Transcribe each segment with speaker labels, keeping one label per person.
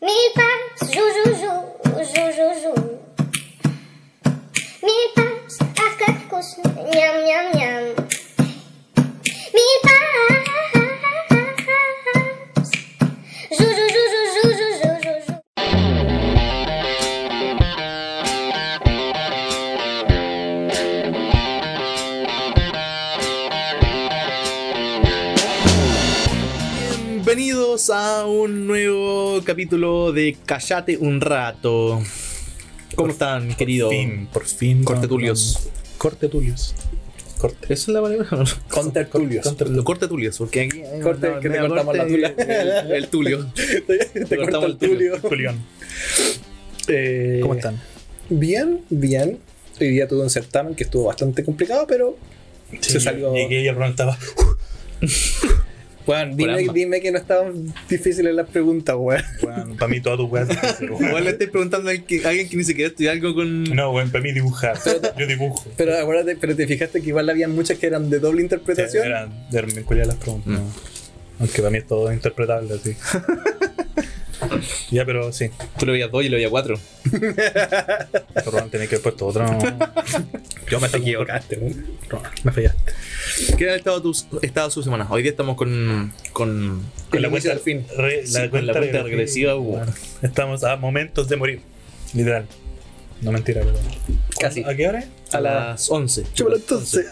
Speaker 1: Mille pattes, jou, jou, jou, jou, jou, jou. Mille pattes, ах, как вкусно, ням, ням, ням. Mille pattes, jou, jou, jou, jou, jou, jou, jou, jou, jou.
Speaker 2: Bienvenidos a un nuevo capítulo de Callate un rato. ¿Cómo están, querido?
Speaker 3: fin, por fin.
Speaker 2: Cortetulios.
Speaker 3: Cortetulios.
Speaker 2: ¿Esa
Speaker 3: Corte.
Speaker 2: es la palabra?
Speaker 3: Con tertulios.
Speaker 2: Corte- Lo corte tulios, porque aquí. hay
Speaker 4: Corte,
Speaker 2: una-
Speaker 4: que te
Speaker 2: medio
Speaker 4: cortamos
Speaker 2: corte
Speaker 4: la tula.
Speaker 2: El, el tulio.
Speaker 4: Te,
Speaker 2: Te cortamos
Speaker 4: cortamos
Speaker 2: el
Speaker 4: el tulio.
Speaker 3: Tulión.
Speaker 4: Eh,
Speaker 3: ¿Cómo están?
Speaker 4: Bien, bien. Hoy día tuve un certamen que estuvo bastante complicado, pero
Speaker 3: Sí,
Speaker 4: se salió.
Speaker 3: Llegué y el Ron estaba.
Speaker 4: Weón, dime,
Speaker 2: Caramba.
Speaker 4: dime que no estaban difíciles las preguntas, weón.
Speaker 3: Bueno, para mí toda tu weá. es difícil, weón.
Speaker 2: Igual le estoy preguntando a alguien que- a alguien que ni siquiera estudió algo con.
Speaker 3: No, weón, para mí dibujar. Yo dibujo.
Speaker 4: Pero acuérdate, pero te fijaste que igual había muchas que eran de doble interpretación.
Speaker 3: Eran de me enculé las preguntas.
Speaker 2: No.
Speaker 3: Aunque para mí es todo interpretable, así. ya, pero sí.
Speaker 2: Tú lo veías dos y lo veías cuatro.
Speaker 3: Ron tenía que haber puesto otro. Yo me saqué
Speaker 4: equivocaste, weón.
Speaker 3: Ron, me fallaste.
Speaker 2: ¿Qué ha estado tus- estado su semana? Hoy día estamos con. con
Speaker 4: El inicio al fin.
Speaker 3: re-
Speaker 2: sí, con la cuenta regresiva. weón.
Speaker 3: Estamos a momentos de morir. Literal. No mentira, pero.
Speaker 4: Casi.
Speaker 3: ¿A qué hora? es?
Speaker 2: A
Speaker 4: A la-
Speaker 2: las 11.
Speaker 4: Chúpalo entonces.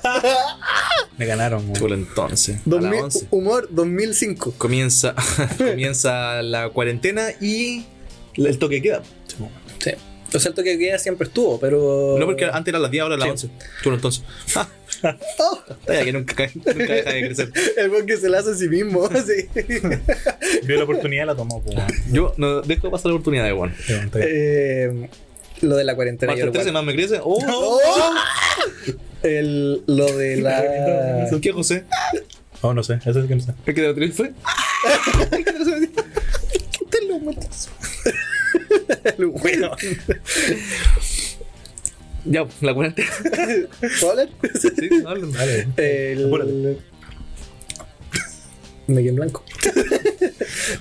Speaker 3: Me ganaron, weón.
Speaker 2: Chúpalo entonces. A las
Speaker 4: 2000
Speaker 2: 11.
Speaker 4: humor 2005.
Speaker 2: comienza, comienza la cuarentena y la- el toque de queda.
Speaker 4: Sí. O sea, el toque de queda siempre estuvo, pero.
Speaker 2: No porque antes era las 10, ahora las 11. Tú no entonces.
Speaker 4: ¡Oh!
Speaker 2: Talla que nunca, cae- nunca deja de crecer.
Speaker 4: El weón que se la hace a sí mismo. Sí.
Speaker 3: Vio la oportunidad y la tomó, pues.
Speaker 2: Yo no dejo pasar la oportunidad de Juan.
Speaker 4: Eh, lo de la cuarentena.
Speaker 2: Más
Speaker 4: yo
Speaker 2: te
Speaker 4: lo
Speaker 2: crece, más me crece. ¡Oh!
Speaker 4: ¡Oh! El, lo de la.
Speaker 2: ¿Qué, José?
Speaker 3: Oh, no sé, eso es que no sé.
Speaker 2: ¿El que te lo triunfe?
Speaker 4: Te lo matas. El bueno.
Speaker 2: Ya, pues, la cuarentena.
Speaker 4: ¿Soler?
Speaker 2: Sí, hablen.
Speaker 3: Vale.
Speaker 4: El.
Speaker 3: Apúrate.
Speaker 4: Me quedé en blanco.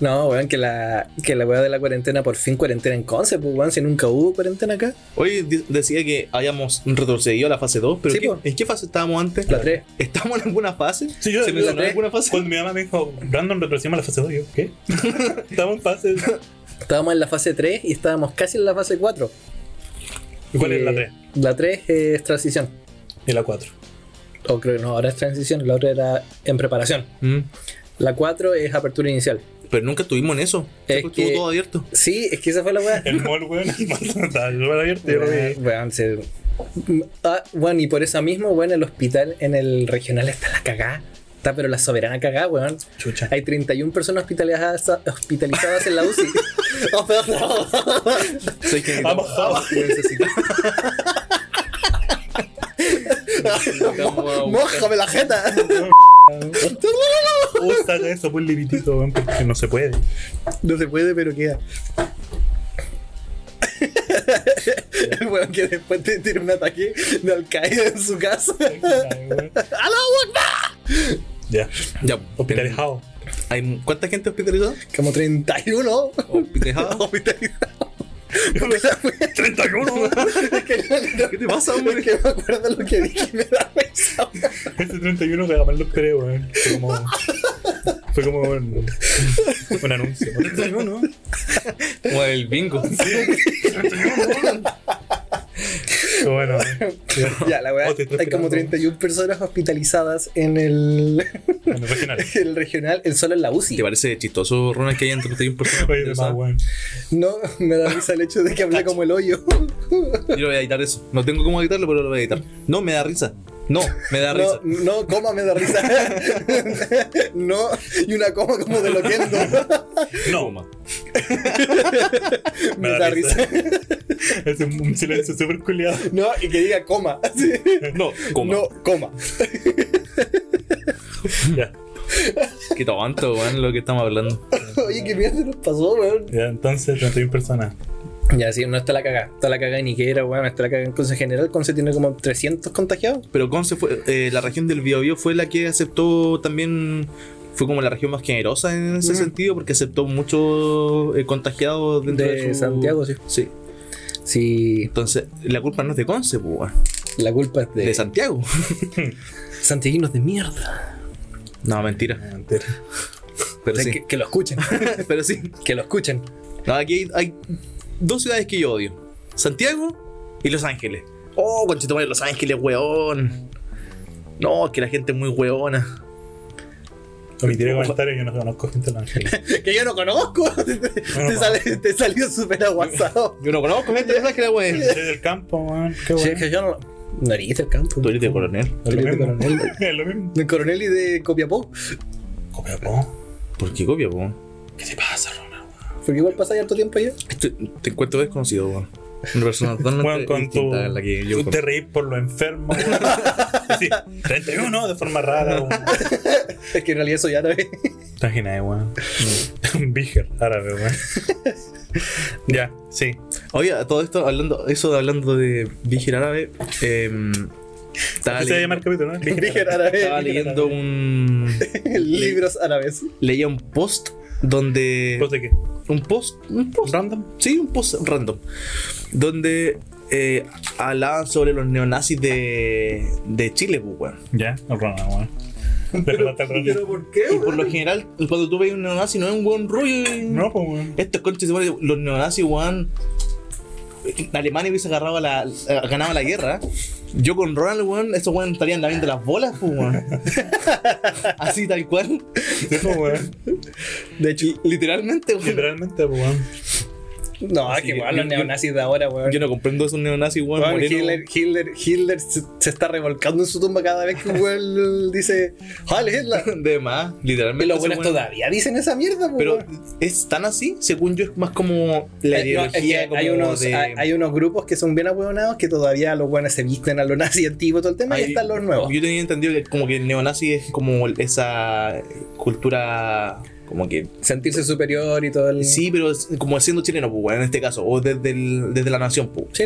Speaker 4: no, weón, que la, que la weá de la cuarentena, por fin cuarentena en Conce, pues weón, si nunca hubo cuarentena acá.
Speaker 2: Hoy di- decía que habíamos retrocedido a la fase 2, pero
Speaker 4: Sí,
Speaker 2: ¿qué-
Speaker 4: po.
Speaker 2: ¿en qué fase estábamos antes?
Speaker 4: La 3.
Speaker 2: ¿Estamos en alguna fase?
Speaker 3: Sí, yo,
Speaker 2: ¿Se ¿eh?
Speaker 3: yo-
Speaker 2: mencionó
Speaker 3: la-
Speaker 2: alguna fase?
Speaker 3: Cuando mi mamá me dijo, Brandon, retrocedimos a la fase 2, yo, ¿qué? Estamos en fase.
Speaker 4: Estábamos en la fase 3 y estábamos casi en la fase 4.
Speaker 3: ¿Y ¿Cuál es la 3?
Speaker 4: Eh, La 3 es transición.
Speaker 3: Y la 4.
Speaker 4: O creo que no, ahora es transición, la otra era en preparación.
Speaker 2: Mm.
Speaker 4: La 4 es apertura inicial.
Speaker 2: Pero nunca estuvimos en eso.
Speaker 4: Es
Speaker 2: Siempre
Speaker 4: que-
Speaker 2: estuvo todo abierto.
Speaker 4: Sí, es que esa fue la weá.
Speaker 3: El mall, weón, el mall estaba súper abierto. Yo lo
Speaker 4: Weón,
Speaker 3: vi.
Speaker 4: weón, se- Ah, weón, y por eso mismo, weón, el hospital en el regional está la cagá. Está, pero la soberana cagá, weón.
Speaker 3: Chucha.
Speaker 4: Hay 31 personas hospitalizadas, hospitalizadas en la Oh, UCI. No, pero no.
Speaker 2: Sé que
Speaker 3: Ha
Speaker 4: Ah,
Speaker 3: bajado.
Speaker 2: necesitamos. necesitamos a un-
Speaker 4: ¡Mójame la jeta!
Speaker 3: Usa eso por limitito, weón, porque no se puede.
Speaker 4: No se puede, pero queda. El weón que después te tiene un ataque de alcaide en su casa.
Speaker 3: Ya,
Speaker 2: Ya,
Speaker 3: hospitalizado.
Speaker 2: ¿Hay ¿Cuánta gente hospitalizada?
Speaker 4: Como 31
Speaker 2: ¿Hospitalizada?
Speaker 4: hospitalizados.
Speaker 3: 31, weón.
Speaker 4: Es que
Speaker 2: ¿Qué te pasa,
Speaker 4: Es
Speaker 2: hombre?
Speaker 4: que me acuerdo lo que dije y me da risa.
Speaker 3: Ese 31 que jamás lo esperé, weón. Fue como. Fue como un, un anuncio. 31,
Speaker 2: Como el bingo.
Speaker 3: Pero bueno.
Speaker 4: Ya, la weá.
Speaker 3: Oh, te estoy
Speaker 4: Hay como
Speaker 3: esperando.
Speaker 4: 31 personas hospitalizadas en el,
Speaker 3: Bueno, regional.
Speaker 4: el regional, el solo en la UCI.
Speaker 2: ¿Te parece chistoso, Ronald, que este hayan 31 personas
Speaker 3: Oye, de más,
Speaker 2: hospitalizadas?
Speaker 3: weón.
Speaker 4: No, me da risa el hecho de que hablé como el hoyo.
Speaker 2: Yo lo voy a editar eso. No tengo cómo editarlo, pero lo voy a editar. No, me da risa. No, me da
Speaker 4: No,
Speaker 2: risa.
Speaker 4: no, coma me da risa. No, y una coma como de loquendo.
Speaker 3: No,
Speaker 4: Me da risa.
Speaker 3: Es un un silencio súper culiado.
Speaker 4: No, y que diga coma. así.
Speaker 2: No, coma.
Speaker 4: No, coma.
Speaker 3: Ya,
Speaker 2: Qué tonto, weón, lo que estamos hablando.
Speaker 4: Oye, qué mierda nos pasó, weón.
Speaker 3: ya, entonces 31 personas.
Speaker 4: Ya, sí, no está la cagada. Está la cagada en Iquera, weón. Está la cagada en Conce General. Conce tiene como 300 contagiados.
Speaker 2: Pero Conce fue, eh, la región del Biobío fue la que aceptó también. fue como la región más generosa en ese sentido porque aceptó muchos eh, contagiados dentro de,
Speaker 4: De
Speaker 2: su-
Speaker 4: Santiago, sí.
Speaker 2: Sí.
Speaker 4: Sí,
Speaker 2: Entonces, la culpa no es de Conce, pues, weón,
Speaker 4: la culpa es de,
Speaker 2: de Santiago.
Speaker 4: santiaguinos de mierda.
Speaker 2: No, mentira. Pero
Speaker 4: O sea,
Speaker 2: sí.
Speaker 4: que, que lo escuchen,
Speaker 2: Pero sí.
Speaker 4: que lo escuchen.
Speaker 2: No, aquí hay, hay dos ciudades que yo odio: Santiago y Los Ángeles. Oh, conchetumare, Los Ángeles, weón. No, es que la gente es muy weona.
Speaker 3: Omitiré comentarios, yo no conozco gente de Los Ángeles.
Speaker 4: que yo no conozco. Te,
Speaker 3: no.
Speaker 4: sale- te salió súper aguasado.
Speaker 2: Yo no conozco gente de Los Ángeles, weón.
Speaker 3: Soy del campo, man. Qué
Speaker 4: Sí,
Speaker 3: bueno.
Speaker 4: es que yo no. No eres del campo.
Speaker 2: Tú eres de coronel.
Speaker 3: Es lo
Speaker 4: Soy de
Speaker 3: mismo.
Speaker 4: coronel.
Speaker 3: Es lo mismo.
Speaker 4: De coronel y de Copiapó.
Speaker 3: Copiapó.
Speaker 2: ¿Por qué copia, po?
Speaker 3: ¿Qué te pasa, Ronald?
Speaker 4: Porque igual pasáis harto tiempo allá.
Speaker 2: Esto- te encuentro desconocido, weón. Una persona totalmente
Speaker 3: Bueno, con tu.
Speaker 2: distinta a la que yo
Speaker 3: tú te
Speaker 2: conozco.
Speaker 3: reís por lo enfermo. weón. sí, 31 de forma rara. weón.
Speaker 4: Es que en realidad eso ya no es.
Speaker 3: Te imaginas, weón. Un Bíger árabe, weón. ya, sí.
Speaker 2: Oye, a todo esto, hablando, eso de hablando de Vigil Árabe, em, estaba,
Speaker 3: Así se va
Speaker 2: leyendo-
Speaker 3: a llamar el capítulo, ¿no? Bíger
Speaker 4: Dije
Speaker 3: árabe.
Speaker 2: estaba
Speaker 4: árabe.
Speaker 2: leyendo un.
Speaker 4: Libros árabes.
Speaker 2: Leía un post donde.
Speaker 3: ¿Vos de qué?
Speaker 2: Un post. Un post.
Speaker 3: ¿Random?
Speaker 2: Sí, un post random. Donde eh, hablaban sobre los neonazis de, de Chile, pues, weón.
Speaker 3: Ya, ah, no, Ronald, weón. De relata el Ronald.
Speaker 4: por qué?
Speaker 2: Y por lo general, cuando tú ves un neonazi, no es un buen rollo. Este y-
Speaker 3: No, pues, weón.
Speaker 2: Estos conches, igual, los neonazis, weón. Alemania hubiese agarrado la, eh, ganado la guerra. Yo con Ronald, weón, esos weón estarían lamiendo las bolas, pues, weón. Así tal cual.
Speaker 3: Sí, pues, weón.
Speaker 4: De hecho,
Speaker 2: Literalmente, weón.
Speaker 3: Literalmente, pues, weón.
Speaker 4: no, es
Speaker 2: Sí,
Speaker 4: que igual
Speaker 2: yo-
Speaker 4: los
Speaker 2: yo-
Speaker 4: neonazis de ahora, weón.
Speaker 2: Yo no comprendo esos neonazis, weón.
Speaker 4: Weón,
Speaker 2: moreno.
Speaker 4: Hitler, Hitler, Hitler se, se está revolcando en su tumba cada vez que un weón dice ¡Hal Hitler!
Speaker 2: De más,
Speaker 4: Y
Speaker 2: literalmente.
Speaker 4: los
Speaker 2: ese
Speaker 4: buenos
Speaker 2: weón.
Speaker 4: todavía dicen esa mierda,
Speaker 2: Pero
Speaker 4: weón.
Speaker 2: es tan así, según yo, es más como la
Speaker 4: Eh, no, es que
Speaker 2: ideología. como
Speaker 4: hay, unos,
Speaker 2: de-
Speaker 4: hay, hay unos grupos que son bien ahueonados que todavía los buenos se visten a los nazis antiguos todo el tema y
Speaker 2: Ay,
Speaker 4: están los nuevos.
Speaker 2: Yo tenía entendido que como que el neonazi es como esa cultura como que
Speaker 4: Sentirse superior y todo el.
Speaker 2: sí, pero es como siendo chileno, pues, weón, en este caso, o desde, el- desde la nación, pues.
Speaker 4: Sí.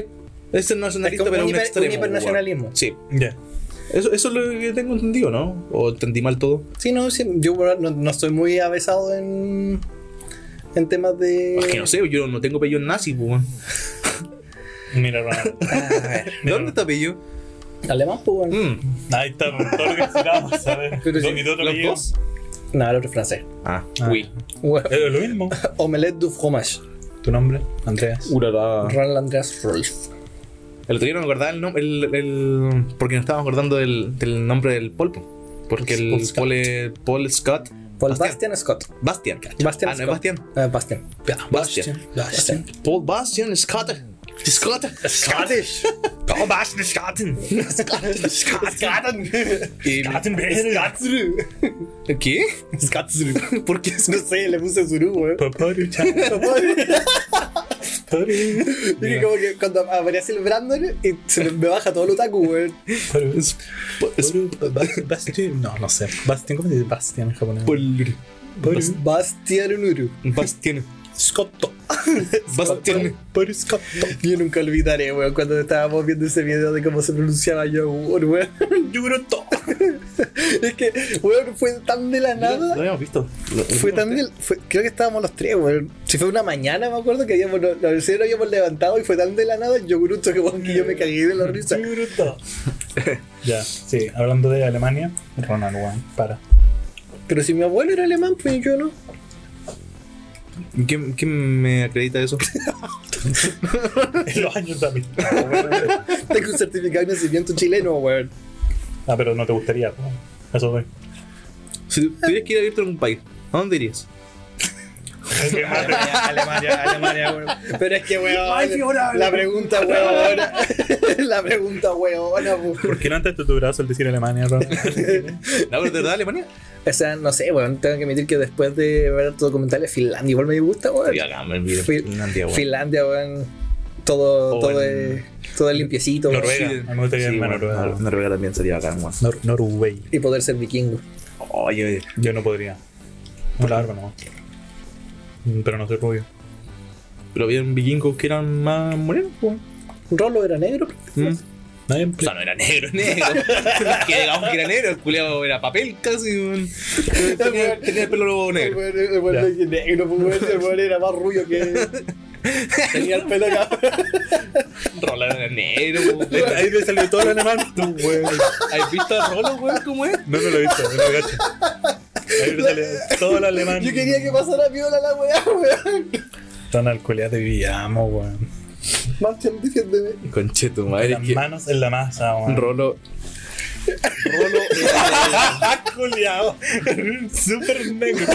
Speaker 2: Es el
Speaker 4: Es
Speaker 2: nacionalista,
Speaker 4: como un,
Speaker 2: pero un
Speaker 4: hiper- un
Speaker 2: extremo. pues,
Speaker 4: hipernacionalismo.
Speaker 2: weón. Sí,
Speaker 3: Ya.
Speaker 2: eso, eso es lo que tengo entendido, ¿no? O entendí mal todo.
Speaker 4: Sí, no, sí, yo bueno, no, no estoy muy avesado en. en temas de.
Speaker 2: Es que no sé, yo no tengo apellido nazi, pues. weón.
Speaker 3: Mira, Ronald.
Speaker 4: Ah, A ver.
Speaker 2: ¿De dónde está apellido?
Speaker 4: Alemán, pues, weón.
Speaker 2: Mm.
Speaker 3: Ahí está, weón. todo lo que necesitábamos, ¿sabes?
Speaker 4: Pero sí,
Speaker 3: ¿Y de otro
Speaker 2: ¿Los
Speaker 3: apellido?
Speaker 2: dos?
Speaker 4: No, el otro es francés.
Speaker 2: Ah,
Speaker 3: Ah.
Speaker 2: oui.
Speaker 4: Weón.
Speaker 2: Eh.
Speaker 3: Es lo mismo.
Speaker 4: Omelette du fromage.
Speaker 3: ¿Tu nombre? Andreas.
Speaker 2: Urará.
Speaker 4: Ronald Andreas Rolf.
Speaker 2: El otro día no me acordaba el nombre, el, el- porque nos estábamos acordando del, del nombre del polpo. Porque el
Speaker 4: Paul
Speaker 2: Paul,
Speaker 4: Scott.
Speaker 2: es- Paul Scott.
Speaker 4: Paul
Speaker 2: Bastian.
Speaker 4: Bastian, Scott.
Speaker 2: Bastian.
Speaker 4: Bastian
Speaker 2: ah, no
Speaker 4: Scott.
Speaker 2: es Bastian.
Speaker 4: Ah, Bastian.
Speaker 2: Bastian.
Speaker 4: Bastian.
Speaker 2: Paul Bastian Scott. Scott.
Speaker 4: Scottish.
Speaker 3: ¿Cómo vas, Skaten?
Speaker 4: Skaten.
Speaker 2: Y- ¿Qué?
Speaker 4: Skatzru.
Speaker 2: ¿Por qué es
Speaker 4: No sé, le puse Zuru, weón. Dije como que cuando aparece el Brandon y se me- me baja todo el otaku, weón.
Speaker 3: Bastian. No, no sé. Bastian, ¿cómo se dice Bastian en japonés?
Speaker 2: Paul?
Speaker 3: Boris.
Speaker 4: Bastian Unuru.
Speaker 2: Bastian.
Speaker 3: Scotto.
Speaker 2: Bastian.
Speaker 3: Boris Scotto.
Speaker 4: Yo nunca olvidaré, weón, cuando estábamos viendo ese video de cómo se pronunciaba yo, weón.
Speaker 3: Yuruto.
Speaker 4: Es que, weón, fue tan de la
Speaker 2: Lo
Speaker 4: nada.
Speaker 2: habíamos visto. Lo-
Speaker 4: Fue
Speaker 2: lo-
Speaker 4: tan del- fue- creo que estábamos los tres, weón. Si fue una mañana, me acuerdo que habíamos, la veces nos habíamos levantado y fue tan de la nada el yoguruto que, weón, que yo me cagué de la risa.
Speaker 3: Yuruto. Ya, sí. Hablando de Alemania, Ronald Wang, para.
Speaker 4: Pero si mi abuelo era alemán, pues yo no.
Speaker 2: ¿Quién, quién me acredita eso?
Speaker 3: En los años de amistad, weón.
Speaker 4: Tengo un certificado de nacimiento chileno, weón.
Speaker 3: Ah, pero no te gustaría, weón. Eso doy.
Speaker 2: Si tuvieras que ir a vivir a un país, ¿a dónde irías?
Speaker 4: Alemania, Alemania, Alemania, weón. Pero es que,
Speaker 3: Ay, qué
Speaker 4: weón,
Speaker 3: horrible.
Speaker 4: la pregunta, weón. La pregunta, weón.
Speaker 3: ¿Por qué no antes tu brazo el decir Alemania, Ronald?
Speaker 2: ¿La verdad, de verdad, Alemania?
Speaker 4: O sea, no sé, weón. Tengo que admitir que después de ver tu documental de Finlandia, igual me gusta, weón.
Speaker 2: Yo acá me olvidé.
Speaker 4: Fil-
Speaker 2: Finlandia, weón.
Speaker 4: Finlandia, weón. Todo,
Speaker 2: O
Speaker 4: todo,
Speaker 2: en-
Speaker 4: es, todo es limpiecito. weón.
Speaker 3: Noruega. A mí me gustaría irme a
Speaker 2: bueno,
Speaker 3: Noruega.
Speaker 2: Nor- Noruega también sería bacán, weón.
Speaker 3: Nor- Norway.
Speaker 4: Y poder ser vikingo.
Speaker 2: Oye,
Speaker 3: Yo no podría. No, la barba no. Mm, Pero no soy rubio.
Speaker 2: pero habían vikingos que eran más morenos, weón.
Speaker 4: Rolo era negro.
Speaker 2: Mm.
Speaker 3: Nadie
Speaker 2: O sea, no era negro, negro. que digamos que era negro, el culiao era papel casi. weón. Tenía, tenía el pelo
Speaker 5: El
Speaker 2: negro.
Speaker 5: weón- el weón
Speaker 3: Ya.
Speaker 5: no es negro, pues, weón, el weón era más rubio que. Tenía el pelo acá.
Speaker 2: Rola era negro. weón.
Speaker 3: Ahí me salió todo el animal. Tú, weón.
Speaker 2: ¿Has visto a Rolo, weón, cómo es?
Speaker 3: No, no lo he visto, no lo cacho. Ahí me salió todo el alemán.
Speaker 5: Yo quería que pasara viola la weá, weón.
Speaker 3: Tan alcoholidad de vivíamos, weón.
Speaker 5: Marchan, defiéndeme.
Speaker 2: Conche tu madre,
Speaker 3: Las manos en la masa, weón.
Speaker 2: Rolo. Rolo
Speaker 3: Culeado. Súper negro.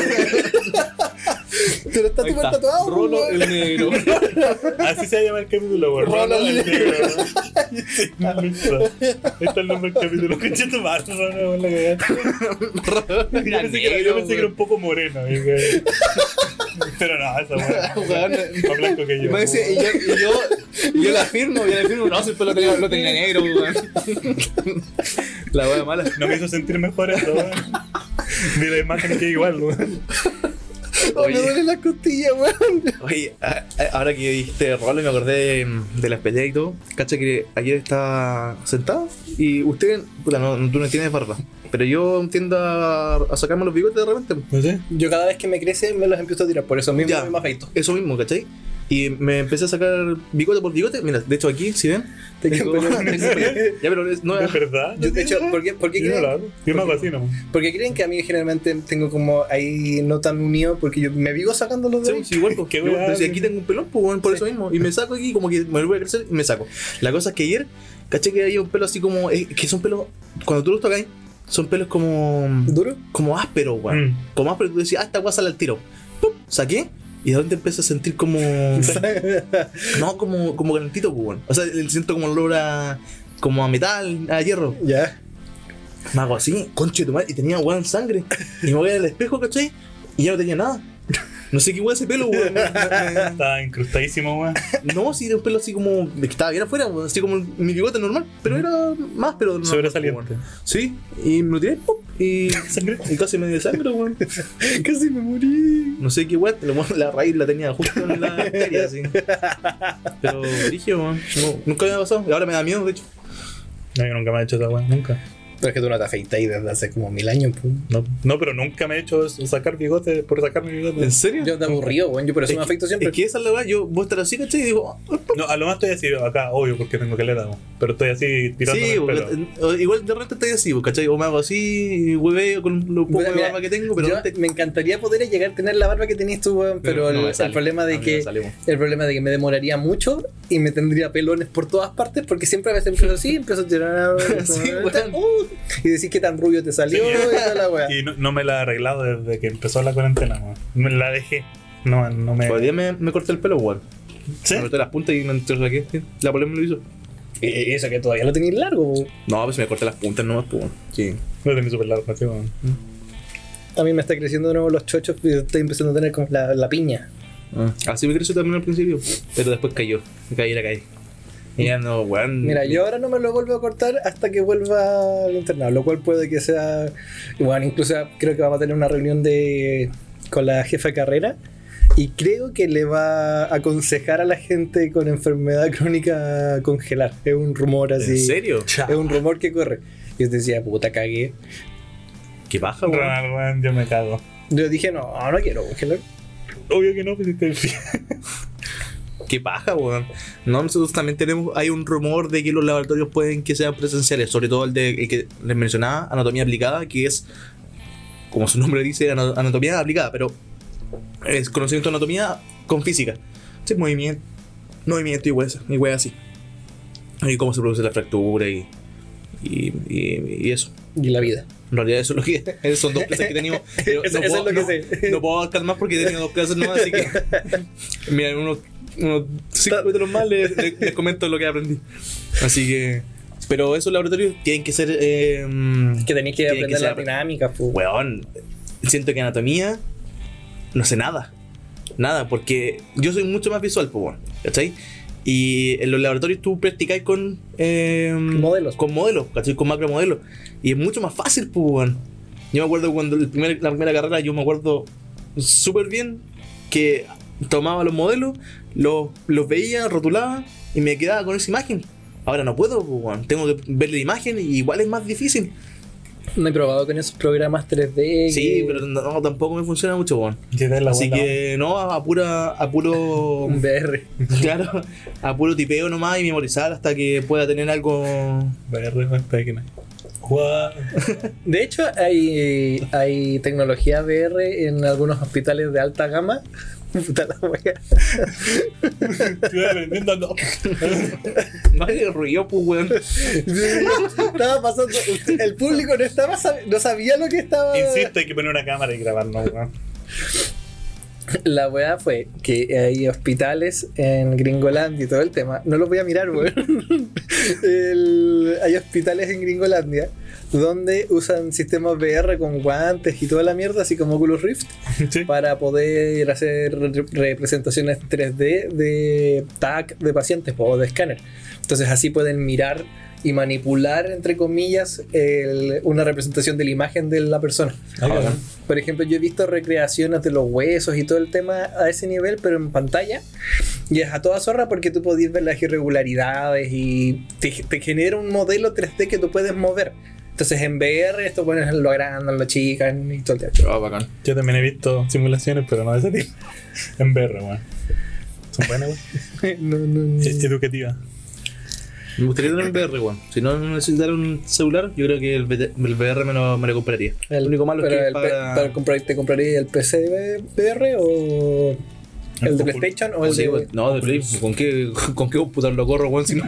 Speaker 5: Pero está
Speaker 2: Ahí
Speaker 5: súper
Speaker 2: está.
Speaker 5: tatuado, pues,
Speaker 2: Rolo
Speaker 5: weón.
Speaker 2: el negro.
Speaker 3: Así se llama el capítulo, weón.
Speaker 5: Rolo
Speaker 3: Rolo el
Speaker 5: el
Speaker 3: negro. Listo. Ahí está el nombre del capítulo. Concha tu madre, Rolo, weón, la cagaste.
Speaker 2: Rolo
Speaker 3: Yo
Speaker 2: era
Speaker 3: pensé que era- yo
Speaker 2: negro.
Speaker 3: pensé que era un poco moreno. y que- Pero no, esa weón.
Speaker 2: weón.
Speaker 3: Más blanco que yo.
Speaker 2: Me dice, y yo, y yo, y yo la firmo, yo la firmo, no, si el pelo tenía, lo tenía negro, weón. La wea mala.
Speaker 3: No me hizo sentir mejor eso, weón. Ni la imagen que igual, weón.
Speaker 5: Oh, me
Speaker 2: Oye.
Speaker 5: duele la costilla, weón.
Speaker 2: Oye, a- a- ahora que dijiste Rolo, me acordé mm, de las peleas y todo. Cacha que ayer estaba sentado y usted, puta, no, tú no tienes barba. Pero yo tiendo a, a sacarme los bigotes de repente.
Speaker 3: No sé.
Speaker 4: Yo cada vez que me crece me los empiezo a tirar, por eso mismo
Speaker 2: Ya.
Speaker 4: me afeito.
Speaker 2: Eso mismo, ¿cachai? Y me empecé a sacar bigote por bigote. Mira, de hecho aquí, si ven.
Speaker 4: Te
Speaker 2: tengo-
Speaker 4: quedan pelos
Speaker 2: tengo pelo. Ya, pero es- no
Speaker 3: ¿De
Speaker 2: es.
Speaker 3: verdad?
Speaker 4: Yo, de hecho, ¿por qué, por qué
Speaker 3: Yo no
Speaker 4: creen,
Speaker 3: lo hago. Yo me hago así, ¿no?
Speaker 4: porque creen que a mí generalmente tengo como ahí no tan unido? Porque yo me vivo sacando los
Speaker 2: Sí,
Speaker 4: dedos.
Speaker 2: sí, igual, pues,
Speaker 3: Qué
Speaker 2: yo-
Speaker 3: weá,
Speaker 2: pero si
Speaker 3: weón.
Speaker 2: aquí tengo un pelón, pues, weón, por eso mismo. Y me saco aquí, como que me lo voy a crecer y me saco. La cosa es que ayer, caché que había un pelo así como. eh, que son pelos. Cuando tú los tocas, son pelos como.
Speaker 4: ¿Duro?
Speaker 2: como áspero, weón.
Speaker 3: Mm.
Speaker 2: Como áspero, tú decías, ah, esta weá sale al tiro. ¡Pup! Saqué. Y de repente empecé a sentir como. no, como, como calentito, pues, weón. O sea, le siento como olor a. como a metal, a hierro.
Speaker 4: Ya.
Speaker 2: Me hago así, conche tu madre, y tenía weón sangre. Y me voy al espejo, ¿cachai? Y ya no tenía nada. No sé qué weón ese pelo, weón.
Speaker 3: Estaba incrustadísimo, weón.
Speaker 2: No, sí, era un pelo así como. que estaba bien afuera, weón, así como mi bigote normal. Pero era más, pero normal. pues,
Speaker 3: Sobresaliente.
Speaker 2: weón. Sí, y me lo tiré, pop, y.
Speaker 3: Sangre.
Speaker 2: y casi me dio sangre, weón.
Speaker 4: Casi me morí.
Speaker 2: No sé qué weón, la, la raíz la tenía justo en la arteria, así. Pero dije, weón, no, nunca había pasado. Y ahora me da miedo, de hecho.
Speaker 3: No, yo nunca me he hecho esa weón, nunca.
Speaker 4: Pero es que tú no te afeitas ahí desde hace como mil años, pum.
Speaker 3: No, no, pero nunca me he hecho eso, sacar bigote por sacarme bigote.
Speaker 2: ¿En serio?
Speaker 4: Yo te aburrido, weón. Yo por eso
Speaker 2: Es
Speaker 4: me
Speaker 2: que-
Speaker 4: afeito siempre.
Speaker 2: Es que esa es la weá, yo voy a estar así, ¿cachai? Y digo, ah,
Speaker 3: No, a lo más estoy así acá, obvio, porque tengo caleta, weón. pero estoy así tirando
Speaker 2: Sí,
Speaker 3: el
Speaker 2: porque,
Speaker 3: pelo.
Speaker 2: eh, igual de repente estoy así, ¿cachai? O me hago así, hueveo con lo poco
Speaker 4: Mira,
Speaker 2: de
Speaker 4: mira,
Speaker 2: barba que tengo, pero
Speaker 4: yo
Speaker 2: no te-
Speaker 4: me encantaría poder llegar a tener la barba que tenías tú, weón, pero
Speaker 2: no me
Speaker 4: el,
Speaker 2: sale.
Speaker 4: el problema
Speaker 2: A
Speaker 4: de
Speaker 2: mí
Speaker 4: que
Speaker 2: me sale, weón.
Speaker 4: el problema de que me demoraría mucho y me tendría pelones por todas partes porque siempre a veces empiezo así, empiezo a tirar
Speaker 2: Sí, weón.
Speaker 4: uh, y decís que tan rubio te salió
Speaker 3: Sí.
Speaker 4: y toda la weá.
Speaker 3: Y no, no me la he arreglado desde que empezó la cuarentena, weón. Me la dejé. No, no me.
Speaker 2: Hoy día me, me corté el pelo, weón.
Speaker 3: ¿Sí?
Speaker 2: Me corté las puntas y me entresaqué. sí. La polea me lo hizo.
Speaker 4: Y eso que todavía lo tenéis largo. weón.
Speaker 2: No, pues me corté las puntas nomás, pues, weón. Sí.
Speaker 3: Lo tenía súper largo, así, weón.
Speaker 4: A mí me está creciendo de nuevo los chochos y estoy empezando a tener como la, la piña.
Speaker 2: Ah, Así me creció también al principio, pero después cayó. Caí, la caí. Y Mm, ya no, weón.
Speaker 4: Mira, yo ahora no me lo vuelvo a cortar hasta que vuelva al internado, lo cual puede que sea. Bueno, incluso creo que vamos a tener una reunión de con la jefa de carrera y creo que le va a aconsejar a la gente con enfermedad crónica a congelar. Es un rumor
Speaker 2: ¿En
Speaker 4: así.
Speaker 2: serio?
Speaker 4: Es un rumor que corre. Yo decía, puta, cagué.
Speaker 2: ¿Qué baja, weón?
Speaker 3: Ronald, weón, yo me cago.
Speaker 4: Yo dije, no, no quiero congelar.
Speaker 3: Obvio que no, pues si estoy bien.
Speaker 2: ¿Qué baja, weón? No, nosotros también tenemos. Hay un rumor de que los laboratorios pueden que sean presenciales, sobre todo el, de, el que les mencionaba, anatomía aplicada, que es. Como su nombre dice, ana- anatomía aplicada, pero. Es conocimiento de anatomía con física. Sí, movimiento. Movimiento y hueso, y hueá así. Y cómo se produce la fractura y. Y, y, y eso.
Speaker 4: Y la vida.
Speaker 2: En realidad eso es lo que son dos clases que he tenido. Yo
Speaker 4: Eso- eso es lo que
Speaker 2: no-
Speaker 4: sé.
Speaker 2: No puedo abarcar más porque he tenido dos clases nomás, así que mira, en unos, unos cinco capítulos más les, les- les comento lo que aprendí. Así que. Pero esos laboratorios tienen que ser. eh,
Speaker 4: Que tenéis que
Speaker 2: tienen
Speaker 4: aprender
Speaker 2: ser
Speaker 4: las
Speaker 2: apre-
Speaker 4: dinámicas, pues.
Speaker 2: Weón. Siento que anatomía. No sé nada. Nada, porque yo soy mucho más visual, pues bueno. ¿Cachai? Y en los laboratorios tú practicáis con. eh,
Speaker 4: Modelos.
Speaker 2: Con modelos, ¿cachai? Con macromodelos. Y es mucho más fácil, pues weón. Yo me acuerdo cuando el primer- la primera carrera, yo me acuerdo súper bien que tomaba los modelos, los, los veía, rotulaba y me quedaba con esa imagen. Ahora no puedo, pues, weón. Tengo que ver la imagen y igual es más difícil.
Speaker 4: No he probado con esos programas 3D.
Speaker 2: Sí,
Speaker 4: que-
Speaker 2: pero no, tampoco me funciona mucho, weón.
Speaker 3: Ya te la
Speaker 2: Así
Speaker 3: guarda.
Speaker 2: que no, a, a pura, a puro,
Speaker 4: Un VR.
Speaker 2: claro, a puro tipeo nomás y memorizar hasta que pueda tener algo.
Speaker 3: VR no está aquí, no. Guau.
Speaker 4: De hecho, hay, hay tecnología VR en algunos hospitales de alta gama. Puta la wea.
Speaker 3: Estoy aprendiendo no.
Speaker 2: Vale, ruido, pues, weón.
Speaker 4: Estaba pasando. El público no estaba sab- no sabía lo que estaba.
Speaker 3: Insisto, hay que poner una cámara y grabarnos, weón.
Speaker 4: La weá fue que hay hospitales en Gringolandia y todo el tema. No los voy a mirar, weón. El- Hay hospitales en Gringolandia donde usan sistemas VR con guantes y toda la mierda, así como Oculus Rift,
Speaker 3: Sí.
Speaker 4: para poder hacer re- representaciones 3D de tag de pacientes o de escáner. Entonces así pueden mirar y manipular, entre comillas, el- una representación de la imagen de la persona.
Speaker 3: Ahí va.
Speaker 4: Por ejemplo, yo he visto recreaciones de los huesos y todo el tema a ese nivel, pero en pantalla. Y es a toda zorra porque tú podías ver las irregularidades y te, te genera un modelo 3D que tú puedes mover. Entonces en VR esto pones lo agrandan, lo chican y todo el tema.
Speaker 2: Ah, bacán.
Speaker 3: Yo también he visto simulaciones, pero no de ese tipo. En VR, weón. Son buenas, weón.
Speaker 4: No, no, no.
Speaker 3: E- Educativa.
Speaker 2: Me gustaría tener un VR, weón. Si no necesitara un celular, yo creo que el, VT el VR me lo, me lo compraría.
Speaker 4: El-
Speaker 2: lo único malo es
Speaker 4: pero
Speaker 2: que
Speaker 4: el pe-
Speaker 2: para-
Speaker 4: para comprar- ¿Te compraría el PC de VR o el de
Speaker 3: Oculus.
Speaker 4: PlayStation o el
Speaker 2: Sí, pues,
Speaker 4: de...
Speaker 2: weón. no, de Play, ¿con qué, ¿con qué computador lo corro, weón? Si no,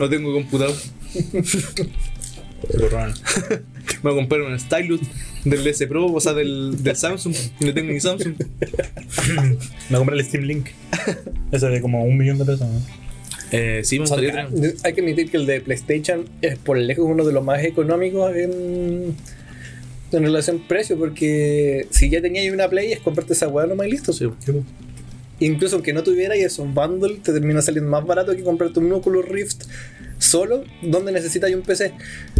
Speaker 2: no tengo computador.
Speaker 3: Burrón.
Speaker 2: Me voy a comprar un Stylus del S Pro, o sea, del, del Samsung. Y no tengo ni Samsung.
Speaker 3: Me compré el Steam Link. Ese de como un millón de pesos, ¿no?
Speaker 2: Eh, sí, me
Speaker 4: Son
Speaker 2: gustaría
Speaker 4: caros.
Speaker 2: tener.
Speaker 4: Hay que admitir que el de PlayStation es por lejos uno de los más económicos en, en relación precio, porque si ya tenías una Play es comprarte esa weá nomás y listo.
Speaker 2: Sí,
Speaker 3: pues.
Speaker 4: Incluso aunque no tuvieras esos bundles, te termina saliendo más barato que comprarte un Oculus Rift solo, donde necesitas un PC.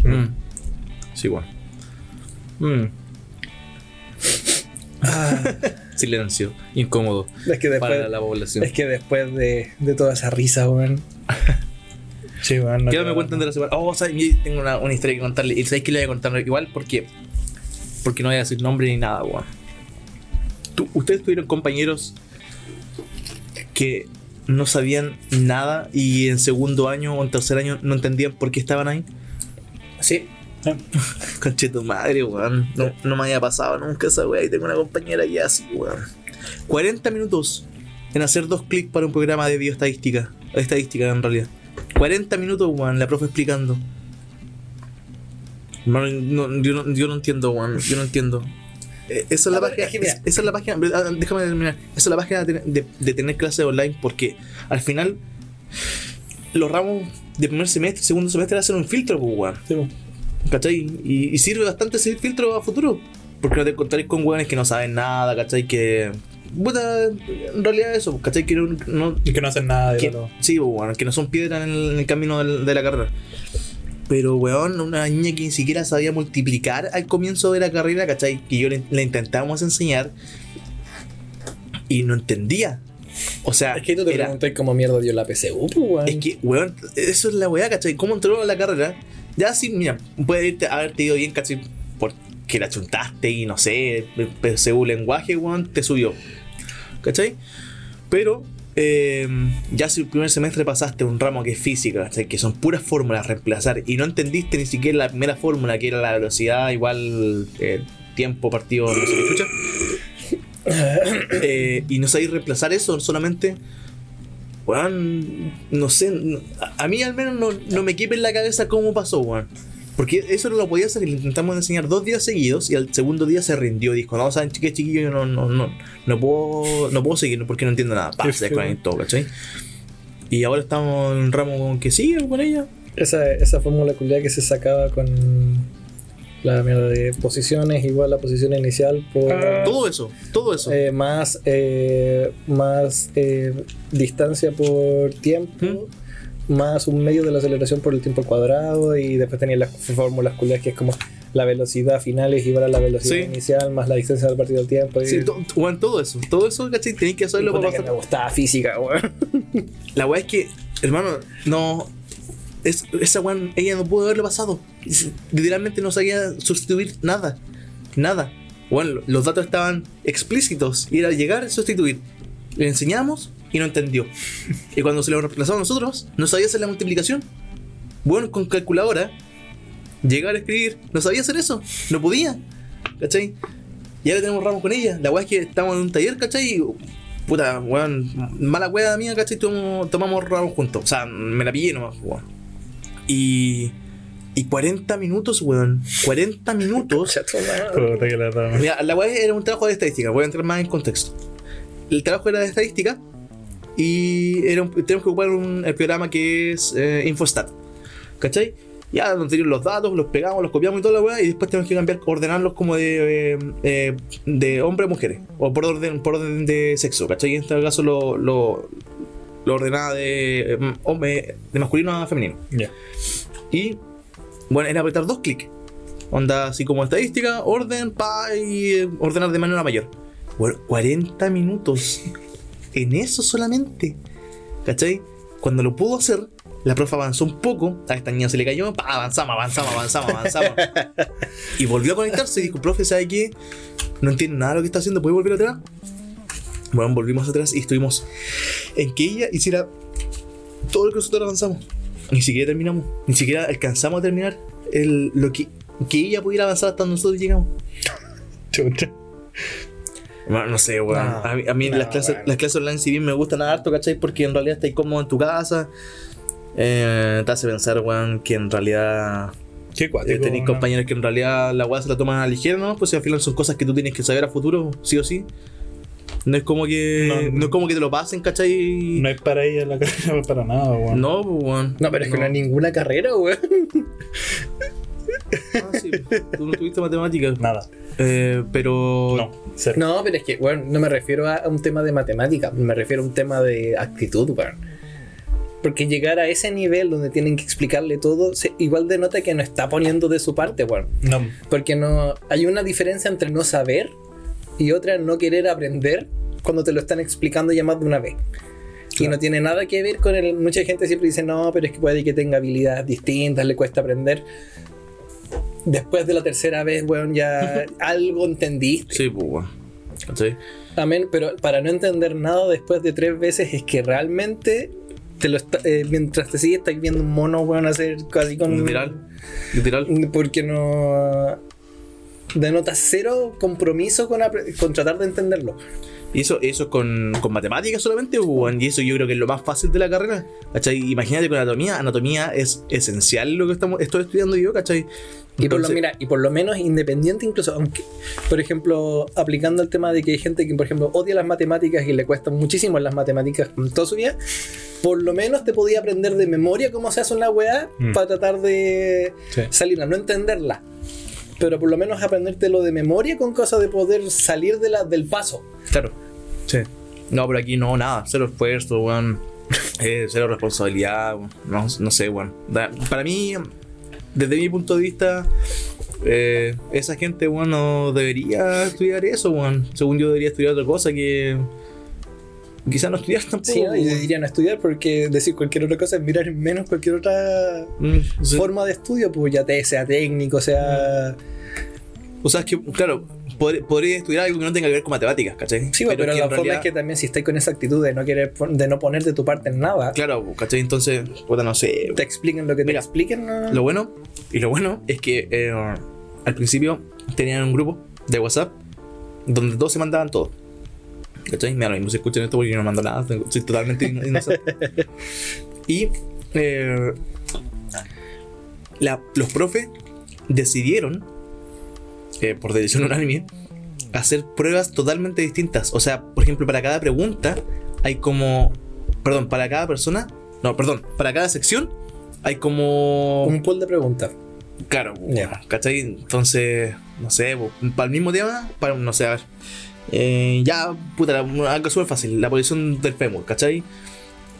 Speaker 2: Mm. Sí, bueno. Mm. Silencio, incómodo
Speaker 4: Es que después,
Speaker 2: Ah, para la población.
Speaker 4: es que después de, de toda esa risa, weón.
Speaker 3: Sí, weón. no
Speaker 2: ¿Qué
Speaker 3: te-
Speaker 2: me cuentan de la semana? Oh, ¿sabes? Mira, Tengo una, una historia que contarle. ¿Y sabéis que le voy a contar igual? porque Porque no voy a decir nombre ni nada, weón. Tú- Ustedes tuvieron compañeros que no sabían nada y en segundo año o en tercer año no entendían por qué estaban ahí.
Speaker 4: Sí.
Speaker 2: Conche tu madre, weón. No, no me había pasado nunca esa weá. Y tengo una compañera que así, weón. 40 minutos en hacer dos clics para un programa de bioestadística. Estadística, en realidad. 40 minutos, weón, la profe explicando. Hermano, no, yo, no, yo no entiendo, weón. Yo no entiendo. Eh, Esa es, la
Speaker 4: Ah, pero
Speaker 2: página,
Speaker 4: es que mira.
Speaker 2: es- esa es la página, ah, déjame terminar. Esa es la página de, de- de tener clases online porque al final los ramos de primer semestre, segundo semestre hacen un filtro, pues, weón.
Speaker 3: Sí, weón.
Speaker 2: ¿Cachai? Y, y sirve bastante ese filtro a futuro. Porque no te encontrarás con hueones que no saben nada, ¿cachai? Que. Puta, en realidad eso, ¿cachai? Que no. no-
Speaker 3: Y que no hacen nada de
Speaker 2: que-
Speaker 3: valor.
Speaker 2: sí, bueno, que no son piedras en el, en el camino del- de la carrera. Pero, weón, una niña que ni siquiera sabía multiplicar al comienzo de la carrera, ¿cachai? Que yo le, le intentábamos enseñar y no entendía. O sea,
Speaker 4: Es que tú te
Speaker 2: era-
Speaker 4: preguntas cómo mierda dio la PCU, pues, weón.
Speaker 2: es que, weón, eso es la weá, ¿cachai? ¿Cómo entró a la carrera? Ya sí, mira, puede irte, haberte ido bien, ¿cachai? Porque la chuntaste y no sé, pe- según lenguaje, weón, te subió. ¿Cachai? Pero, eh, ya si el primer semestre pasaste un ramo que es física, ¿cachai? Que son puras fórmulas reemplazar y no entendiste ni siquiera la primera fórmula, que era la velocidad, igual eh, tiempo partido, no sé qué chucha. Eh, y no sabéis reemplazar eso solamente weón, no sé, no- a a mí al menos no, no me quepa en la cabeza cómo pasó, weón. Porque eso no lo podía hacer, y le intentamos enseñar dos días seguidos y al segundo día se rindió. Dijo, no, saben qué chiquillo, yo no, no, no, no puedo, no puedo seguir porque no entiendo nada. Pa,
Speaker 3: Qué
Speaker 2: se
Speaker 3: feo.
Speaker 2: desconectó, ¿cachai? Y ahora estamos en un ramo con que sigue con ella.
Speaker 4: Esa, esa fórmula culiada que se sacaba con la mierda de posiciones igual la posición inicial por
Speaker 2: Todo eso, todo eso.
Speaker 4: eh, más eh, más eh, distancia por
Speaker 2: ¿Mm?
Speaker 4: tiempo más un medio de la aceleración por el tiempo al cuadrado y después tenía las fórmulas culiadas que es como la velocidad final es igual a la velocidad
Speaker 2: Sí.
Speaker 4: inicial más la distancia del partido del tiempo y,
Speaker 2: Sí, to- weón, todo eso, todo eso, ¿cachai? Tenéis que
Speaker 4: y
Speaker 2: hacerlo
Speaker 4: puta
Speaker 2: para
Speaker 4: que
Speaker 2: pasar.
Speaker 4: me gustaba física weón.
Speaker 2: La weá es que, hermano, no. es- esa weón, ella no pudo haberlo pasado. Es- Literalmente no sabía sustituir nada. Nada. Bueno, los datos estaban explícitos y era llegar, sustituir. Le enseñamos y no entendió. Y cuando se lo reemplazamos nosotros, no sabía hacer la multiplicación. Bueno, con calculadora, llegar a escribir, no sabía hacer eso. No podía. ¿Cachai? Y ahora tenemos ramos con ella. La weá es que estamos en un taller, ¿cachai? Y, Puta, weón, mala weá mía, ¿cachai? Tomo- tomamos ramos juntos. O sea, me la pillé nomás, weón. Y. Y 40 minutos, weón. 40 minutos.
Speaker 3: Puta que la dama.
Speaker 2: Mira, la web era un trabajo de estadística, voy a entrar más en contexto. El trabajo era de estadística y era un- tenemos que ocupar un, el programa que es eh, Infostat. ¿Cachai? Ya nos dieron los datos, los pegamos, los copiamos y toda la weá, y después tenemos que cambiar, ordenarlos como de, eh, eh, de hombre a mujeres, o por orden, por orden de sexo, ¿cachai? En este caso lo, lo, lo ordenaba de, eh, hombre, de masculino a femenino.
Speaker 3: Ya.
Speaker 2: Y bueno, era apretar dos clics. Onda así como estadística, orden, pa, y eh, ordenar de manera mayor. Bueno, 40 minutos en eso solamente. ¿Cachai? Cuando lo pudo hacer, la profe avanzó un poco. A esta niña se le cayó. pa, avanzamos, avanzamos, avanzamos, avanzamos. y volvió a conectarse y dijo, profe, ¿sabe qué? No entiendo nada de lo que está haciendo. ¿Puede volver atrás? Bueno, volvimos atrás y estuvimos en que ella hiciera todo lo que nosotros avanzamos. Ni siquiera terminamos. Ni siquiera alcanzamos a terminar el, lo que, que ella pudiera avanzar hasta donde nosotros llegamos.
Speaker 3: Chucha.
Speaker 2: Bueno, no sé, weón.
Speaker 4: No,
Speaker 2: a mí, a mí
Speaker 4: no,
Speaker 2: las, clases,
Speaker 4: weón.
Speaker 2: las clases online, si bien me gustan harto, ¿cachai? Porque en realidad estáis cómodo en tu casa. Eh, te hace pensar, weón, que en realidad
Speaker 4: Ah,
Speaker 3: Qué
Speaker 2: eh,
Speaker 3: cuático.
Speaker 2: tenéis
Speaker 3: ¿no?
Speaker 2: compañeros que en realidad la weá se la toman a la ligera, ¿no? Pues si al final son cosas que tú tienes que saber a futuro, sí o sí. No es como que, no,
Speaker 3: No,
Speaker 2: es como que te lo pasen, ¿cachai?
Speaker 3: No es para ella la carrera, para nada, weón.
Speaker 2: No, pues, weón.
Speaker 4: No, pero es que no hay ninguna carrera, weón.
Speaker 2: Ah, sí, tú no tuviste matemáticas.
Speaker 3: Nada.
Speaker 2: Eh, pero.
Speaker 3: No, cero.
Speaker 4: No, pero es que, weón, no me refiero a a un tema de matemática, me refiero a un tema de actitud, weón. Porque llegar a ese nivel donde tienen que explicarle todo, se- igual denota que no está poniendo de su parte, weón.
Speaker 3: No.
Speaker 4: Porque no hay una diferencia entre no saber y otra no querer aprender cuando te lo están explicando ya más de una vez. Y no tiene nada que ver con el. Mucha gente siempre dice, no, pero es que puede que tenga habilidades distintas, le cuesta aprender. Después de la tercera vez, weón, ya algo entendiste.
Speaker 2: Sí, pues, weón. ¿Cachai?
Speaker 4: Amén, pero para no entender nada después de tres veces es que realmente te lo está- eh, mientras te sigues estáis viendo un mono, weón, hacer casi con.
Speaker 2: Literal. Literal.
Speaker 4: Porque no. Denota cero compromiso con, apre- con tratar de entenderlo.
Speaker 2: Y eso, eso con, con matemáticas solamente, pues, weón. Y eso yo creo que es lo más fácil de la carrera. ¿Cachai? Imagínate con anatomía. Anatomía es esencial lo que estamos, estoy estudiando yo, ¿cachai?
Speaker 4: Y por, lo,
Speaker 2: Entonces-
Speaker 4: mira, y por lo menos independiente, incluso, aunque, por ejemplo, aplicando el tema de que hay gente que, por ejemplo, odia las matemáticas y le cuestan muchísimo las matemáticas toda su vida, por lo menos te podía aprender de memoria cómo se hace una weá
Speaker 3: Mm.
Speaker 4: para tratar de
Speaker 3: Sí.
Speaker 4: salirla, no entenderla. Pero por lo menos aprendértelo de memoria con cosas de poder salir de la, del paso.
Speaker 2: Claro.
Speaker 3: Sí.
Speaker 2: No, pero aquí no, nada. Cero esfuerzo, weón. Eh, cero responsabilidad, weón. No, no sé, weón. Da- Para mí, desde mi punto de vista, eh, esa gente, weón, no debería estudiar eso, weón. Según yo, debería estudiar otra cosa que. Quizás no estudiar tampoco.
Speaker 4: Sí, ¿no? Y
Speaker 2: weón.
Speaker 4: dirían a estudiar porque decir cualquier otra cosa es mirar menos cualquier otra
Speaker 2: Mm, sí. Mm.
Speaker 4: forma de estudio, pues ya te, sea técnico, sea...
Speaker 2: O sea, es que, claro, pod- podría estudiar algo que no tenga que ver con matemáticas, ¿cachai?
Speaker 4: Sí, güey, pero,
Speaker 2: que
Speaker 4: la
Speaker 2: en
Speaker 4: forma es
Speaker 2: realidad-
Speaker 4: que también si estás con esa actitud de no querer pon- de no poner de tu parte en nada,
Speaker 2: Claro, ¿cachai? Entonces, puta, no sé.
Speaker 4: te expliquen lo que
Speaker 2: Mira,
Speaker 4: te expliquen. ¿no?
Speaker 2: Lo bueno, y lo bueno es que eh, al principio tenían un grupo de WhatsApp donde todos se mandaban todo. ¿Cachai? Mira, lo mismo si escuchan esto porque yo no mando nada, tengo- soy totalmente ino- inocente. Y eh, la- los profes decidieron, eh, por decisión unánime, hacer pruebas totalmente distintas. O sea, por ejemplo, para cada pregunta hay como. Perdón, para cada persona. No, perdón, para cada sección hay como.
Speaker 4: un pool de preguntas.
Speaker 2: Claro, po,
Speaker 4: Ya.
Speaker 2: ¿cachai? Entonces, no sé, para el mismo tema, para, no sé, a ver. Eh, ya, puta, la- algo súper fácil, la posición del fémur, ¿cachai?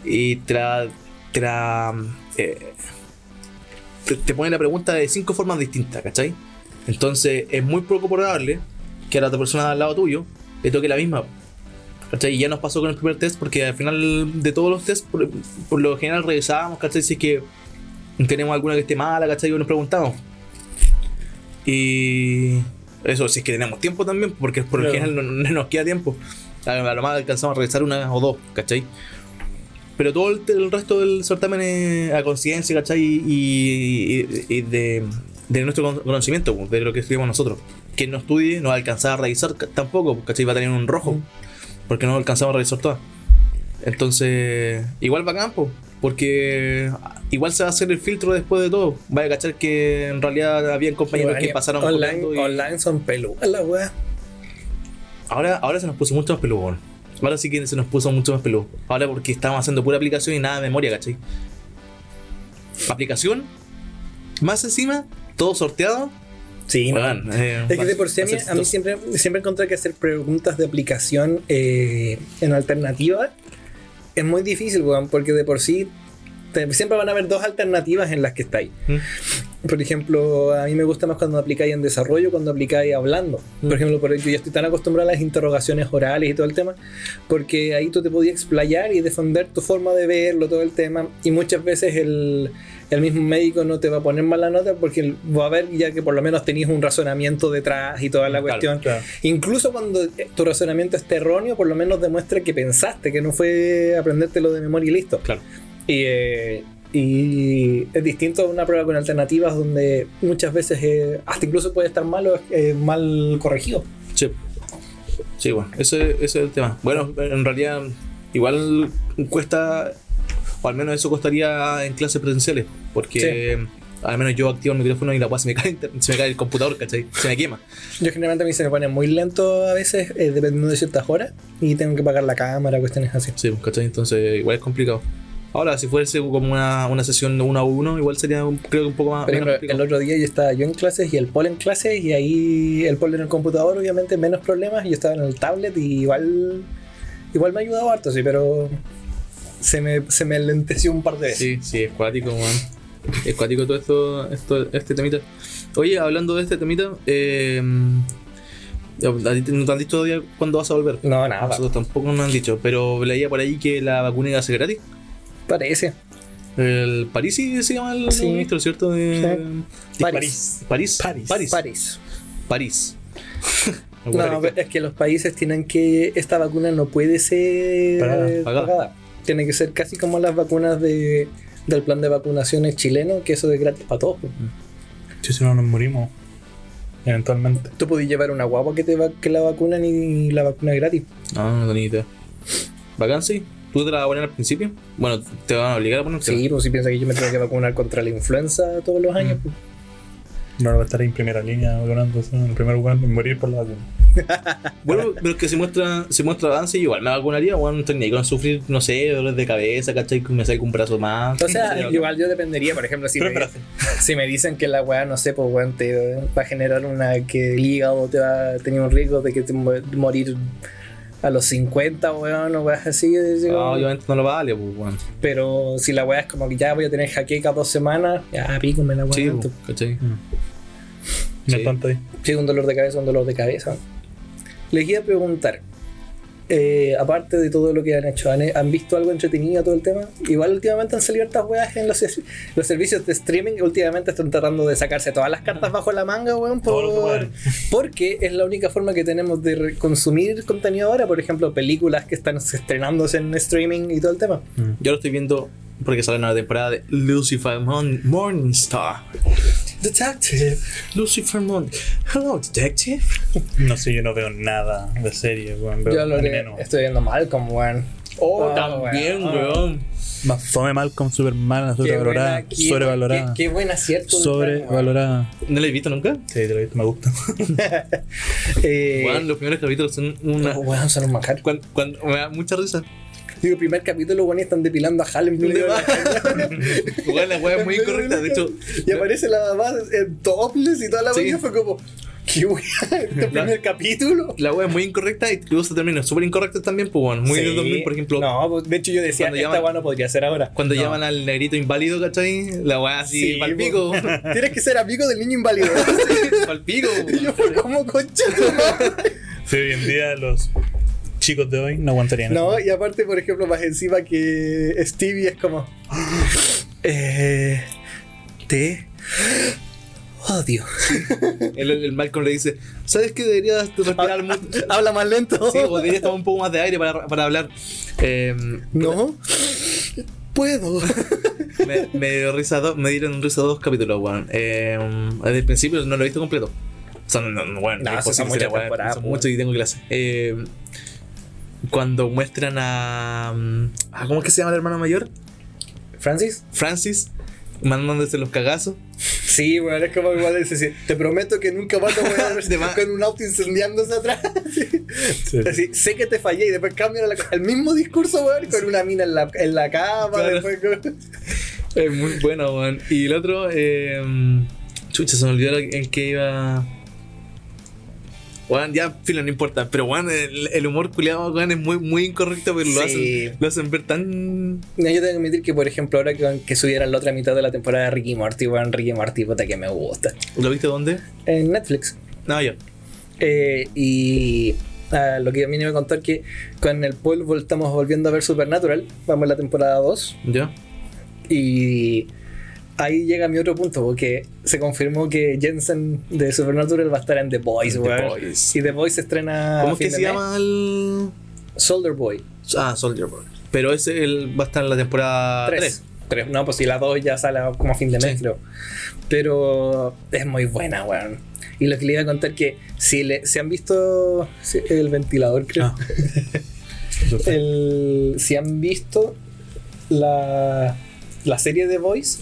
Speaker 2: Y te la. Te, la, eh, te, te ponen la pregunta de cinco formas distintas, ¿cachai? Entonces, es muy poco probable que a la otra persona al lado tuyo le toque la misma. ¿Cachai? Y ya nos pasó con el primer test, porque al final de todos los tests, por, por lo general revisábamos, ¿cachai? Si es que tenemos alguna que esté mala, ¿cachai? Y nos preguntamos. Y eso, si es que tenemos tiempo también, porque por lo
Speaker 3: Claro.
Speaker 2: general no, no nos queda tiempo. A lo- a lo más alcanzamos a realizar una o dos, ¿cachai? Pero todo el, el resto del certamen es a conciencia, ¿cachai? Y, y- y de, de nuestro con- conocimiento, pues, de lo que estudiamos nosotros. Quien no estudie no va a alcanzar a revisar ca- tampoco, pues, ¿cachai? Va a tener un rojo,
Speaker 4: Mm.
Speaker 2: porque no alcanzamos a revisar todas. Entonces, igual va a campo, porque igual se va a hacer el filtro después de todo. Vaya a cachar que en realidad habían compañeros
Speaker 4: Bueno,
Speaker 2: que pasaron
Speaker 4: online,
Speaker 2: copiando y-
Speaker 4: online son peludas la weá.
Speaker 2: Ahora, ahora se nos puso mucho más peludo. weón. Ahora sí que se nos puso mucho más peludo. Ahora porque estamos haciendo pura aplicación y nada de memoria, ¿cachai? Aplicación, más encima, todo sorteado.
Speaker 4: Sí, no.
Speaker 2: Weón, eh,
Speaker 4: Es que de por sí a
Speaker 2: va
Speaker 4: mí,
Speaker 2: ser
Speaker 4: a mí
Speaker 2: todo.
Speaker 4: siempre, siempre encontré que hacer preguntas de aplicación eh, en alternativa es muy difícil, weón, porque de por sí te- siempre van a haber dos alternativas en las que estáis. Por ejemplo, a mí me gusta más cuando aplicáis en desarrollo, cuando aplicáis hablando. Por ejemplo, por yo ya estoy tan acostumbrado a las interrogaciones orales y todo el tema, porque ahí tú te podías explayar y defender tu forma de verlo, todo el tema. Y muchas veces el, el mismo médico no te va a poner mala nota porque va a ver ya que por lo menos tenéis un razonamiento detrás y toda la
Speaker 2: Claro,
Speaker 4: cuestión.
Speaker 3: claro.
Speaker 4: Incluso cuando eh, tu razonamiento esté erróneo, por lo menos demuestra que pensaste, que no fue aprendértelo de memoria y listo.
Speaker 2: Claro.
Speaker 4: Y, eh, y es distinto a una prueba con alternativas donde muchas veces eh, hasta incluso puede estar malo, eh, mal corregido.
Speaker 2: Sí. Sí, bueno, ese, ese es el tema. Bueno, en realidad, igual cuesta, o al menos eso costaría en clases presenciales, porque al menos yo activo el micrófono y la weá se me cae, inter- se me cae el computador, ¿cachai? Se me quema.
Speaker 4: Yo generalmente a mí se me pone muy lento a veces, eh, dependiendo de ciertas horas, y tengo que pagar la cámara, cuestiones así.
Speaker 2: Sí, pues, ¿cachai? Entonces, igual es complicado. Ahora, si fuese como una, una sesión uno a uno, igual sería, un- creo que un poco más.
Speaker 4: Por ejemplo,
Speaker 2: menos
Speaker 4: el
Speaker 2: complicado.
Speaker 4: otro día yo estaba yo en clases y el Paul en clases y ahí el Paul en el computador obviamente menos problemas, yo estaba en el tablet y igual igual me ha ayudado harto, sí, pero se me, se me lenteció un par de veces.
Speaker 2: Sí, sí, es cuático, weón. Es cuático todo esto, esto, este temita. Oye, hablando de este temita, eh, ¿a ti te- ¿no te han dicho todavía cuándo vas a volver?
Speaker 4: No, nada,
Speaker 2: Nosotros tampoco nos han dicho, pero leía por ahí que la vacuna iba a ser gratis.
Speaker 4: parece.
Speaker 2: El Parisi se llama el
Speaker 4: Sí.
Speaker 2: ministro, ¿cierto? De, de
Speaker 4: París.
Speaker 2: París.
Speaker 3: París.
Speaker 2: París.
Speaker 4: París.
Speaker 2: París.
Speaker 4: No, pero es que los países tienen que. Esta vacuna no puede ser
Speaker 3: Pagada.
Speaker 2: Pagada.
Speaker 4: pagada. Tiene que ser casi como las vacunas de, del plan de vacunaciones chileno, que eso es gratis para todos.
Speaker 3: Sí, si no nos morimos. Eventualmente.
Speaker 4: Tú podías llevar una guagua que te va, que la vacunan y la vacuna es gratis.
Speaker 2: No, no tenía idea. ¿Vacancy? ¿Tú te la vas a poner al principio? Bueno, te van a obligar a ponerte.
Speaker 4: Sí, pues si piensas que yo me tengo que vacunar contra la influenza todos los años.
Speaker 2: Mm.
Speaker 4: pues.
Speaker 3: No lo va a estar en primera línea vacunando, sino en primer lugar, morir por la vacuna.
Speaker 2: Bueno, pero es que se muestra, se muestra avance y igual me vacunaría, bueno, no tendría que sufrir, no sé, dolores de cabeza, ¿cachai? Que me saque un brazo más.
Speaker 4: O sea,
Speaker 2: Sí,
Speaker 4: igual yo dependería, por ejemplo, si,
Speaker 3: Pero
Speaker 4: me,
Speaker 3: espérate.
Speaker 4: si me dicen que la weá, no sé, pues weón, te va a generar una que el hígado te va a tener un riesgo de que te mu- morir a los 50, weón, o weas así. yo digo,
Speaker 2: no, obviamente no lo vale, pues, bueno.
Speaker 4: pero si la weá es como que ya voy a tener jaqueca dos semanas, ya pícome la weá.
Speaker 2: Sí,
Speaker 4: tanto.
Speaker 2: pues, ¿cachai?
Speaker 3: No
Speaker 2: Sí.
Speaker 3: es tanto ahí.
Speaker 4: Sí, un dolor de cabeza, un dolor de cabeza. Les iba a preguntar, eh, aparte de todo lo que han hecho, ¿han, han visto algo entretenido todo el tema? Igual últimamente han salido hartas weas en los, los servicios de streaming, últimamente están tratando de sacarse todas las cartas bajo la manga, weón,
Speaker 3: Todo lo que
Speaker 4: por,
Speaker 3: puedan.
Speaker 4: porque es la única forma que tenemos de re- consumir contenido ahora, por ejemplo, películas que están estrenándose en streaming y todo el tema.
Speaker 2: Yo lo estoy viendo porque sale una nueva temporada de Lucifer Mon Morningstar.
Speaker 4: Detective.
Speaker 2: Lucifer Mon. Hello, detective.
Speaker 3: No sé, yo no veo nada de serie, weón. Veo
Speaker 4: Yo lo
Speaker 3: anime,
Speaker 4: que
Speaker 3: no.
Speaker 4: estoy viendo mal con weón.
Speaker 2: Oh,
Speaker 4: Ah,
Speaker 2: también,
Speaker 4: weón.
Speaker 2: weón.
Speaker 3: Más fome mal con Superman, la
Speaker 4: Qué
Speaker 3: sobrevalorada.
Speaker 4: buena- qué-
Speaker 3: sobrevalorada.
Speaker 4: Qué, qué buen acierto. del plan, weón.
Speaker 3: sobrevalorada.
Speaker 2: ¿No lo he visto nunca?
Speaker 3: Sí, te lo he visto, me gusta.
Speaker 4: Eh,
Speaker 2: Weón, los primeros capítulos son
Speaker 4: no,
Speaker 2: una.
Speaker 4: weón, son un manjar.
Speaker 2: Cuan- cuan- me da mucha risa.
Speaker 4: Digo, primer capítulo, weón, y están depilando a Hal en medio de la-
Speaker 2: Weón, la weá es muy incorrecta. De hecho,
Speaker 4: Y aparece la mamá en topless y toda la
Speaker 2: Sí.
Speaker 4: weón. Fue como, qué weón, este primer capítulo.
Speaker 2: la weá es muy incorrecta y incluso termina súper incorrecta también, pues, weón. Muy del 2000, por ejemplo.
Speaker 4: No, pues, de hecho yo decía,
Speaker 2: Cuando
Speaker 4: esta
Speaker 2: llaman-
Speaker 4: weón no podría ser ahora.
Speaker 2: Cuando llaman al negrito inválido, ¿cachai? La weá así,
Speaker 4: Sí, pues,
Speaker 2: palpico.
Speaker 4: Tienes que ser amigo del niño inválido.
Speaker 2: palpico.
Speaker 4: y yo fue como, concha tu madre.
Speaker 3: Sí, hoy en día los chicos de hoy no aguantarían
Speaker 4: No,
Speaker 3: eso.
Speaker 4: y aparte, por ejemplo, más encima que Stevie es como. eh, Te odio.
Speaker 2: El, el Malcolm le dice, ¿sabes qué? Deberías respirar
Speaker 4: Ah,
Speaker 2: mucho.
Speaker 4: Habla más lento.
Speaker 2: Ah, Sí, o deberías tomar un poco más de aire para, para hablar. Eh,
Speaker 4: no. Puedo.
Speaker 2: me, me dio risa dos, me dieron risa dos capítulos, weón. Eh, desde el principio no lo he visto completo. O sea, no, no, no, weón,
Speaker 4: No,
Speaker 2: es
Speaker 4: son
Speaker 2: posible,
Speaker 4: muchas
Speaker 2: la weá,
Speaker 4: temporadas,
Speaker 2: son
Speaker 4: weón.
Speaker 2: muchos y tengo clase. Eh, cuando muestran a, a- ¿Cómo es que se llama el hermano mayor?
Speaker 4: ¿Francis?
Speaker 2: Francis, mandándose los cagazos.
Speaker 4: Sí, bueno, es como igual dice, sí, te prometo que nunca más te voy a
Speaker 2: De más.
Speaker 4: ver con un auto incendiándose atrás.
Speaker 3: Sí.
Speaker 4: Así, sé que te fallé y después cambian la- el mismo discurso, weón, con una mina en la, en la cama.
Speaker 2: Claro.
Speaker 4: después con-
Speaker 2: Es muy bueno, weón. Y el otro, eh, chucha, se me olvidó en qué iba. Weón, ya, filo, no importa. Pero, weón, el, el humor culiado, weón, es muy, muy incorrecto, pero lo,
Speaker 4: Sí.
Speaker 2: hacen, lo hacen ver tan.
Speaker 4: No, yo tengo que admitir que, por ejemplo, ahora que, que subieran la otra mitad de la temporada de Ricky Morty, weón, Ricky Morty, puta que me gusta.
Speaker 2: ¿Lo viste dónde? Ah,
Speaker 4: En Netflix.
Speaker 2: No, yo.
Speaker 4: Eh, y ah, lo que a mí me iba a contar que con el polvo estamos volviendo a ver Supernatural. Vamos a la temporada 2.
Speaker 2: ¿Yo?
Speaker 4: Y ahí llega mi otro punto, porque se confirmó que Jensen de Supernatural va a estar en The Boys,
Speaker 2: The
Speaker 4: weón.
Speaker 2: Boys.
Speaker 4: Y The Boys se estrena.
Speaker 2: ¿Cómo
Speaker 4: a
Speaker 2: es
Speaker 4: fin
Speaker 2: que
Speaker 4: de
Speaker 2: se
Speaker 4: mes.
Speaker 2: llama el.
Speaker 4: Soldier Boy.
Speaker 2: Ah, Soldier Boy. Pero ese el, va a estar en la temporada
Speaker 4: 3.
Speaker 2: 3.
Speaker 4: Ah, No, pues si la 2 ya sale como a fin de mes,
Speaker 2: Sí.
Speaker 4: creo. Pero es muy buena, weón. Y lo que le iba a contar que si le, se han visto sí, el ventilador, creo.
Speaker 2: Ah.
Speaker 4: El- si han visto la, la serie de Boys,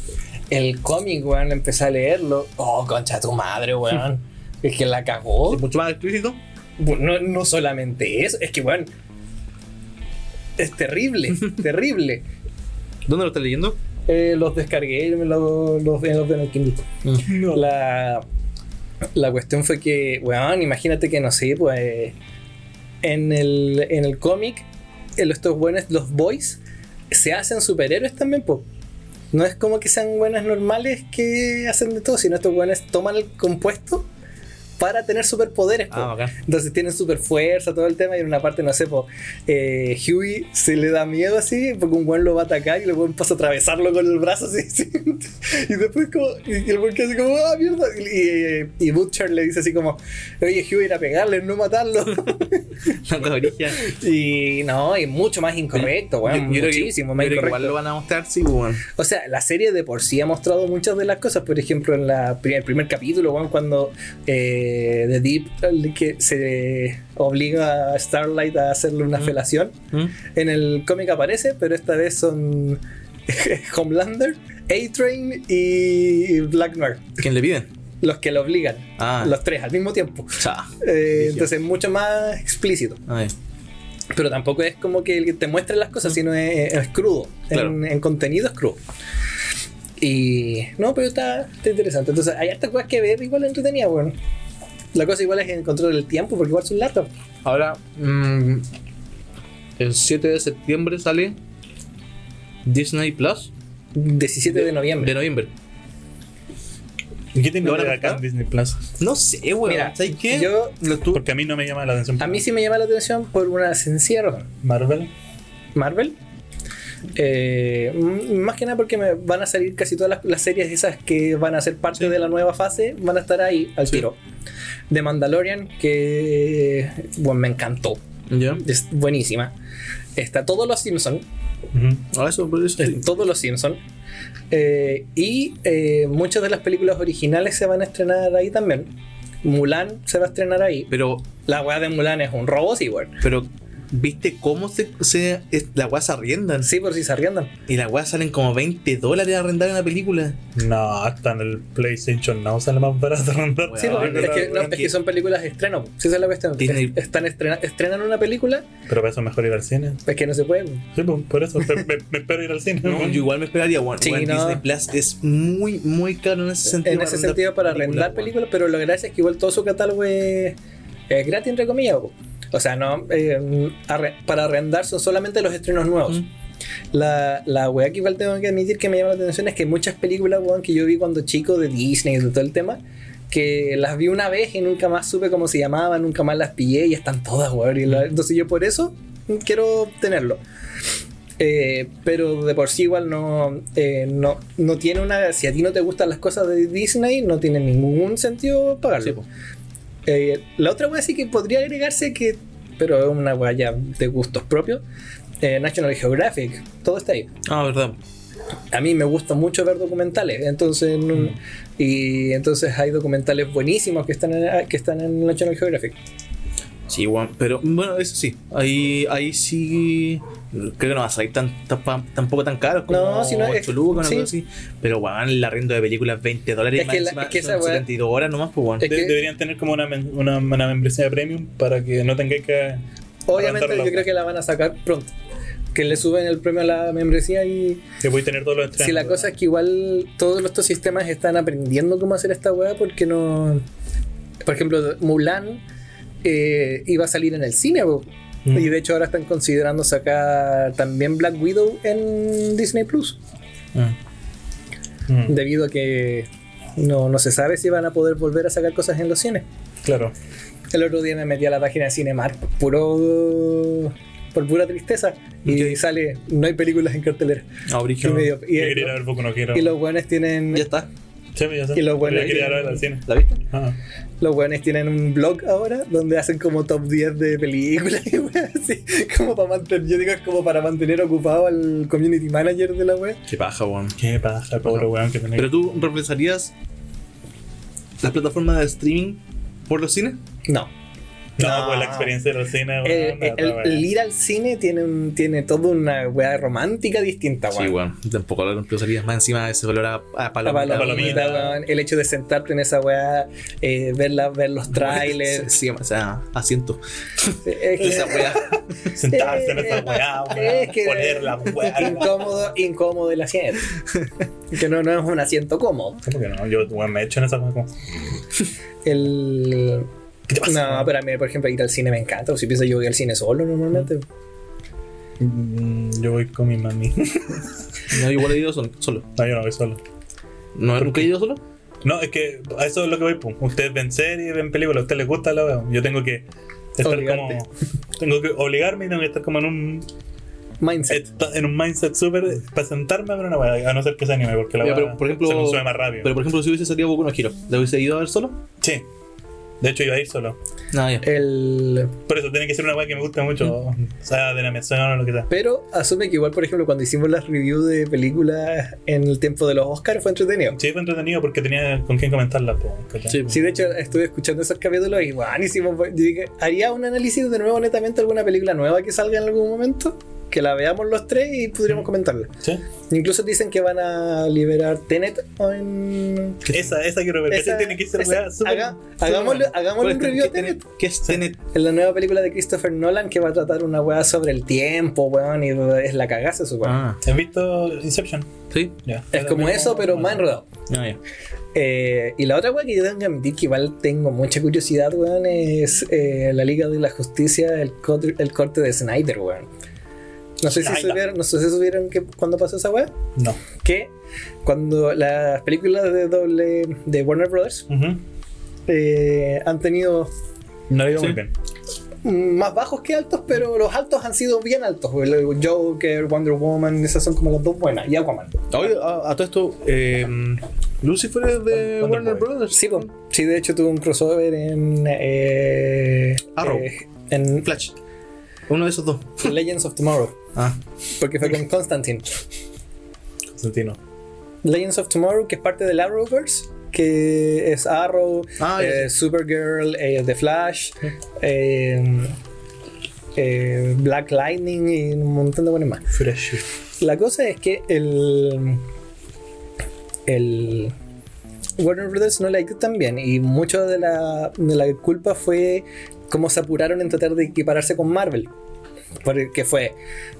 Speaker 4: el cómic, weón, empecé a leerlo. Oh, concha tu madre, weón. Es que la cagó.
Speaker 2: ¿Es mucho más explícito?
Speaker 4: Bueno, no, no solamente eso, es que, weón, es terrible, terrible.
Speaker 2: ¿Dónde lo estás leyendo?
Speaker 4: Eh, los descargué y me lo- los, eh, los ven en el Kindle. La, la cuestión fue que, weón, imagínate que no sé, pues eh, en el, en el cómic, el- estos buenos, los boys, se hacen superhéroes también, pues. No es como que sean buenas normales que hacen de todo, sino estos buenos toman el compuesto para tener superpoderes, pues. po.
Speaker 2: Ah, bacán.
Speaker 4: Entonces tienen super fuerza, todo el tema. Y en una parte, no sé, po, eh, Huey se le da miedo así, porque un buen lo va a atacar y el buen pasa a atravesarlo con el brazo así. así. Y después, como, y el buen que hace como, ah, mierda. Y, eh, y Butcher le dice así como, oye, Huey era a pegarle, no matarlo.
Speaker 2: La cabrilla.
Speaker 4: y no, y mucho más incorrecto, weón.
Speaker 2: Yo- yo creo que-
Speaker 4: Muchísimo
Speaker 2: yo
Speaker 4: más
Speaker 2: creo que Igual
Speaker 4: incorrecto.
Speaker 2: lo van a mostrar, sí, pues, weón.
Speaker 4: O sea, la serie de por sí ha mostrado muchas de las cosas. Por ejemplo, en la pri- el primer capítulo, weón, cuando eh, The Deep el que se obliga a Starlight a hacerle una
Speaker 2: Mm.
Speaker 4: felación.
Speaker 2: ¿Mm?
Speaker 4: En el cómic aparece, pero esta vez son Homelander, A-Train y Black Noir.
Speaker 2: ¿Quién le piden?
Speaker 4: Los que lo obligan.
Speaker 2: Ah,
Speaker 4: Los tres al mismo tiempo.
Speaker 2: cha.
Speaker 4: Eh,
Speaker 2: Brígido.
Speaker 4: entonces, mucho más explícito.
Speaker 2: Ay.
Speaker 4: Pero tampoco es como que te muestren las cosas, sino es, es crudo.
Speaker 2: Claro.
Speaker 4: En, en contenido es crudo. Y. No, pero está, está interesante. Entonces, hay hartas cosas que ver igual entretenida, bueno. La cosa igual es encontrar el tiempo, porque igual son largas.
Speaker 2: Ahora, mm, el 7 de septiembre sale Disney Plus
Speaker 4: 17 de,
Speaker 2: de
Speaker 4: noviembre.
Speaker 2: noviembre.
Speaker 3: ¿Y qué tiene
Speaker 2: ¿Lo van
Speaker 3: que
Speaker 2: a
Speaker 3: ver acá en
Speaker 2: contar?
Speaker 3: Disney Plus?
Speaker 2: No sé, weón.
Speaker 4: Mira,
Speaker 2: ¿Sabes qué?
Speaker 4: yo-
Speaker 2: Lo tu-
Speaker 3: Porque a mí no me llama la atención.
Speaker 4: A mí sí me llama la atención por una sencilla razón.
Speaker 3: Marvel.
Speaker 4: Marvel. Eh, m- más que nada porque me van a salir casi todas las, las series esas que van a ser parte de la nueva fase, van a estar ahí al
Speaker 2: Sí.
Speaker 4: tiro. De Mandalorian, que bueno, me encantó,
Speaker 2: Ya.
Speaker 4: es buenísima. Está todos los Simpsons,
Speaker 2: Ah, eso, por eso. sí.
Speaker 4: todos los Simpsons. y eh, muchas de las películas originales se van a estrenar ahí también. Mulan se va a estrenar ahí.
Speaker 2: Pero,
Speaker 4: La weá de Mulan es un robo, sí, weón.
Speaker 2: pero, ¿viste cómo se, se es- la weá se arriendan?
Speaker 4: Sí, por si se arriendan.
Speaker 2: Y la weá salen como 20 dólares a arrendar una película.
Speaker 3: No, hasta en el PlayStation Now sale más barato rondar.
Speaker 4: Sí,
Speaker 2: Ah,
Speaker 4: porque es,
Speaker 2: claro,
Speaker 4: que, no,
Speaker 2: claro.
Speaker 4: es que son películas de estreno. Si esa es la cuestión.
Speaker 2: Disney.
Speaker 4: Es- Están estrena- estrenan una película,
Speaker 3: Pero para eso mejor ir al cine.
Speaker 4: es que no se puede.
Speaker 3: Sí, pues, por eso me, me- me espero ir al cine. pues.
Speaker 2: No, yo igual me esperaría, weón.
Speaker 4: Sí,
Speaker 2: Weón,
Speaker 4: no.
Speaker 2: Disney Plus es muy, muy caro en ese sentido.
Speaker 4: en ese sentido, para arrendar
Speaker 2: weón.
Speaker 4: películas, pero lo que gracia es que igual todo su catálogo es, es gratis, entre comillas. po. O sea, no eh, arre- para arrendar son solamente los estrenos nuevos.
Speaker 2: Mm.
Speaker 4: La, la weá que igual tengo que admitir que me llama la atención es que muchas películas weón, que yo vi cuando chico de Disney y de todo el tema, que las vi una vez y nunca más supe cómo se llamaban, nunca
Speaker 2: Mm.
Speaker 4: más las pillé y están todas, weón. y la- entonces yo por eso quiero tenerlo. Eh, pero de por sí igual no, eh, no, no tiene una... Si a ti no te gustan las cosas de Disney, no tiene ningún sentido pagarlo.
Speaker 2: Sí, po.
Speaker 4: Eh, la otra wea sí que podría agregarse que, pero es una wea ya de gustos propios, eh, National Geographic, todo está ahí.
Speaker 2: Ah, verdad.
Speaker 4: A mí me gusta mucho ver documentales, entonces no-
Speaker 3: Mm.
Speaker 4: y entonces hay documentales buenísimos que están en, que están en National Geographic.
Speaker 2: Sí, weón. Pero bueno, eso sí. Ahí, ahí sí. Creo que no va a salir tan, tan- pa- tampoco tan caros como
Speaker 4: No, si no, es-
Speaker 2: ocho lucas, una
Speaker 4: sí.
Speaker 2: cosa así. Pero weón, el arriendo de películas 20 dólares
Speaker 4: Es
Speaker 2: y más
Speaker 4: que la-
Speaker 2: encima
Speaker 4: es que esa
Speaker 2: son
Speaker 4: weá-
Speaker 2: 72 horas nomás, pues weón.
Speaker 4: Es
Speaker 3: De-
Speaker 4: que-
Speaker 3: deberían tener como una, men- una, una membresía premium para que no tengáis que.
Speaker 4: Obviamente
Speaker 3: arrendar la
Speaker 4: yo creo que la van a sacar pronto, que le suben el premio a la membresía y
Speaker 3: Que voy a tener todos los estrenos.
Speaker 4: si la cosa es que igual todos estos sistemas están aprendiendo cómo hacer esta wea porque no, por ejemplo Mulan eh, iba a salir en el cine. po.
Speaker 3: Mm.
Speaker 4: Y de hecho ahora están considerando sacar también Black Widow en Disney Plus.
Speaker 3: Ah. Mm,
Speaker 4: Debido a que no, no se sabe si van a poder volver a sacar cosas en los cines.
Speaker 3: Claro.
Speaker 4: El otro día me metí a la página de Cinemark por puro por pura tristeza. Y
Speaker 2: ¿Qué?
Speaker 4: sale, no hay películas en cartelera.
Speaker 2: Ah,
Speaker 4: Y,
Speaker 2: brígido.
Speaker 4: medio- y-
Speaker 3: Yo quería ir a ver poco, no quiero.
Speaker 4: y los buenos tienen.
Speaker 2: Ya está.
Speaker 3: Sí, pues, ya sé.
Speaker 4: y lo bueno
Speaker 3: Yo
Speaker 4: es
Speaker 3: quería
Speaker 4: que-
Speaker 3: ir a ver al cine.
Speaker 2: ¿La viste?
Speaker 3: Ah.
Speaker 4: Los weones tienen un blog ahora donde hacen como top 10 de películas y weas así, como para mantener, yo digo, es como para mantener ocupado al community manager de la wea.
Speaker 2: Qué paja, weón.
Speaker 3: ¿Qué pasa, pobre
Speaker 2: Bueno.
Speaker 3: weón? Que tenés
Speaker 2: Pero tú reemplazarías las plataformas de streaming por los cines?
Speaker 4: No.
Speaker 3: No,
Speaker 4: No.
Speaker 3: pues la experiencia del
Speaker 2: Ah,
Speaker 3: cine,
Speaker 4: Eh,
Speaker 3: weón.
Speaker 4: eh, el,
Speaker 3: nada,
Speaker 4: el
Speaker 3: weón.
Speaker 4: ir al cine tiene, un- tiene toda una weá romántica distinta, weón.
Speaker 2: weón. Tampoco lo reemplazarías más encima de ese valor a, a
Speaker 4: La
Speaker 2: palomita,
Speaker 4: palomita,
Speaker 3: palomita,
Speaker 4: weón, el hecho de sentarte en esa weá, eh, ver, la- ver los trailers.
Speaker 2: Sí, o sea, asiento.
Speaker 4: es que-
Speaker 2: Esa weá.
Speaker 3: Sentarse en
Speaker 4: eh,
Speaker 3: esa weá, weón.
Speaker 4: es que-
Speaker 3: Poner la weá.
Speaker 4: incómodo, incómodo el asiento. que no, no es un asiento cómodo.
Speaker 3: ¿Cómo que no? Yo, weón, me echo en esa weá como.
Speaker 4: El.
Speaker 3: ¿Qué te pasa?
Speaker 4: No, pero a mí, por ejemplo, ir al cine me encanta. O si pienso yo voy al cine solo normalmente.
Speaker 3: Mm, Yo voy con mi mami.
Speaker 2: No, igual he ido sol- solo.
Speaker 3: No, yo no voy solo.
Speaker 2: ¿No, ¿Nunca he ido solo?
Speaker 3: No, es que a eso es lo que voy, pum. Ustedes ven series, ven películas, a ustedes les gusta la weón. Yo tengo que estar
Speaker 4: Obligarte.
Speaker 3: como. Tengo que obligarme y tengo que estar como en un.
Speaker 4: Mindset.
Speaker 3: esta- En un mindset súper. Para sentarme a ver una weá. A no ser que sea anime, porque la
Speaker 2: Ya,
Speaker 3: weá
Speaker 2: pero, por ejemplo,
Speaker 3: se consume más rápido.
Speaker 2: Pero por ejemplo, si hubiese salido Boku no Hero, ¿la hubiese ido a ver solo?
Speaker 3: Sí. De hecho, iba a ir solo.
Speaker 2: No, ya.
Speaker 4: El.
Speaker 3: Por eso tiene que ser una weá que me guste mucho. O sea, de la mención o lo que sea.
Speaker 4: Pero asume que igual, por ejemplo, cuando hicimos las reviews de películas en el tiempo de los Oscars fue entretenido.
Speaker 3: Sí, fue entretenido porque tenía con quién comentarla, po, ¿cachai?
Speaker 2: Sí,
Speaker 4: Sí, de hecho, estuve escuchando esos capítulos y bueno, hicimos. Yo dije, haría un análisis de nuevo, netamente, alguna película nueva que salga en algún momento, que la veamos los tres y podríamos comentarla.
Speaker 3: Sí.
Speaker 4: Incluso dicen que van a liberar Tenet en.
Speaker 3: Esa, esa quiero ver.
Speaker 4: esa-
Speaker 3: ¿cachai? tiene que ser
Speaker 4: esa-
Speaker 3: weá súper.
Speaker 4: haga-
Speaker 3: súper
Speaker 4: Hagámosle
Speaker 3: buena.
Speaker 4: hagámosle un
Speaker 2: ¿Qué
Speaker 4: review a
Speaker 2: tenet-
Speaker 4: Tenet.
Speaker 2: ¿Qué es Tenet?
Speaker 4: En la nueva película de Christopher Nolan que va a tratar una weá sobre el tiempo, weón, y es la cagaza su weón.
Speaker 2: Ah,
Speaker 3: ¿Has visto Inception?
Speaker 2: sí.
Speaker 3: Ya.
Speaker 4: es como eso, pero más enredado.
Speaker 2: No, ya.
Speaker 4: Eh, y la otra weá que yo tengo que admitir que igual tengo mucha curiosidad, weón, es eh, la Liga de la Justicia, el, cort- el corte de Snyder, weón. No sé si
Speaker 3: Snyder.
Speaker 4: subieron, no sé si subieron que, cuando pasó esa weá.
Speaker 3: No.
Speaker 4: Que cuando las películas de doble de Warner Brothers
Speaker 3: Ujú.
Speaker 4: eh, han tenido
Speaker 3: No lo digo
Speaker 2: Sí.
Speaker 3: muy bien.
Speaker 4: más bajos que altos, pero los altos han sido bien altos. El Joker, Wonder Woman, esas son como las dos buenas. Y Aquaman.
Speaker 2: Oye, a, a todo esto, eh, Lucifer es de
Speaker 3: Wonder
Speaker 2: Warner
Speaker 3: Boy.
Speaker 2: Brothers.
Speaker 4: Sí, po. sí, de hecho tuvo un crossover en. eh,
Speaker 2: Arrow.
Speaker 4: eh, en
Speaker 2: Ah, Flash. Uno de esos dos.
Speaker 4: Legends of Tomorrow.
Speaker 2: Ah,
Speaker 4: Porque fue con Constantine.
Speaker 3: Constantino.
Speaker 4: Legends of Tomorrow, que es parte del Arrowverse. Que es Arrow,
Speaker 2: Ah, ya
Speaker 4: eh, Supergirl, eh, The Flash, eh, eh, Black Lightning y un montón de buenos más.
Speaker 3: Fresh.
Speaker 4: La cosa es que el. El. Warner Brothers no la hizo tan bien y mucho de la, de la culpa fue cómo se apuraron en tratar de equipararse con Marvel. Porque fue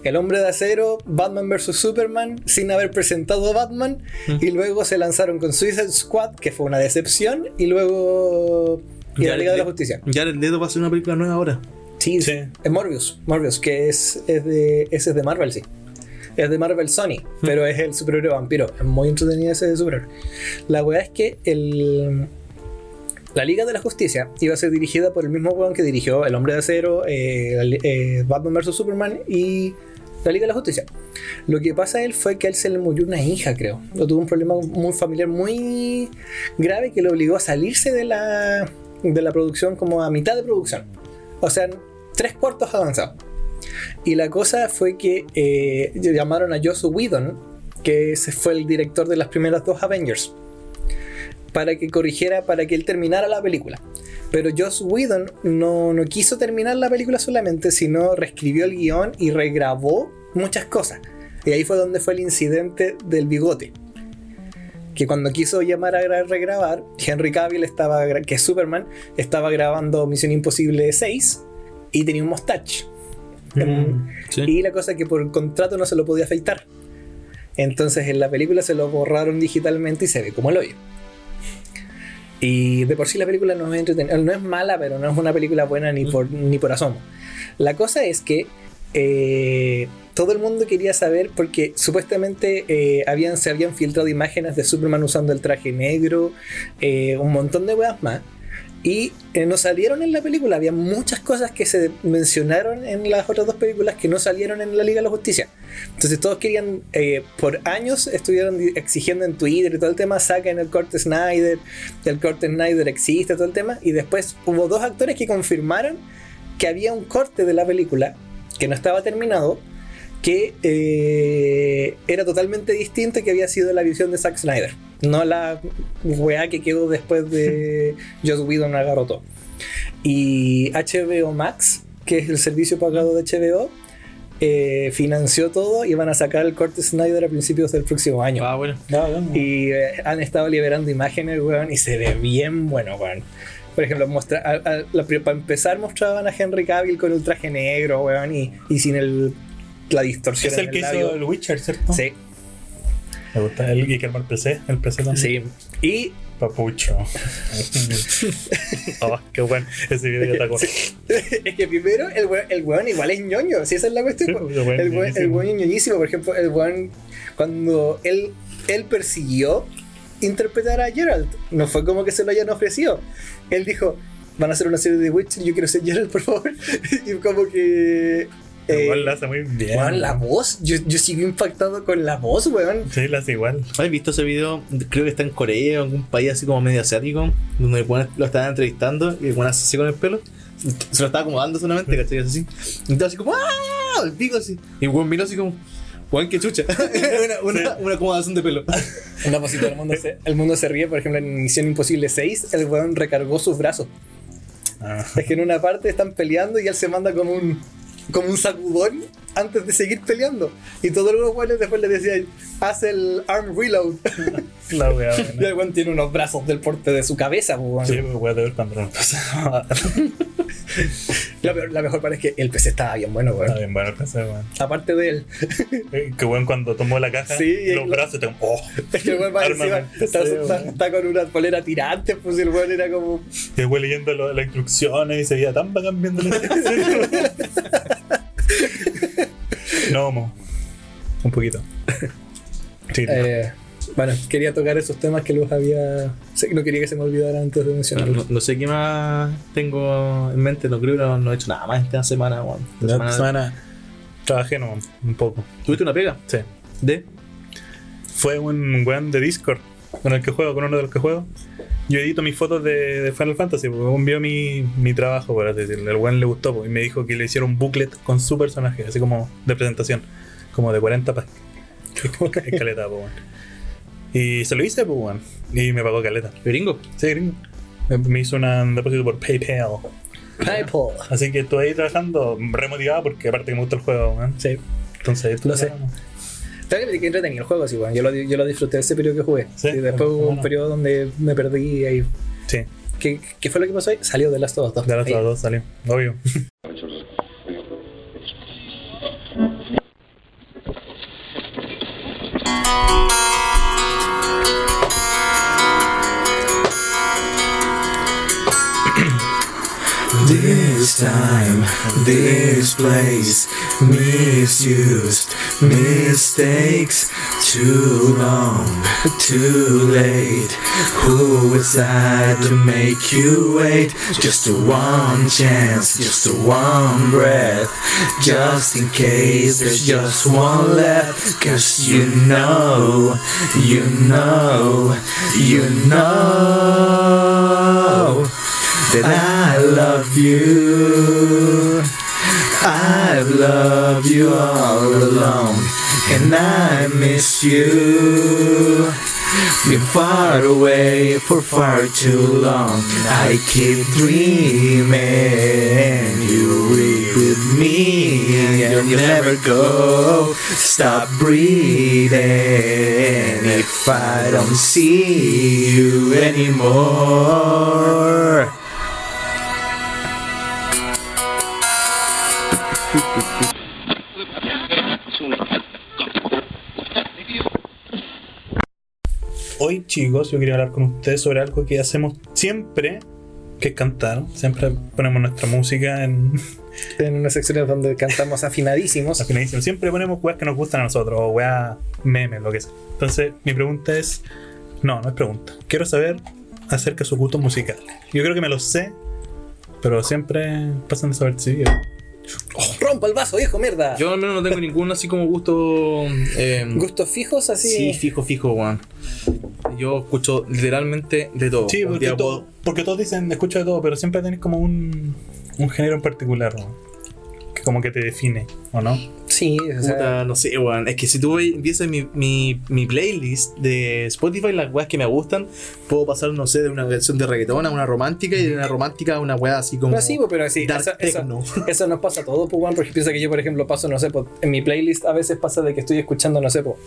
Speaker 4: El Hombre de Acero, Batman vs. Superman, sin haber presentado a Batman, y luego se lanzaron con Suicide Squad, que fue una decepción, y luego... Y la
Speaker 2: Ya,
Speaker 4: Liga de la
Speaker 2: ya.
Speaker 4: Justicia.
Speaker 2: Ya el dedo va a ser una película nueva ahora.
Speaker 4: Sí,
Speaker 3: Sí.
Speaker 4: Es Morbius, Morbius, que es, es de, ese es de Marvel, sí. Es de Marvel Sony, pero es el superhéroe vampiro. Es muy entretenido ese superhéroe. La weá es que el, la Liga de la Justicia iba a ser dirigida por el mismo weón que dirigió El Hombre de Acero, eh, la li- eh, Batman vs. Superman y La Liga de la Justicia. Lo que pasa a él fue que a él se le murió una hija, creo. O tuvo un problema muy familiar muy grave que lo obligó a salirse de la, de la producción como a mitad de producción. O sea, tres cuartos avanzado. Y la cosa fue que eh, llamaron a Joss Whedon, que ese fue el director de las primeras dos Avengers, para que corrigiera, para que él terminara la película. Pero Joss Whedon no, no quiso terminar la película solamente, sino reescribió el guión y regrabó muchas cosas. Y ahí fue donde fue el incidente del bigote. Que cuando quiso llamar a gra- regrabar, Henry Cavill estaba, gra- que es Superman, estaba grabando Misión Imposible 6 y tenía un mustache.
Speaker 2: Mm.
Speaker 4: Y la cosa es que por contrato no se lo podía afeitar. Entonces en la película se lo borraron digitalmente y se ve como el hoyo. Y de por sí la película no es entretenida, no es mala, pero no es una película buena ni por, ni por asomo. La cosa es que eh, todo el mundo quería saber porque supuestamente eh, habían, se habían filtrado imágenes de Superman usando el traje negro, eh, un montón de weas más. Y eh, no salieron en la película. Había muchas cosas que se mencionaron en las otras dos películas que no salieron en la Liga de la Justicia. Entonces todos querían, eh, por años estuvieron di- exigiendo en Twitter y todo el tema, saquen el corte Snyder, el corte Snyder existe, todo el tema. Y después hubo dos actores que confirmaron que había un corte de la película que no estaba terminado, que eh, era totalmente distinto y que había sido la visión de Zack Snyder. No la weá que quedó después de Joss Whedon agarró todo. Y HBO Max, que es el servicio pagado de HBO, eh, financió todo y van a sacar el corte Snyder a principios del próximo año.
Speaker 2: Ah, bueno.
Speaker 4: Y eh, han estado liberando imágenes, weón, y se ve bien bueno, weón. Por ejemplo, mostra- a- a- la pri- para empezar mostraban a Henry Cavill con el traje negro, weón, y, y sin el, la distorsión
Speaker 3: Es
Speaker 4: en
Speaker 3: el que
Speaker 4: labio.
Speaker 3: hizo el Witcher, ¿cierto?
Speaker 4: Sí,
Speaker 3: Me gusta. El y que arma el PC. El PC también.
Speaker 4: sí. Y
Speaker 3: Papucho. oh, qué bueno. Ese video que te acordé.
Speaker 4: es que primero el weón, el weón igual es ñoño, si esa es la
Speaker 3: Sí,
Speaker 4: cuestión.
Speaker 3: pues,
Speaker 4: El
Speaker 3: el weón
Speaker 4: weón, el weón
Speaker 3: ñoñísimo.
Speaker 4: es ñoñísimo, por ejemplo, el weón cuando él, él persiguió interpretar a Gerald, no fue como que se lo hayan ofrecido. Él dijo, van a hacer una serie de Witcher, yo quiero ser Gerald, por favor. y como que... eh,
Speaker 3: Igual la hace muy bien.
Speaker 4: weón, la voz, yo, yo sigo impactado con la voz, weón.
Speaker 3: Sí, la hace igual.
Speaker 2: ¿Has visto ese video? Creo que está en Corea o en algún país así como medio asiático, donde el weón lo estaban entrevistando y el weón hace así con el pelo. Se lo estaba acomodando solamente, ¿cachai? Hace Así. Y todo así como ¡ah! El pico así. Y el weón miró así como. Juan, qué chucha. una, una, una acomodación de pelo.
Speaker 4: Una cosita, el mundo, se, el mundo se ríe, por ejemplo, en Misión Imposible 6, el weón recargó sus brazos.
Speaker 3: Ah,
Speaker 4: Es que en una parte están peleando y él se manda como un como un sacudón antes de seguir peleando. Y todos los buenos después le decían, haz el arm reload.
Speaker 3: La wea
Speaker 4: Y
Speaker 3: buena.
Speaker 4: el weón tiene unos brazos del porte de su cabeza, po, weón.
Speaker 3: Sí, pues voy a ver cuando lo empezaba.
Speaker 4: La, peor- la mejor parte es que el PC estaba bien bueno,
Speaker 3: Está
Speaker 4: weón.
Speaker 3: bien bueno el PC, weón.
Speaker 4: Aparte de él.
Speaker 3: Eh, Qué bueno cuando tomó la caja.
Speaker 4: Sí,
Speaker 3: los
Speaker 4: y-
Speaker 3: brazos te. ¡Oh!
Speaker 4: Es que el weón más
Speaker 3: Arma
Speaker 4: encima
Speaker 3: del PC,
Speaker 4: está, está-
Speaker 3: weón.
Speaker 4: está con una polera tirante, pues y el weón era como.
Speaker 3: Y fue leyendo lo- las instrucciones y seguía tan bacán viendo las instrucciones. no, mo. Un poquito. Sí,
Speaker 4: eh, bueno, quería tocar esos temas que los había. sé que No quería que se me olvidara antes de
Speaker 2: No,
Speaker 4: mencionarlos.
Speaker 2: no- no sé qué más tengo en mente, no creo que no, no he hecho nada más esta semana, weón. Esta
Speaker 3: la
Speaker 2: semana-
Speaker 3: semana, trabajé no, un poco.
Speaker 2: ¿Tuviste una pega?
Speaker 3: Sí.
Speaker 2: ¿De?
Speaker 3: Fue un weón de Discord con el que juego, con uno de los que juego. Yo edito mis fotos de, de Final Fantasy, porque un vio mi, mi trabajo, por así decirlo. El weón le gustó po, y me dijo que le hicieron un booklet con su personaje, así como de presentación, como de 40 páginas. Es caleta, po, pues, weón. Y se lo hice, pues, weón. Y me pagó caleta.
Speaker 2: ¿Gringo?
Speaker 3: Sí, gringo. Me- Me hizo una- un depósito por PayPal.
Speaker 4: Apple.
Speaker 3: Así que estoy ahí trabajando remotivado porque aparte que me gusta el juego, weón.
Speaker 4: Sí.
Speaker 3: Entonces, esto
Speaker 4: Lo sé. Tengo que decir que entretenido el juego, sí, bueno, yo lo, yo lo disfruté ese periodo que jugué.
Speaker 3: Sí,
Speaker 4: y después hubo un
Speaker 3: bueno.
Speaker 4: periodo donde me perdí y ahí.
Speaker 3: Sí,
Speaker 4: ¿Qué, qué fue lo que pasó ahí? Salió de las todas dos.
Speaker 3: de las otras dos salió. Obvio.
Speaker 6: This time, this place, misused mistakes, Too long, too late. Who was I to make you wait? Just a one chance, just a one breath. Just in case there's just one left. Cause you know, you know, you know that I love you. I've loved you all along, and I miss you. Been far away for far too long. I keep dreaming you will be with me, and you'll never go. Stop breathing if I don't see you anymore.
Speaker 3: Hoy, chicos, yo quería hablar con ustedes sobre algo que hacemos siempre, que es cantar. Siempre ponemos nuestra música en.
Speaker 4: En unas secciones donde cantamos afinadísimos.
Speaker 3: al final dicen, Siempre ponemos weas que nos gustan a nosotros, o weas memes, lo que sea. Entonces, mi pregunta es. No, no es pregunta. Quiero saber acerca de sus gustos musicales. Yo creo que me los sé, pero siempre pasan desapercibidos.
Speaker 4: ¡Rompa el vaso, viejo, mierda!
Speaker 2: Yo al menos no tengo ningún así como gusto. eh,
Speaker 4: ¿Gustos fijos así?
Speaker 2: Sí, fijo, fijo, weón. Yo escucho literalmente de todo.
Speaker 3: Sí,
Speaker 2: Un
Speaker 3: porque,
Speaker 2: día
Speaker 3: todo-
Speaker 2: puedo-
Speaker 3: porque todos dicen, escucho de todo, pero siempre tenés como un, un género en particular, ¿no? que como que te define, ¿o no?
Speaker 4: Sí, o sea,
Speaker 2: Puta, no sé, weón. Es que si tú ve- empiezas mi, mi, mi playlist de Spotify, las weas que me gustan, puedo pasar, no sé, de una canción de reggaetón a una romántica y de una romántica a una wea así como.
Speaker 4: No, sí, pues, pero así,
Speaker 2: Dark
Speaker 4: eso,
Speaker 2: techno.
Speaker 4: eso, eso nos pasa a todos, pues, weón, porque piensa que yo, por ejemplo, paso, no sé, pues, en mi playlist a veces pasa de que estoy escuchando, no sé, pues,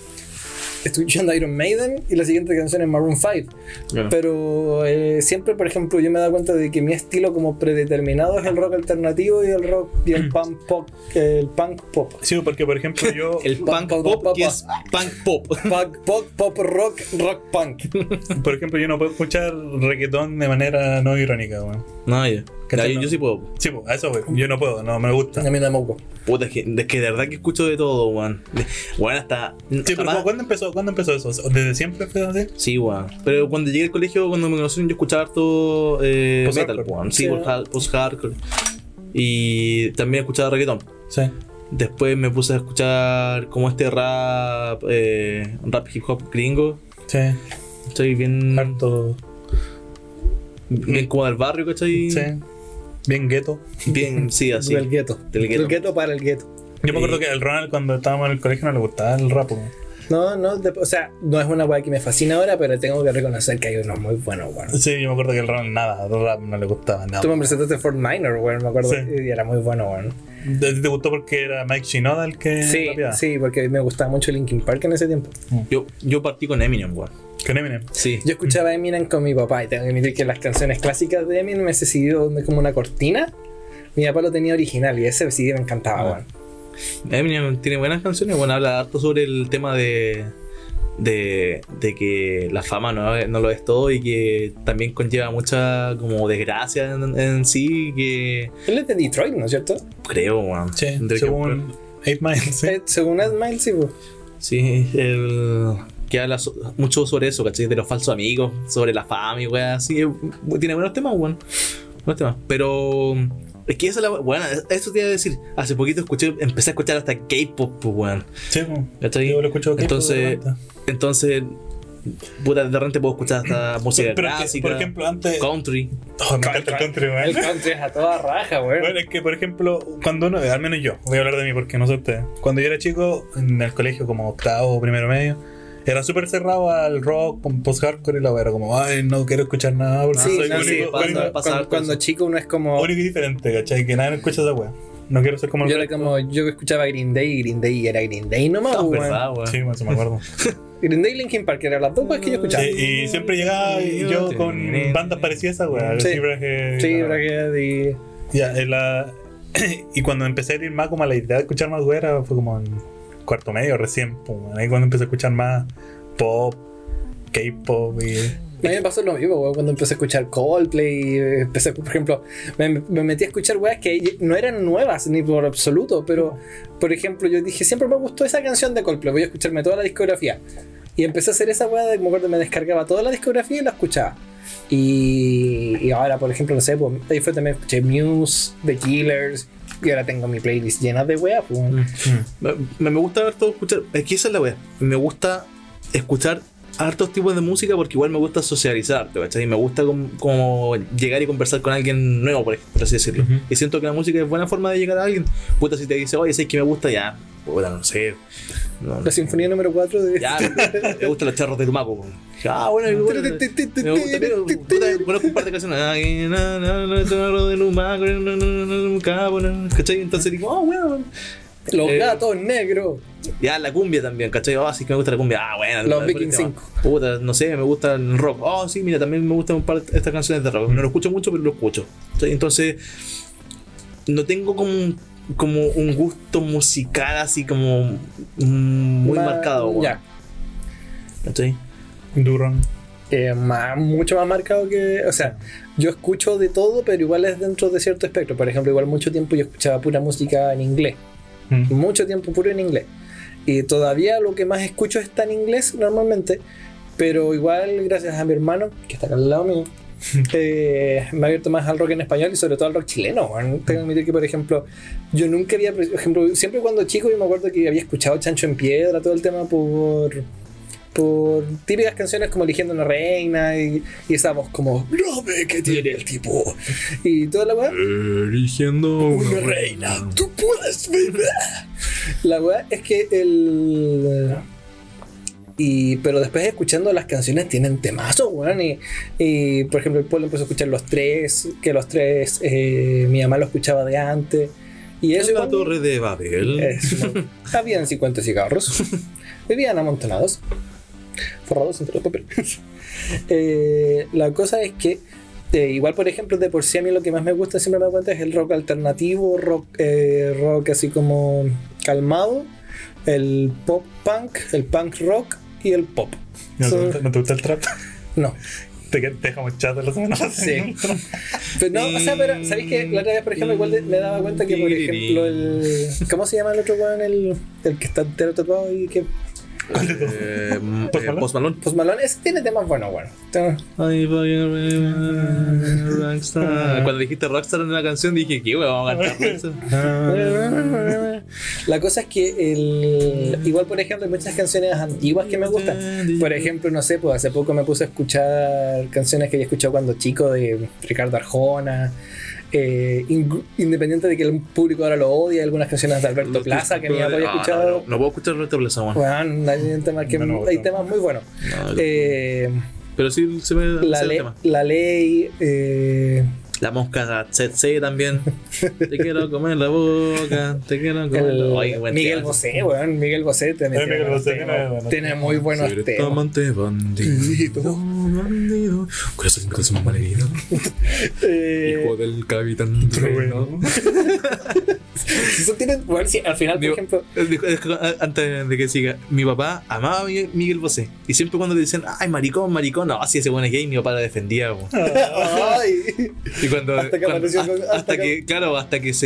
Speaker 4: estoy escuchando Iron Maiden y la siguiente canción es Maroon 5.
Speaker 2: Claro.
Speaker 4: Pero eh, siempre, por ejemplo, yo me he dado cuenta de que mi estilo como predeterminado es el rock alternativo y el rock y
Speaker 2: Mm.
Speaker 4: el punk pop. El punk pop.
Speaker 3: Sí, porque por ejemplo yo...
Speaker 2: El punk
Speaker 4: Pa- pa-
Speaker 2: pop,
Speaker 4: pa-
Speaker 2: que
Speaker 4: pa.
Speaker 2: es punk pop.
Speaker 4: Punk pop, pop rock, rock punk.
Speaker 3: Por ejemplo, yo no puedo escuchar reggaetón de manera no irónica, weón.
Speaker 2: No, ya.
Speaker 3: ¿Cachai?
Speaker 2: yo, yo sí puedo.
Speaker 3: Sí, pues, a eso, weón. Yo no puedo, no me gusta.
Speaker 4: A mí tampoco.
Speaker 2: Puta, es que, es que de verdad que escucho de todo, weón. De- Weón, hasta.
Speaker 3: Sí,
Speaker 2: hasta
Speaker 3: pero
Speaker 2: más-
Speaker 3: ¿cuándo empezó, ¿cuándo empezó eso? ¿Desde siempre empezó así?
Speaker 2: Sí, weón. Pero cuando llegué al colegio, cuando me conocieron, yo escuchaba harto eh,
Speaker 3: Post-hardcore.
Speaker 2: metal, weón. Sí,
Speaker 4: Sí.
Speaker 2: post- post-hardcore. Y también escuchaba reggaetón.
Speaker 3: Sí.
Speaker 2: Después me puse a escuchar como este rap, eh, rap hip hop gringo.
Speaker 3: Sí.
Speaker 2: Estoy bien,
Speaker 3: Harto.
Speaker 2: bien como del barrio, ¿cachai?
Speaker 3: Sí. Bien gueto.
Speaker 2: Bien, sí, así.
Speaker 4: Del gueto.
Speaker 2: Del gueto.
Speaker 4: Del gueto para el gueto.
Speaker 3: Yo me acuerdo que el Ronald cuando estábamos en el colegio no le gustaba el rap, weón.
Speaker 4: No, no, de- o sea, no es una weá que me fascina ahora, pero tengo que reconocer que hay unos muy buenos, weón.
Speaker 3: Sí, yo me acuerdo que el Ronald nada, el rap no le gustaba nada.
Speaker 4: Tú me presentaste Fort Minor, weón, me acuerdo,
Speaker 3: Sí.
Speaker 4: y era muy bueno, weón.
Speaker 3: ¿A ti te gustó porque era Mike Shinoda el
Speaker 2: Eh,
Speaker 3: que
Speaker 4: Sí,
Speaker 3: rapeaba?
Speaker 4: sí, porque me gustaba mucho Linkin Park en ese tiempo.
Speaker 2: Yo, yo partí con Eminem, weón.
Speaker 3: Con Eminem.
Speaker 2: Sí.
Speaker 4: Yo escuchaba Eminem con mi papá y tengo que admitir que las canciones clásicas de Eminem ese CD donde como una cortina. Mi papá lo tenía original y ese CD me encantaba,
Speaker 2: Ah.
Speaker 4: weón.
Speaker 2: Eminem tiene buenas canciones, bueno, habla harto sobre el tema de, de, de que la fama no, es- no lo es todo y que también conlleva mucha como desgracia en, en sí, que
Speaker 4: Él es de Detroit, ¿no es cierto?
Speaker 2: creo, weón.
Speaker 3: Sí,
Speaker 2: Tendré que-
Speaker 3: según 8 Miles. Sí.
Speaker 4: Eh, según Ed Miles, sí, pues.
Speaker 2: Sí, el, que habla so- mucho sobre eso, ¿cachai? De los falsos amigos, sobre la fama y weá, así. eh, Tiene buenos temas, weón. Buenos temas. Pero es que esa es la. Bueno, eso te iba a decir. Hace poquito escuché, empecé a escuchar hasta K-pop, pues, weón.
Speaker 3: Sí, po.
Speaker 2: ¿Cachai?
Speaker 3: yo lo escucho
Speaker 2: Entonces, entonces. Puta, de repente puedo escuchar hasta música
Speaker 3: pero es que,
Speaker 2: clásica,
Speaker 3: por ejemplo, eh, antes.
Speaker 2: country.
Speaker 3: Oh, me encanta el country, weón.
Speaker 4: El country es a toda raja, weón.
Speaker 3: Bueno, es que, por ejemplo, cuando uno, al menos yo, voy a hablar de mí porque no sé ustedes. Cuando yo era chico, en el colegio, como octavo o primero medio, era súper cerrado al rock, con post-hardcore y la wea, era como, ay, no quiero escuchar nada, porque
Speaker 4: Ah, Sí,
Speaker 3: soy
Speaker 4: no,
Speaker 3: único,
Speaker 4: sí,
Speaker 3: único,
Speaker 2: pasa,
Speaker 3: único,
Speaker 2: pasa
Speaker 4: Cuando,
Speaker 2: harto
Speaker 4: cuando
Speaker 2: eso.
Speaker 4: chico uno es como...
Speaker 3: y diferente, ¿cachai? Que nadie escucha esa wea. No quiero ser como el
Speaker 4: Yo era
Speaker 3: resto.
Speaker 4: como, yo escuchaba Green Day y Green Day era Green Day nomás,
Speaker 2: No,
Speaker 4: weón.
Speaker 2: Ah, verdad, weón.
Speaker 3: Sí, bueno, se me acuerdo.
Speaker 4: Green Day y Linkin Park eran las dos weas que yo escuchaba.
Speaker 3: Sí, y siempre llegaba yo con bandas parecidas a esa eh, wea.
Speaker 4: Sí.
Speaker 3: Sí, Brahe-
Speaker 4: Sí, Bragged y...
Speaker 3: Ya, en la... y cuando empecé a ir más como a la idea de escuchar más güey, era fue como en cuarto medio recién. pum, ahí cuando empecé a escuchar más pop, K-pop y...
Speaker 4: A mí me pasó lo mismo, weón, cuando empecé a escuchar Coldplay, eh, empecé, por ejemplo, me, me metí a escuchar weas que no eran nuevas ni por absoluto, pero, por ejemplo, yo dije, siempre me gustó esa canción de Coldplay, voy a escucharme toda la discografía. Y empecé a hacer esa wea de, me acuerdo, me descargaba toda la discografía y la escuchaba. Y, y ahora, por ejemplo, no sé, pues, ahí fue también escuché Muse, The Killers, y ahora tengo mi playlist llena de weas, pues.
Speaker 2: Mm. Me, me gusta harto escuchar. Es que esa es la wea. Me gusta escuchar hartos tipos de música porque igual me gusta socializar, ¿te ¿cachai? Y me gusta com- como llegar y conversar con alguien nuevo, por, ej- por así decirlo.
Speaker 3: Ujú.
Speaker 2: Y siento que la música es buena forma de llegar a alguien. Puta, si te dice, oye, sé que me gusta, ya. Puta, no sé. No,
Speaker 4: La sinfonía número 4 de...
Speaker 2: Ya, me- me gustan los charros de Tumaco. po. Ah, bueno, y bueno, me gusta, pero, puta, conozco un par de canciones. Ay, na, na, na, charros de Tumaco, na, na, na, na, nunca, bueno, ¿Cachai? Entonces digo, oh, weón.
Speaker 4: Los
Speaker 2: Eh,
Speaker 4: gatos negros.
Speaker 2: Ya la cumbia también, ¿cachai? Ah, sí que me gusta la cumbia. Ah, bueno.
Speaker 4: Los
Speaker 2: por
Speaker 4: Viking
Speaker 2: el tema.
Speaker 4: 5.
Speaker 2: Puta, no sé, me gusta el rock. Oh, sí, mira, también me gustan un par de estas canciones de rock. No lo escucho mucho, pero lo escucho. ¿Cachai? Entonces, no tengo como un, como un gusto musical así como mm, muy
Speaker 4: Ma-
Speaker 2: marcado, weón.
Speaker 4: Ya.
Speaker 2: ¿Cachai?
Speaker 3: Durón.
Speaker 4: Eh, más- mucho más marcado que. O sea, yo escucho de todo, pero igual es dentro de cierto espectro. Por ejemplo, igual mucho tiempo yo escuchaba pura música en inglés.
Speaker 3: Mm.
Speaker 4: Mucho tiempo puro en inglés. Y todavía lo que más escucho está en inglés normalmente. Pero igual, gracias a mi hermano, que está acá al lado mío, eh, me ha abierto más al rock en español y sobre todo al rock chileno. weón. Tengo que admitir que, por ejemplo, yo nunca había, por ejemplo, siempre cuando chico yo me acuerdo que había escuchado Chancho en Piedra, todo el tema por por típicas canciones como Eligiendo una Reina y, y esa voz como No ve que tiene el tipo y toda la weá.
Speaker 3: Eligiendo
Speaker 4: Una reina, tú puedes vivir. La weá es que el. Y, pero después escuchando las canciones tienen temazos, weón. Y, y, por ejemplo, el pueblo empezó a escuchar los tres, que los tres eh, mi mamá lo escuchaba de antes. Y eso
Speaker 2: la
Speaker 4: igual-
Speaker 2: Torre de Babel. Eh,
Speaker 4: es muy- Habían 50 cigarros. Vivían amontonados. Forrados entre los papeles. Eh, la cosa es que, eh, igual por ejemplo, de por sí a mí lo que más me gusta, siempre me doy cuenta, es el rock alternativo, rock, eh, rock así como calmado, el pop punk, el punk rock y el pop.
Speaker 3: ¿No te
Speaker 4: So-
Speaker 3: gusta- no te gusta el trap?
Speaker 4: no.
Speaker 3: Te, que- te dejamos chat la semana pasada.
Speaker 4: Sí. Pero no, o sea, pero ¿sabéis que la otra vez, por ejemplo, igual de- me daba cuenta que, por ejemplo, el. ¿Cómo se llama el otro weón? El, el que está entero tatuado y que
Speaker 2: Eh, mm, eh,
Speaker 3: Post Malone.
Speaker 2: Post Malone.
Speaker 4: Pues Malone ese tiene temas buenos, bueno. Tema-
Speaker 2: Ay, voy a ver, rockstar. Cuando dijiste Rockstar en la canción dije que vamos a cantar eso.
Speaker 4: Ah, La cosa es que el, igual, por ejemplo, hay muchas canciones antiguas que me gustan. Por ejemplo, no sé, pues hace poco me puse a escuchar canciones que había escuchado cuando chico de Ricardo Arjona. eh, in- independiente de que el público ahora lo odie, algunas canciones de Alberto Plaza que ni
Speaker 2: Ah,
Speaker 4: había
Speaker 2: no,
Speaker 4: escuchado.
Speaker 2: No, Ah, no puedo escuchar Roberto Plaza, weón.
Speaker 4: Bueno, hay temas, que,
Speaker 3: No, no,
Speaker 4: hay
Speaker 3: no.
Speaker 4: temas muy buenos.
Speaker 2: No,
Speaker 4: Eh,
Speaker 2: pero sí se me
Speaker 4: la,
Speaker 2: hace el
Speaker 4: ley-
Speaker 2: tema.
Speaker 4: la ley. eh,
Speaker 2: La mosca tsetse también. te quiero comer la boca, te quiero comer la
Speaker 4: El-
Speaker 2: boca. Oye, buen
Speaker 4: Miguel
Speaker 2: tema.
Speaker 4: Bosé, weón. Miguel Bosé tiene,
Speaker 3: Eh, Miguel
Speaker 4: buenos
Speaker 3: Bosé
Speaker 4: temas.
Speaker 3: tiene buenos
Speaker 4: Tiene
Speaker 3: temas.
Speaker 4: muy buenos temas.
Speaker 2: Directamente bandido, bandido. Corazón, corazón malherido.
Speaker 4: Eh,
Speaker 2: Hijo del capitán trueno.
Speaker 4: eso tiene- bueno, sí, al final, por
Speaker 2: Digo-
Speaker 4: ejemplo,
Speaker 2: Eh, dijo- dijo, eh, Antes de que siga, mi papá amaba a Miguel, Miguel Bosé. Y siempre cuando le decían, ay, maricón, maricón, no, así ese buen es gay, mi papá lo defendía. weón.
Speaker 4: ay,
Speaker 2: Y cuando,
Speaker 4: Hasta que
Speaker 2: cuando-
Speaker 4: apareció
Speaker 2: hasta,
Speaker 4: con- hasta
Speaker 2: hasta que, claro, hasta que se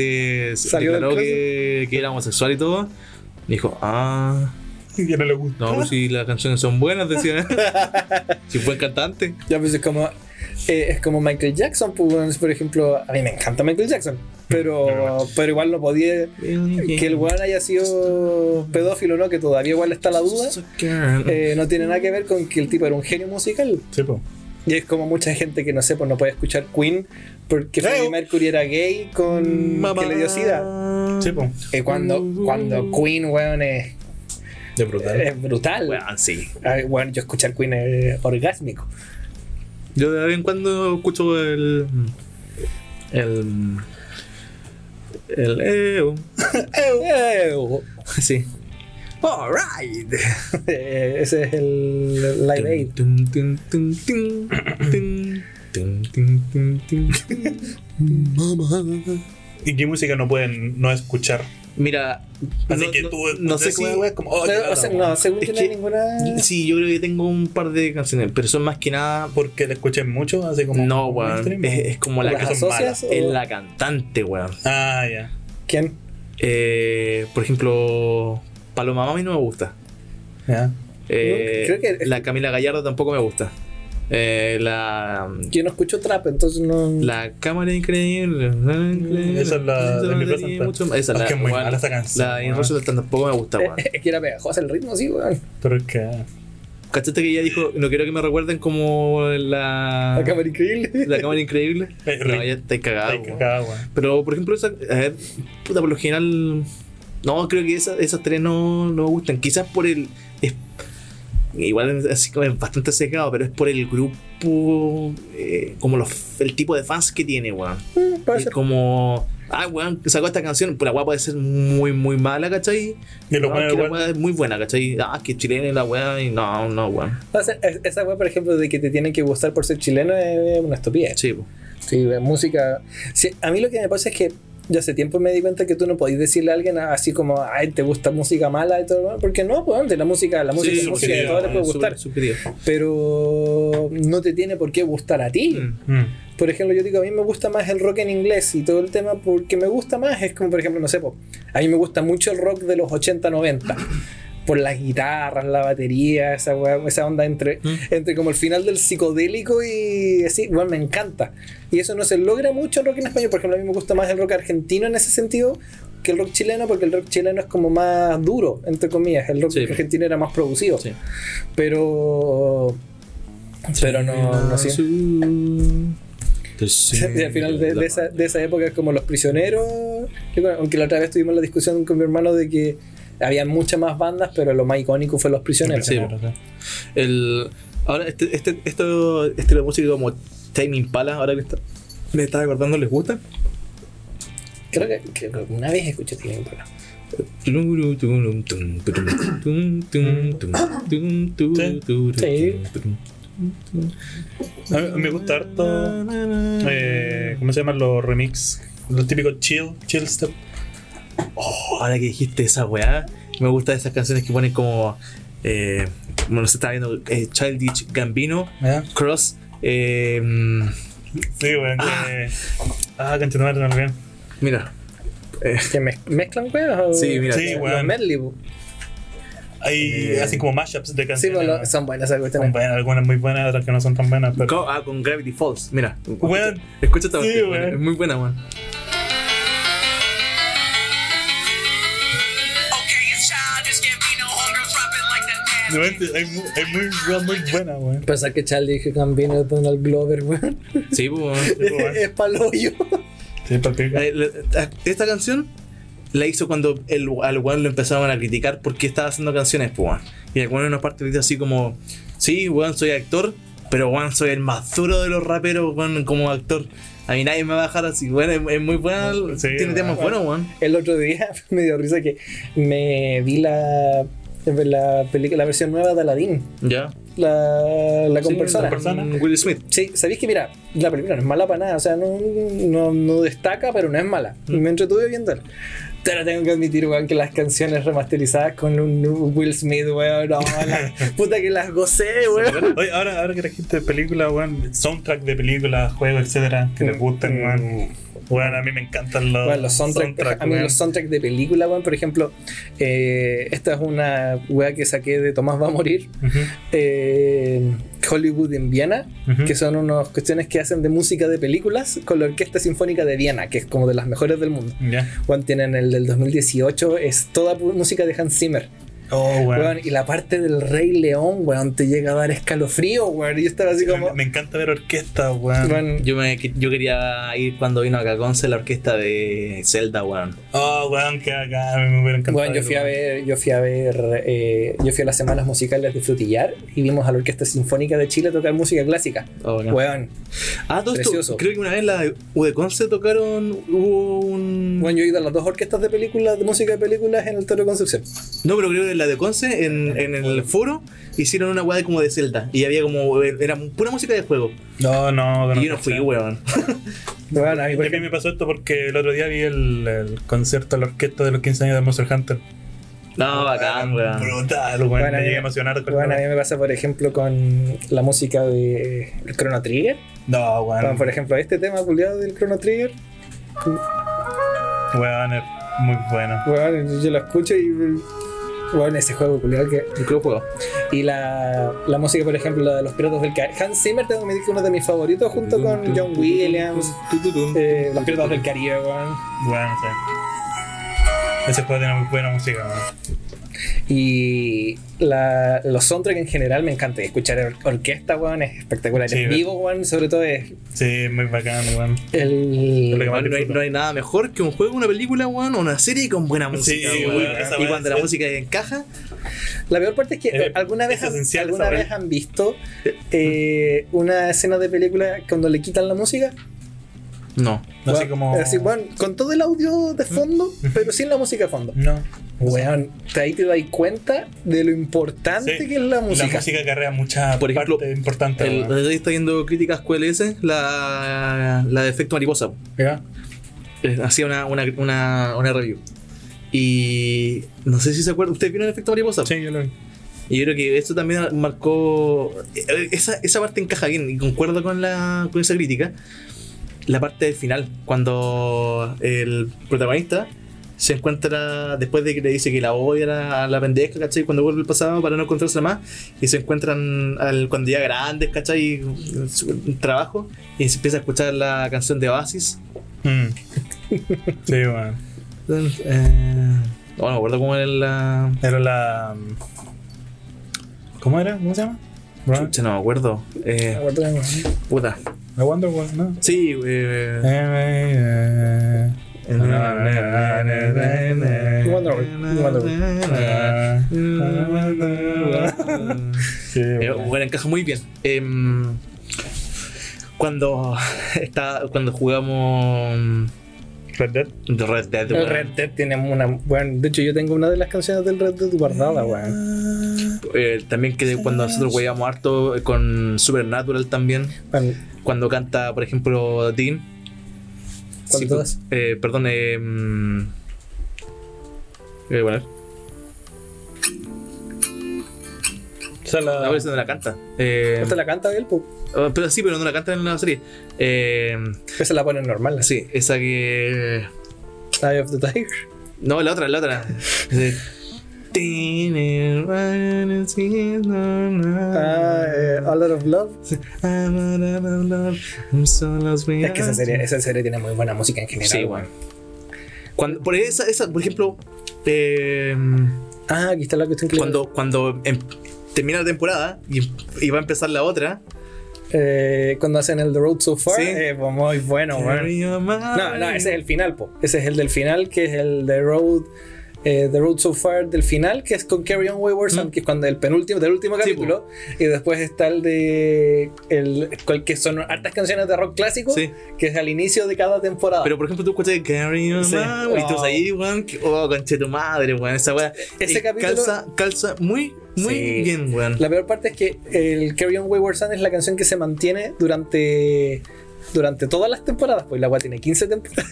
Speaker 2: se
Speaker 4: Salió del
Speaker 2: declaró
Speaker 4: closet.
Speaker 2: que, que era homosexual y todo, dijo, ah,
Speaker 3: Ya no le gusta.
Speaker 2: no, pues si las canciones son buenas, decía. si fue el cantante.
Speaker 4: ya pues es como, eh, es como Michael Jackson, pues, weón, por ejemplo, a mí me encanta Michael Jackson, pero, pero igual no podía que el weón haya sido pedófilo, ¿no? Que todavía igual está la duda. eh, no tiene nada que ver con que el tipo era un genio musical.
Speaker 3: Sí, po.
Speaker 4: Y es como mucha gente que no sé, pues no puede escuchar Queen porque Freddie Mercury era gay con
Speaker 2: Mamá.
Speaker 4: que le dio sida.
Speaker 3: Sí, po.
Speaker 4: Eh, cuando, cuando Queen, weón, es,
Speaker 3: De brutal.
Speaker 4: es brutal.
Speaker 2: Weón, sí.
Speaker 4: Ah, bueno, yo escuchar Queen es orgásmico.
Speaker 2: Yo de vez en cuando escucho el. El. El. eh,
Speaker 4: E Ew.
Speaker 2: sí. Alright.
Speaker 4: Eh, Ese es el Live Aid.
Speaker 2: Mamá.
Speaker 3: ¿Y qué música no pueden no escuchar?
Speaker 2: Mira,
Speaker 3: Así
Speaker 2: no-
Speaker 3: que
Speaker 2: no-
Speaker 3: tú
Speaker 2: no sé
Speaker 3: escuchas
Speaker 2: si
Speaker 3: esa wea, como, oh,
Speaker 4: Pero,
Speaker 3: qué
Speaker 4: Eh, o sea,
Speaker 3: lata,
Speaker 4: no, según
Speaker 2: Es
Speaker 4: yo no hay
Speaker 2: que-
Speaker 4: ninguna.
Speaker 2: Sí, yo creo que tengo un par de canciones, pero son más que nada.
Speaker 3: Porque la escuché mucho, así como.
Speaker 2: No,
Speaker 3: como
Speaker 2: weón.
Speaker 3: mainstream,
Speaker 2: Es,
Speaker 3: o-
Speaker 2: es como la,
Speaker 4: ¿Las
Speaker 2: can-
Speaker 3: que son malas.
Speaker 4: asocias? o-
Speaker 2: es la cantante, weón.
Speaker 3: Ah, ya.
Speaker 4: ¿Quién?
Speaker 2: Eh, por ejemplo, Paloma Mami no me gusta.
Speaker 3: Ya.
Speaker 2: Eh,
Speaker 4: No, creo que-
Speaker 2: La Camila Gallardo tampoco me gusta. Eh, la.
Speaker 4: Yo no escucho trap, entonces no.
Speaker 2: La cámara increíble. increíble.
Speaker 3: Mm, Esa es la de mi
Speaker 2: Esa
Speaker 3: placenta.
Speaker 2: mucho- Esa
Speaker 3: Es
Speaker 2: la
Speaker 3: que es muy
Speaker 2: weón,
Speaker 3: mala esa canción,
Speaker 2: La de
Speaker 3: weón.
Speaker 2: Inrosso tampoco me gusta, weón.
Speaker 4: Es que era pegajosa el ritmo, sí, weón.
Speaker 3: Pero es
Speaker 2: Ah,
Speaker 3: que.
Speaker 2: ¿Cachaste que ella dijo, no quiero que me recuerden como la,
Speaker 4: La cámara increíble.
Speaker 2: la cámara increíble?
Speaker 3: Eh,
Speaker 2: No,
Speaker 3: ri-
Speaker 2: ya estáis cagado.
Speaker 3: Ay, cagada, weón.
Speaker 2: Pero, por ejemplo, esa, a ver, puta, por lo general, no, creo que esa- esas tres no, no me gustan. Quizás por el, es- igual es así como es bastante secado, pero es por el grupo, eh, como los, el tipo de fans que tiene, weón.
Speaker 4: Mm, puede
Speaker 2: Es
Speaker 4: ser.
Speaker 2: como, ah, weón, sacó esta canción, pues la weá puede ser muy, muy mala, ¿cachai?
Speaker 3: Y
Speaker 2: No,
Speaker 3: lo ponen
Speaker 2: que la
Speaker 3: igual.
Speaker 2: weá es muy buena, ¿cachai? Ah, que chilena y la weá, y no, no, weón.
Speaker 4: O sea, es- esa weá, por ejemplo, de que te tienen que gustar por ser chileno es una estupidez.
Speaker 2: Sí, po.
Speaker 4: Sí, la música. Sí, a mí lo que me pasa es que yo hace tiempo me di cuenta que tú no podías decirle a alguien así como, ay, te gusta música mala y todo, lo demás", porque no, pues, de la música, la música, es
Speaker 2: sí,
Speaker 4: música, y
Speaker 3: subjetivo,
Speaker 4: todo le puede
Speaker 2: Súper
Speaker 4: gustar,
Speaker 2: subjetivo.
Speaker 4: pero no te tiene por qué gustar a ti.
Speaker 2: Mm.
Speaker 3: Mm.
Speaker 4: Por ejemplo, yo digo, a mí me gusta más el rock en inglés y todo el tema porque me gusta más. Es como, por ejemplo, no sé, po, a mí me gusta mucho el rock de los 80-90. Por las guitarras, la batería, esa, weá- esa onda entre,
Speaker 2: Mm.
Speaker 4: entre como el final del psicodélico y así, bueno, me encanta. Y eso no se logra mucho en rock en español. Por ejemplo, a mí me gusta más el rock argentino en ese sentido que el rock chileno porque el rock chileno es como más duro, entre comillas. El rock
Speaker 2: Sí.
Speaker 4: argentino era más producido.
Speaker 2: Sí.
Speaker 4: Pero... Pero no, no sé. Sí, al final de, de esa, de esa época es como los prisioneros. que bueno, aunque la otra vez tuvimos la discusión con mi hermano de que había muchas más bandas, pero lo más icónico fue los prisioneros.
Speaker 2: Sí, po. El, ahora, este, este, esto, estilo de música como Time Impala, ahora que está- me estaba acordando, ¿les gusta?
Speaker 4: Creo que, creo que una vez escuché este Tame Impala.
Speaker 3: A mí me gusta harto. eh, ¿Cómo se llaman los remix? Los típicos chill, chill step.
Speaker 2: Oh, ahora que dijiste esa weá, me gustan esas canciones que ponen como. Eh, bueno, se está viendo eh, Childish Gambino,
Speaker 3: ¿Ya?
Speaker 2: Cross. eh, mm,
Speaker 3: Sí, weón. que- Ah, continuar también.
Speaker 2: mira, eh,
Speaker 4: ¿Que mez- ¿Mezclan weas? o-
Speaker 2: Sí, mira.
Speaker 3: Sí,
Speaker 4: Los
Speaker 3: weón.
Speaker 4: medley, bu.
Speaker 3: Hay
Speaker 2: Eh.
Speaker 3: así como mashups de
Speaker 4: Sí,
Speaker 3: canciones.
Speaker 4: pues, lo-
Speaker 3: ¿no?
Speaker 4: son buenas esas
Speaker 3: Son
Speaker 4: cuestiones.
Speaker 3: buenas, algunas muy buenas, otras que no son tan buenas. Pero...
Speaker 2: co- ah, con Gravity Falls, mira.
Speaker 3: Weón.
Speaker 2: Escucha esta
Speaker 3: Sí,
Speaker 2: canción,
Speaker 3: weón.
Speaker 2: es muy buena, weón.
Speaker 7: Okay, it's childish, can't be no hunger,
Speaker 3: De
Speaker 7: dropping like that
Speaker 3: repente Hay, mu- hay muy, weón, muy buena, weón.
Speaker 4: Pensar que Charlie Gambino es Donald Glover, weón.
Speaker 2: Sí, pues, weón.
Speaker 3: Sí, weón.
Speaker 4: es paloyo.
Speaker 3: Sí, para ti.
Speaker 2: Eh, la- Esta canción la hizo cuando el, al weón lo empezaron a criticar porque estaba haciendo canciones, pues, weón. Y el weón en una parte dice así como, sí, weón, soy actor, pero weón, soy el más duro de los raperos, weón, como actor. A mí nadie me va a dejar así, weón, es, es muy buena,
Speaker 3: Sí,
Speaker 2: tiene
Speaker 3: weón.
Speaker 2: temas buenos, weón.
Speaker 4: El otro día me dio risa que me vi la, la, película- la versión nueva de Aladdin,
Speaker 2: Ya.
Speaker 4: la, la con personas.
Speaker 3: persona.
Speaker 2: Will Smith.
Speaker 4: Sí, sabéis que mira, la película no es mala para nada, o sea, no, no, no destaca, pero no es mala. Y
Speaker 3: Mm.
Speaker 4: me entretuve viéndola. Pero tengo que admitir, weón, que las canciones remasterizadas con un Will Smith, weón, no, la- puta que las gocé, weón.
Speaker 3: Oye, ahora, ahora que trajiste películas, weón, soundtrack de películas, juegos, etcétera, que les gustan, weón. Weón, a mí me encantan los,
Speaker 4: Mm. Weón, los soundtracks, a mí
Speaker 3: weón.
Speaker 4: los soundtracks de película, weón, por ejemplo, eh, esta es una weá que saqué de Tomás va a morir,
Speaker 3: Ujú.
Speaker 4: eh, Hollywood en Viena,
Speaker 3: Ujú.
Speaker 4: que son unas cuestiones que hacen de música de películas con la Orquesta Sinfónica de Viena, que es como de las mejores del mundo.
Speaker 3: Ya.
Speaker 4: Juan tienen el del 2018, es toda pu- música de Hans Zimmer.
Speaker 3: Oh, weón.
Speaker 4: Weón, y la parte del Rey León, weón, te llega a dar escalofrío, weón. Y yo estaba así como.
Speaker 3: Me- Me encanta ver orquesta, weón.
Speaker 4: weón,
Speaker 2: Yo, me, yo quería ir cuando vino acá Conce la orquesta de Zelda, weón.
Speaker 3: Oh, weón, que acá a mí me hubiera encantado.
Speaker 4: weón, yo fui a
Speaker 3: eso,
Speaker 4: ver, yo fui a ver, eh, yo fui a las semanas musicales de Frutillar y vimos a la Orquesta Sinfónica de Chile tocar música clásica.
Speaker 2: Oh, no.
Speaker 4: Weón,
Speaker 2: Ah, todo esto,
Speaker 4: Precioso.
Speaker 2: creo que una vez la de Conce tocaron, hubo un...
Speaker 4: weón, yo he ido a las dos orquestas de películas, de música de películas en el Toro Concepción.
Speaker 2: No, pero creo que en la de Conce, en, en el foro, hicieron una weá de como de Zelda. Y había como. Era pura música de juego.
Speaker 3: weón. No, no, no.
Speaker 2: y yo no fui,
Speaker 3: sé.
Speaker 2: weón.
Speaker 4: Bueno, a
Speaker 3: a mí
Speaker 4: mí, por
Speaker 3: me
Speaker 4: ejemplo,
Speaker 3: pasó esto porque el otro día vi el, el concierto de la orquesta de los 15 años de Monster Hunter.
Speaker 2: No, bacán, weón.
Speaker 3: Brutal, weón.
Speaker 4: Bueno,
Speaker 3: me
Speaker 4: a mí-
Speaker 3: llegué a emocionar con
Speaker 4: bueno, a
Speaker 3: la-
Speaker 4: mí me pasa, por ejemplo, con la música de eh, el Chrono Trigger.
Speaker 3: No,
Speaker 4: Bueno,
Speaker 3: weón.
Speaker 4: por ejemplo, este tema culiado del Chrono Trigger,
Speaker 3: Weón, es muy bueno.
Speaker 4: bueno, yo lo escucho y. Bueno, ese juego culiado que.
Speaker 2: Microjuego.
Speaker 4: Y la, la música, por ejemplo, la de los Piratas del Caribe. Hans Zimmer, tengo que decir que es uno de mis favoritos, junto con John Williams, eh, Los Piratas del Caribe, weón.
Speaker 3: Weón, sí. Ese juego tiene muy buena música, weón.
Speaker 4: Y la, los soundtracks en general me encanta. Y Escuchar or- orquesta, weón, es espectacular.
Speaker 3: Sí,
Speaker 4: en vivo, weón, sobre todo es
Speaker 3: Sí, muy bacán, weón.
Speaker 4: el.
Speaker 3: Lo que más
Speaker 2: No hay,
Speaker 3: disfruto.
Speaker 2: no hay nada mejor que un juego, una película, weón, o una serie con buena música,
Speaker 3: Sí,
Speaker 2: weón.
Speaker 3: weón, esa
Speaker 2: Y
Speaker 3: weá
Speaker 2: cuando
Speaker 3: es-
Speaker 2: la música encaja,
Speaker 4: La peor parte es que
Speaker 3: Es-
Speaker 4: alguna
Speaker 3: es
Speaker 4: vez, han,
Speaker 3: esencial
Speaker 4: alguna
Speaker 3: esa
Speaker 4: vez
Speaker 3: weá.
Speaker 4: han visto eh, una escena de película cuando le quitan la música.
Speaker 2: no.
Speaker 3: No sé
Speaker 4: Weón,
Speaker 3: cómo.
Speaker 4: así, weón, con todo el audio de fondo, pero sin la música de fondo.
Speaker 3: No.
Speaker 4: Weón, te- ahí te das cuenta de lo importante
Speaker 3: Sí,
Speaker 4: que es la música.
Speaker 3: La música acarrea mucha
Speaker 2: Por ejemplo,
Speaker 3: parte importante.
Speaker 2: El,
Speaker 3: weón.
Speaker 2: ahí está viendo críticas QLS, la, la de efecto mariposa.
Speaker 3: Ya.
Speaker 2: Eh, Hacía una, una, una, una review. Y no sé si se acuerdan, ¿ustedes vieron el efecto mariposa?
Speaker 3: Sí, yo lo vi.
Speaker 2: Y yo creo que esto también marcó. eh, Esa, esa parte encaja bien, y concuerdo con, la, con esa crítica. La parte del final, cuando el protagonista se encuentra, después de que le dice que la odia a la- a la pendeja, ¿cachai? Cuando vuelve al pasado para no encontrarse más, y se encuentran al, cuando ya grandes, ¿cachai? En su trabajo, y se empieza a escuchar la canción de Oasis.
Speaker 3: Mm. Sí, weón.
Speaker 2: Eh, no no me acuerdo cómo era la.
Speaker 3: Era la. ¿Cómo era? ¿Cómo se llama? Brown.
Speaker 2: Chucha, no me acuerdo. Eh, puta.
Speaker 3: I wonder what, ¿no?
Speaker 2: Sí, eh, eh,
Speaker 3: Sí,
Speaker 2: Eh,
Speaker 3: weón.
Speaker 2: bueno, encaja muy bien. Em, cuando está, cuando jugamos mm,
Speaker 3: Red Dead.
Speaker 2: The Red Dead,
Speaker 4: El
Speaker 2: weón.
Speaker 4: Red Dead tiene una. Bueno, de hecho, yo tengo una de las canciones del Red Dead guardada, weón.
Speaker 2: Eh, también que cuando nosotros jugábamos harto eh, con Supernatural también,
Speaker 4: Bueno,
Speaker 2: cuando canta, por ejemplo, Dean.
Speaker 4: ¿Cuál
Speaker 2: Sí,
Speaker 4: todas?
Speaker 2: eh, perdón, eh, mm, eh, bueno,
Speaker 3: Esa es la-
Speaker 2: ahora no la canta. Eh,
Speaker 4: Ah, ¿Esta la canta él? Pues,
Speaker 2: Ah, Pero sí, pero no la cantan en la serie. Eh,
Speaker 4: esa la ponen normal, así.
Speaker 2: sí, esa que.
Speaker 4: Eye of the Tiger.
Speaker 2: No, la otra, la otra. Es de-
Speaker 4: Ah, eh, A Lot of Love.
Speaker 2: Ah,
Speaker 4: Es
Speaker 2: Es
Speaker 4: que esa serie, esa serie tiene muy buena música en general.
Speaker 2: ah, Sí,
Speaker 4: weón.
Speaker 2: bueno. Cuando, por, esa, esa, por ejemplo, eh,
Speaker 4: Ah, aquí está la cuestión que le-
Speaker 2: cuando, cuando em- termina la temporada y, y va a empezar la otra.
Speaker 4: eh, cuando hacen el The Road So Far.
Speaker 2: Sí.
Speaker 4: eh, pues, muy bueno, weón. No, no, ese es el final, po. Ese es el del final, que es el The Road. eh, the Road So Far del final, que es con Carry On Wayward Son, que es cuando el penúltimo, del último
Speaker 2: Mm. Sí,
Speaker 4: capítulo. y después está el de. El, cual- que son hartas canciones de rock clásico,
Speaker 2: Sí.
Speaker 4: que es al inicio de cada temporada.
Speaker 2: Pero por ejemplo, tú escuchas Carry On
Speaker 4: Sí.
Speaker 2: Man, y tú
Speaker 4: Oh.
Speaker 2: ahí, weón, que- oh, conche tu madre, weón, esa weá.
Speaker 4: Ese
Speaker 2: eh,
Speaker 4: capítulo-
Speaker 2: Calza, calza muy, muy
Speaker 4: Sí.
Speaker 2: bien, weón.
Speaker 4: La peor parte es que el Carry On Wayward Son es la canción que se mantiene durante durante todas las temporadas, pues la cual tiene 15 temporadas.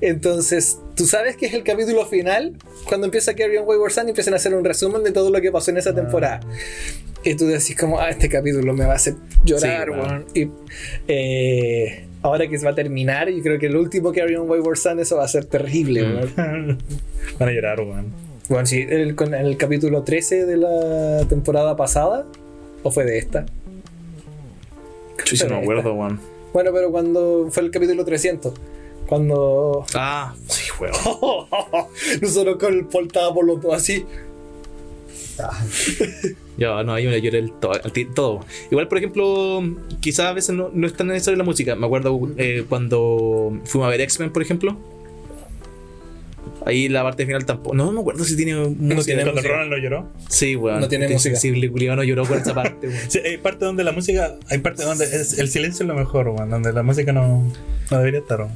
Speaker 4: Entonces, tú sabes que es el capítulo final cuando empieza Carry On Wayward Son y empiezan a hacer un resumen de todo lo que pasó en
Speaker 2: Ah.
Speaker 4: esa temporada. Y tú decís como, ah, este capítulo me va a hacer llorar,
Speaker 2: Sí,
Speaker 4: weón. Y eh, ahora que se va a terminar, yo creo que el último Carry On Wayward Son, eso va a ser terrible,
Speaker 2: Mm.
Speaker 4: weón.
Speaker 3: Van a llorar, weón.
Speaker 4: Bueno, sí, el, con el capítulo 13 de la temporada pasada, ¿o fue de esta?
Speaker 2: Chucha, no me acuerdo, weón.
Speaker 4: Bueno, pero cuando fue el capítulo 300, cuando
Speaker 2: Ah, sí, weón.
Speaker 4: nosotros con el Paul estábamos los dos así,
Speaker 2: Ya, no, yo le lloré el to- al ti- todo. Igual, por ejemplo, quizás a veces no, no es tan necesario la música. Me acuerdo eh, cuando fuimos a ver X-Men, por ejemplo. Ahí la parte final tampoco. No me acuerdo si tiene música.
Speaker 3: Cuando Ronald lo lloró.
Speaker 2: Sí, weón.
Speaker 4: No tiene música.
Speaker 2: sensible, culiao, no lloró por esa parte, weón.
Speaker 3: Sí, hay parte donde la música. Hay parte donde es- el silencio es lo mejor, weón. Donde la música no, no debería estar, weón.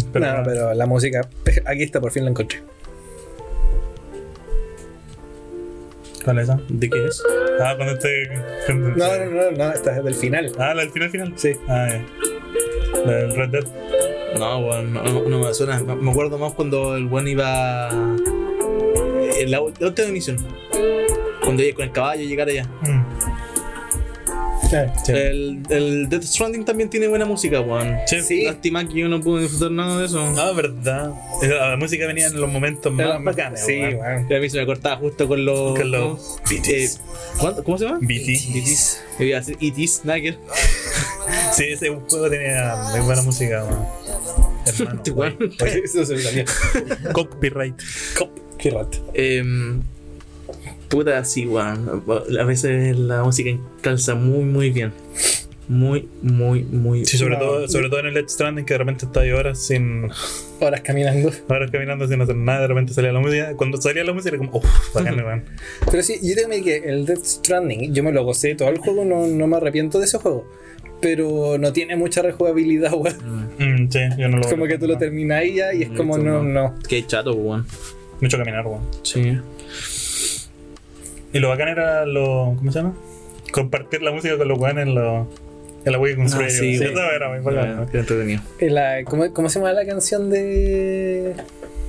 Speaker 3: Pero,
Speaker 4: no,
Speaker 3: no.
Speaker 4: pero la música, aquí está, por fin la encontré.
Speaker 3: ¿Cuál es esa?
Speaker 2: ¿De qué es?
Speaker 3: Ah, cuando te. cuando-
Speaker 4: No, no, no, no, esta es del final.
Speaker 3: Ah, la del final, final.
Speaker 4: Sí.
Speaker 3: Ah, ya. La del Red Dead.
Speaker 2: No, weón, no, no- no me suena. Me me acuerdo más cuando el weón iba. En la, ult- la última misión. Cuando iba con el caballo y llegar allá.
Speaker 3: Mm.
Speaker 4: Ah,
Speaker 3: Sí.
Speaker 2: El, el Death Stranding también tiene buena música, weón.
Speaker 3: Sí.
Speaker 2: Lástima que yo no pude disfrutar nada de eso.
Speaker 3: Ah, verdad. La música venía en los momentos más bacanes.
Speaker 4: Sí,
Speaker 3: weón.
Speaker 4: weón.
Speaker 2: Y A mí se me cortaba justo con los.
Speaker 3: Con los
Speaker 2: eh, ¿cuánto- ¿Cómo se llama?
Speaker 3: BT.
Speaker 2: Itis. Yo iba a decir Itis, nada que.
Speaker 3: Sí, ese juego tenía muy buena música, weón. Hermano,
Speaker 2: Este
Speaker 3: weón.
Speaker 2: weón.
Speaker 4: Eso se me salió.
Speaker 3: Copyright.
Speaker 4: Qué rato.
Speaker 2: Em, puta, sí, weón. A veces la música calza muy, muy bien. Muy, muy, muy
Speaker 3: Sí, sobre
Speaker 4: No.
Speaker 3: todo, sobre todo en el Let's Stranding, que de repente estaba ahí horas sin.
Speaker 4: Horas caminando.
Speaker 3: horas caminando sin hacer nada, de repente salía la música. Cuando salía la música era como, uff, bacán, weón.
Speaker 4: Pero sí, yo también que el Death Stranding, yo me lo gocé todo el juego, no, no me arrepiento de ese juego. Pero no tiene mucha rejugabilidad, weón.
Speaker 3: Mm, sí, yo no lo.
Speaker 4: Es como que tú lo terminas y ya, y es como, no, no.
Speaker 2: Qué chato, weón.
Speaker 3: Mucho caminar, weón.
Speaker 2: Sí.
Speaker 3: Y lo bacán era lo. ¿Cómo se llama? Compartir la música con los weones en, lo, en la wiki con su
Speaker 2: Ah, sí,
Speaker 3: sí,
Speaker 2: weón.
Speaker 3: Eso era muy bacán.
Speaker 2: Bueno,
Speaker 4: Eh,
Speaker 3: weón.
Speaker 2: qué entretenido.
Speaker 4: La- ¿cómo, cómo se llama la canción de.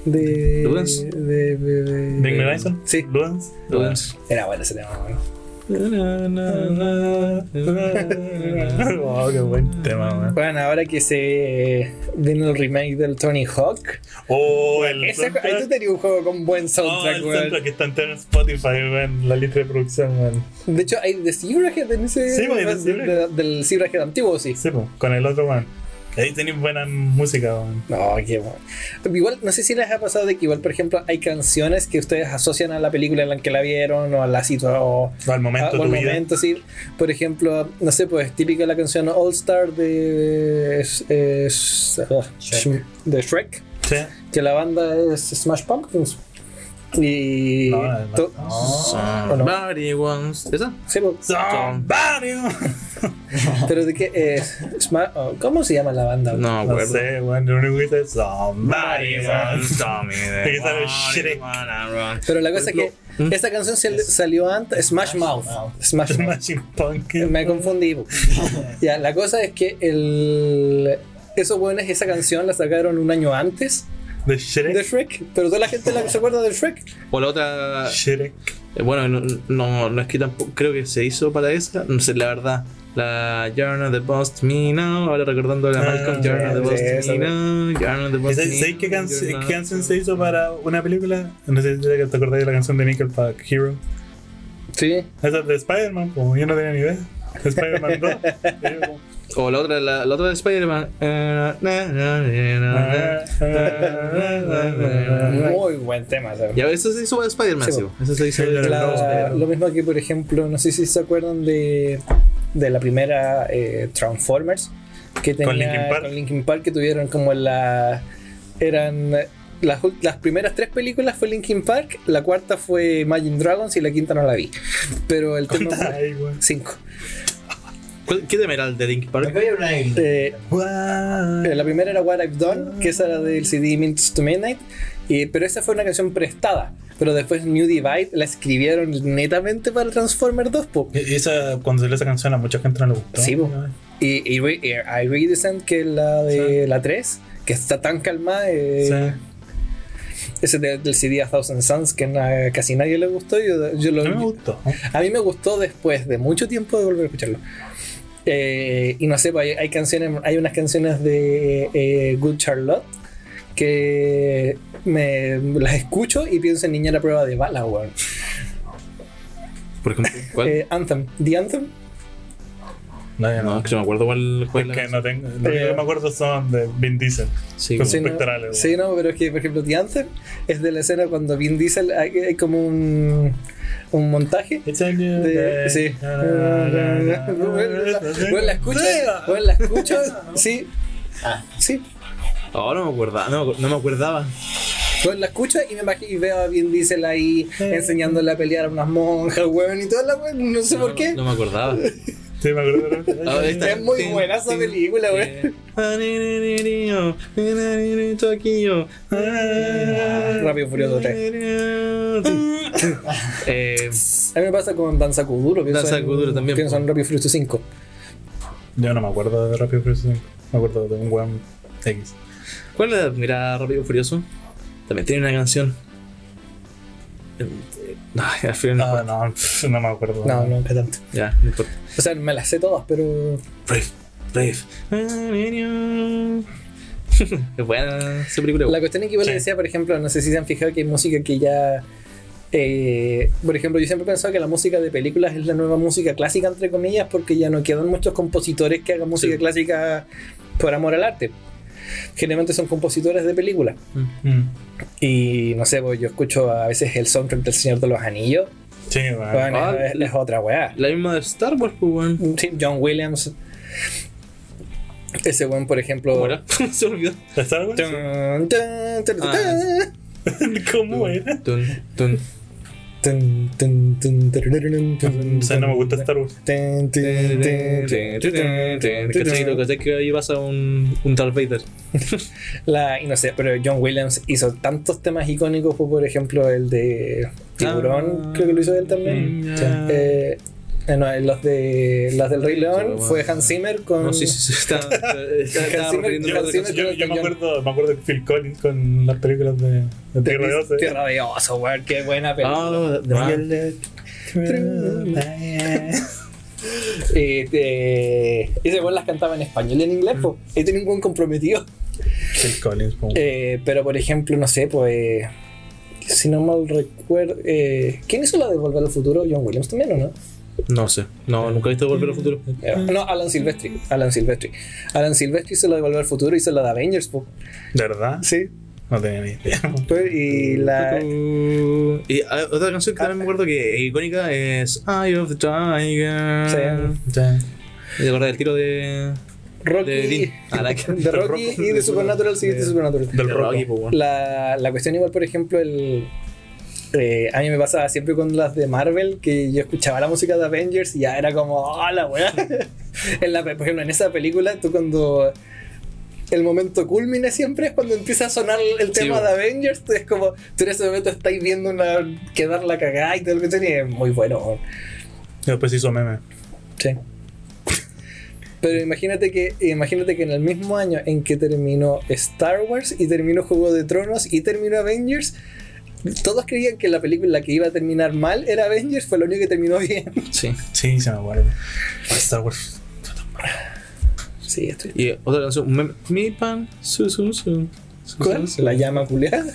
Speaker 4: de.
Speaker 2: Ludens?
Speaker 4: de. de. de-
Speaker 3: Bring Me Horizon.
Speaker 4: Sí.
Speaker 3: Ludens.
Speaker 2: Entonces,
Speaker 4: Era bueno ese tema, weón.
Speaker 3: oh, qué buen tema, weón.
Speaker 4: Bueno, ahora que se eh, viene el remake del Tony Hawk,
Speaker 3: Oh, el.
Speaker 4: ese,
Speaker 3: soundtrack.
Speaker 4: ahí tú tenías un juego con buen
Speaker 3: Oh,
Speaker 4: soundtrack,
Speaker 3: el
Speaker 4: weón.
Speaker 3: soundtrack que está entero en Spotify, weón. La lista de producción, weón.
Speaker 4: De hecho, hay de Zebrahead en ese.
Speaker 3: Sí, güey, de
Speaker 4: de- de- del Zebrahead antiguo, sí.
Speaker 3: Sí, po, con el otro, weón. Ahí tenéis buena música, weón.
Speaker 4: No, qué bueno. Igual, no sé si les ha pasado de que, igual, por ejemplo, hay canciones que ustedes asocian a la película en la que la vieron o a la situación. O
Speaker 3: Al
Speaker 4: a-
Speaker 3: momento
Speaker 4: o
Speaker 3: de
Speaker 4: al
Speaker 3: tu vida.
Speaker 4: Ah, momento, sí. Por ejemplo, no sé, pues típica la canción All Star de. es- es- ah, Shrek. De Shrek,
Speaker 3: Sí.
Speaker 4: que la banda es Smash Pumpkins. Y.
Speaker 3: No, además,
Speaker 4: to-
Speaker 2: Somebody wants. ¿Esa?
Speaker 4: sí, pues,
Speaker 3: Somebody.
Speaker 4: pero de qué es. Sma- oh, ¿Cómo se llama la banda? güey?
Speaker 2: No,
Speaker 3: No
Speaker 2: weón.
Speaker 3: sé, weón. Lo único que dice es Somebody. weón.
Speaker 2: Aquí
Speaker 3: Aquí sale Shrek.
Speaker 4: Pero la cosa es que
Speaker 3: ¿eh?
Speaker 4: esta canción se- salió antes, Smash Mouth. Smash Mouth.
Speaker 3: Smashing Pumpkins.
Speaker 4: Me confundí. po. ya, la cosa es que el... esos buenos, esa canción la sacaron un año antes
Speaker 3: De
Speaker 4: de
Speaker 3: Shrek.
Speaker 4: Shrek, pero toda la gente la, se acuerda de Shrek.
Speaker 2: O la otra.
Speaker 3: Shrek.
Speaker 2: eh, Bueno, no, no, no es que tampoco. Creo que se hizo para esa. No sé, la verdad. La Yarn of the Bust Me Now. Ahora recordando la
Speaker 3: Ah,
Speaker 2: Malcolm Yarn of the
Speaker 4: sí,
Speaker 2: Bust
Speaker 4: esa,
Speaker 2: Me Now. Yarn of the Bust Me
Speaker 3: ¿Sabes sabes qué
Speaker 2: Now,
Speaker 3: canc-
Speaker 2: Yarn of-
Speaker 3: qué canción se hizo para una película? No sé si te acordás de la canción de Nickelback, Hero.
Speaker 4: Sí.
Speaker 3: Esa es de Spider-Man, como yo no tenía ni idea. Spider-Man 2. Yo como,
Speaker 2: O la otra, la, la otra de Spider-Man. Eh, na, na, na, na, na, na, na, na.
Speaker 4: Muy buen tema. ¿sabes?
Speaker 2: Ya, eso se hizo para Spider-Man,
Speaker 4: Sí,
Speaker 2: sí.
Speaker 4: bo.
Speaker 2: Eso se hizo
Speaker 3: Sí,
Speaker 2: para
Speaker 3: la-
Speaker 4: La- lo mismo que, por ejemplo, no sé si se acuerdan de, de la primera eh, Transformers que tenía,
Speaker 3: Linkin Park.
Speaker 4: con Linkin Park, que tuvieron como la. Eran. Las, ul- las primeras tres películas fue Linkin Park, la cuarta fue Imagine Dragons y la quinta no la vi. Pero el tema fue
Speaker 3: Ay, weón.
Speaker 4: cinco.
Speaker 2: ¿Cuál- ¿Qué tema era el de Link Park?
Speaker 4: Eh,
Speaker 3: Guau.
Speaker 4: eh, la primera era What I've Done, que esa era del CD Minutes to Midnight, y- pero esa fue una canción prestada. Pero después New Divide la escribieron netamente para Transformers 2, po.
Speaker 3: Y E-, Esa, cuando salió esa canción a mucha gente no le gustó.
Speaker 4: Sí, po. Y, y, re- y I Redescend, que es la de la 3, que está tan calmada. eh,
Speaker 3: Sí.
Speaker 4: Ese de- del CD A Thousand Suns, que na- casi nadie le gustó. Yo, yo lo,
Speaker 3: No me gustó.
Speaker 4: a mí me gustó después de mucho tiempo de volver a escucharlo. Eh, y no sé, pues, hay, hay canciones, hay unas canciones de eh, Good Charlotte que me las escucho y pienso en niñera prueba de bala, weón.
Speaker 2: Por ejemplo, ¿cuál?
Speaker 4: Eh, Anthem, The Anthem.
Speaker 3: No, yo
Speaker 2: no,
Speaker 3: no.
Speaker 2: es que no me acuerdo cuál.
Speaker 3: Es
Speaker 2: cuál
Speaker 3: que
Speaker 2: era.
Speaker 3: no tengo. Lo único
Speaker 4: Eh,
Speaker 3: que me acuerdo son de Vin Diesel.
Speaker 2: Sí,
Speaker 3: Pues-
Speaker 4: Sí, no,
Speaker 3: espectrales,
Speaker 4: sí, no, pero es que, por ejemplo, The Anthem es de la escena cuando Vin Diesel hay, hay como un, un montaje.
Speaker 3: It's a new
Speaker 4: De,
Speaker 3: day.
Speaker 4: sí.
Speaker 3: Na, na, na, na, na.
Speaker 4: Bueno, la escucho, bueno, la escucho, sí. Sí,
Speaker 2: Ahora no me acordaba. No, no me acordaba.
Speaker 4: bueno, la escucho y me imagino y veo a Vin Diesel ahí enseñándole a pelear a unas monjas, weón, y toda la weón, no sé
Speaker 2: No me
Speaker 4: por qué.
Speaker 2: acordaba.
Speaker 3: Sí, me acuerdo.
Speaker 2: Ahora está.
Speaker 4: Es muy
Speaker 2: Tin,
Speaker 4: buena esa
Speaker 2: tin,
Speaker 4: película, weón.
Speaker 2: tin. Ah, ni, ni, ni, ni, oh. Ni, ni, ni, ni, Tokio. Ah.
Speaker 4: Rápido y Furioso tres.
Speaker 2: Eh,
Speaker 4: A mí me pasa con Danza Kuduro, pienso
Speaker 2: Danza
Speaker 4: en-
Speaker 2: Kuduro también,
Speaker 4: Pienso en
Speaker 2: po.
Speaker 4: Rapid Furious 5.
Speaker 3: Yo no me acuerdo de Rápido y Furioso cinco. Me acuerdo de un weón X.
Speaker 2: ¿Cuál era? Mira, Rápido y Furioso. También tiene una canción. Eh, eh, Ay, al final no
Speaker 3: Ah,
Speaker 2: importa.
Speaker 3: no, pf, no me acuerdo.
Speaker 4: No, nunca tanto.
Speaker 2: Ya, no importa.
Speaker 4: O sea, me las sé todas, pero.
Speaker 2: Brave, Brave. Es buena esa película.
Speaker 4: La cuestión es que igual
Speaker 3: Sí.
Speaker 4: le decía, por ejemplo, no sé si se han fijado que hay música que ya. eh, por ejemplo, yo siempre he pensado que la música de películas es la nueva música clásica, entre comillas, porque ya no quedan muchos compositores que hagan música
Speaker 2: Sí.
Speaker 4: clásica por amor al arte. Generalmente son compositores de películas.
Speaker 3: Mm.
Speaker 4: Y no sé, pues yo escucho a veces el soundtrack del Señor de los Anillos.
Speaker 3: Sí, weón.
Speaker 4: Bueno,
Speaker 2: ah,
Speaker 4: es, es otra weá.
Speaker 2: La misma de Star Wars, pues, weón.
Speaker 4: Sí, John Williams. Ese weón, por ejemplo.
Speaker 2: ¿Cómo era? Se olvidó.
Speaker 3: ¿Star Wars?
Speaker 4: Tun, tun, tun,
Speaker 2: Ah.
Speaker 3: ¿Cómo era?
Speaker 2: Tun, tun.
Speaker 4: tun, tun, tun, tarararun, tun,
Speaker 3: O sea, no me gusta
Speaker 4: tun,
Speaker 3: Star Wars.
Speaker 4: tun, tun, tun, tun, tun,
Speaker 2: ¿Cachai? Lo que
Speaker 4: tun.
Speaker 2: sé que ahí pasa un, un Darth Vader.
Speaker 4: La, y no sé, pero John Williams hizo tantos temas icónicos, pues, por ejemplo, el de Tiburón,
Speaker 2: Ah.
Speaker 4: creo que lo hizo él también.
Speaker 2: Mm,
Speaker 4: Sí.
Speaker 2: ya.
Speaker 4: Eh, eh, no, los de las del Rey León
Speaker 2: bueno.
Speaker 4: fue Hans Zimmer con
Speaker 2: No, sí, sí, sí. Está, está, está
Speaker 4: Hans Zimmer-
Speaker 2: refiriendo
Speaker 3: Yo,
Speaker 2: a otra
Speaker 4: Zimmer-
Speaker 2: cosa.
Speaker 3: yo- yo me,
Speaker 4: yo-
Speaker 3: acuerdo, me acuerdo de Phil Collins con las películas de, de Tierra de Osos.
Speaker 4: Tierra de Oso, weón, qué buena película.
Speaker 2: Ah, de más.
Speaker 4: Eh, eh, ese weón las cantaba en español y en inglés, pues. Ahí tenía un buen comprometido.
Speaker 3: Phil Collins, como-
Speaker 4: Eh, pero por ejemplo, no sé, pues. eh, si no mal recuerdo. eh, ¿Quién hizo la de Volver al Futuro? John Williams también, ¿o no?
Speaker 2: No sé. No, nunca he visto Volver al Futuro.
Speaker 4: Eh, No, Alan Silvestri. Alan Silvestri. Alan Silvestri hizo la de Volver al Futuro, hizo la de Avengers, po.
Speaker 3: ¿De verdad?
Speaker 4: Sí.
Speaker 3: No tenía ni idea.
Speaker 4: Y la.
Speaker 2: Y ah, otra canción que también me acuerdo que es icónica es Eye of the Tiger.
Speaker 4: Sí.
Speaker 2: ¿Te acuerdas del tiro de,
Speaker 4: Rocky.
Speaker 2: de Dean? Ah, la que-
Speaker 4: De Rocky y de Supernatural, sí, de Supernatural.
Speaker 3: Del
Speaker 2: de
Speaker 3: rock.
Speaker 2: Rocky, pues, weón.
Speaker 4: La, la cuestión igual, por ejemplo, el... eh, a mí me pasaba siempre con las de Marvel, que yo escuchaba la música de Avengers y ya era como, ¡oh, la weá! en la, pe- por ejemplo, en esa película, tú cuando... El momento culmine siempre es cuando empieza a sonar el
Speaker 2: Sí, pues.
Speaker 4: tema
Speaker 2: bueno.
Speaker 4: de Avengers. Tú es como, tú en ese momento estáis viendo una, quedar la cagada y todo lo que tiene. Es muy bueno. weón.
Speaker 3: Y después pues hizo meme.
Speaker 4: Sí. Pero imagínate que, imagínate que en el mismo año en que terminó Star Wars y terminó Juego de Tronos y terminó Avengers, todos creían que la película que iba a terminar mal era Avengers, fue la única que terminó bien.
Speaker 2: Sí.
Speaker 3: Sí, se me acuerda. Star Wars.
Speaker 4: Sí, estoy.
Speaker 2: Y otra canción, un meme. Mi pan, su, su, su. su,
Speaker 4: ¿Cuál?
Speaker 2: su, su.
Speaker 4: La llama culiada.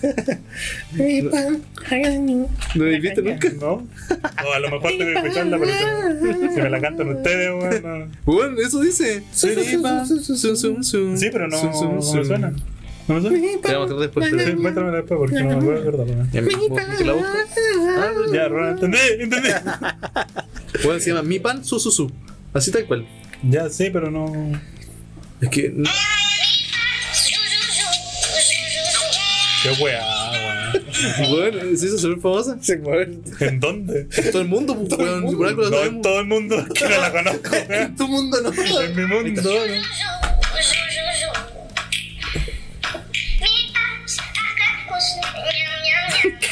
Speaker 4: Mi pan, háganme.
Speaker 2: ¿No la viste nunca?
Speaker 3: ¿No? O a lo mejor tengo que escucharla, pero si- si me la cantan ustedes, bueno.
Speaker 2: Bueno, eso dice.
Speaker 4: Su, su,
Speaker 2: Mi pan,
Speaker 4: su, su,
Speaker 2: su, su, su.
Speaker 3: Sí, pero no,
Speaker 2: Su, su,
Speaker 3: no
Speaker 2: su.
Speaker 3: me suena. No me suena.
Speaker 2: Te la voy a mostrar después. ¿eh?
Speaker 3: Sí,
Speaker 2: pero-
Speaker 3: Muéstramela después porque no me acuerdo. weón.
Speaker 2: Ya, ¿por qué la busco? Ah,
Speaker 3: Ya, Ron, entendí, entendí.
Speaker 2: Bueno, se llama Mi pan, su, su, su. Así tal cual.
Speaker 3: Ya, sí, pero no.
Speaker 2: Es que. no-
Speaker 3: Qué weá, weón.
Speaker 2: Bueno, se hizo súper famosa.
Speaker 4: Se mueve.
Speaker 3: ¿En dónde?
Speaker 2: Todo el mundo, pues, weón. si Por algo la
Speaker 3: No, en
Speaker 2: sabemos.
Speaker 3: todo el mundo es que no la conozco.
Speaker 2: En tu mundo no.
Speaker 3: En mi mundo. ¿no?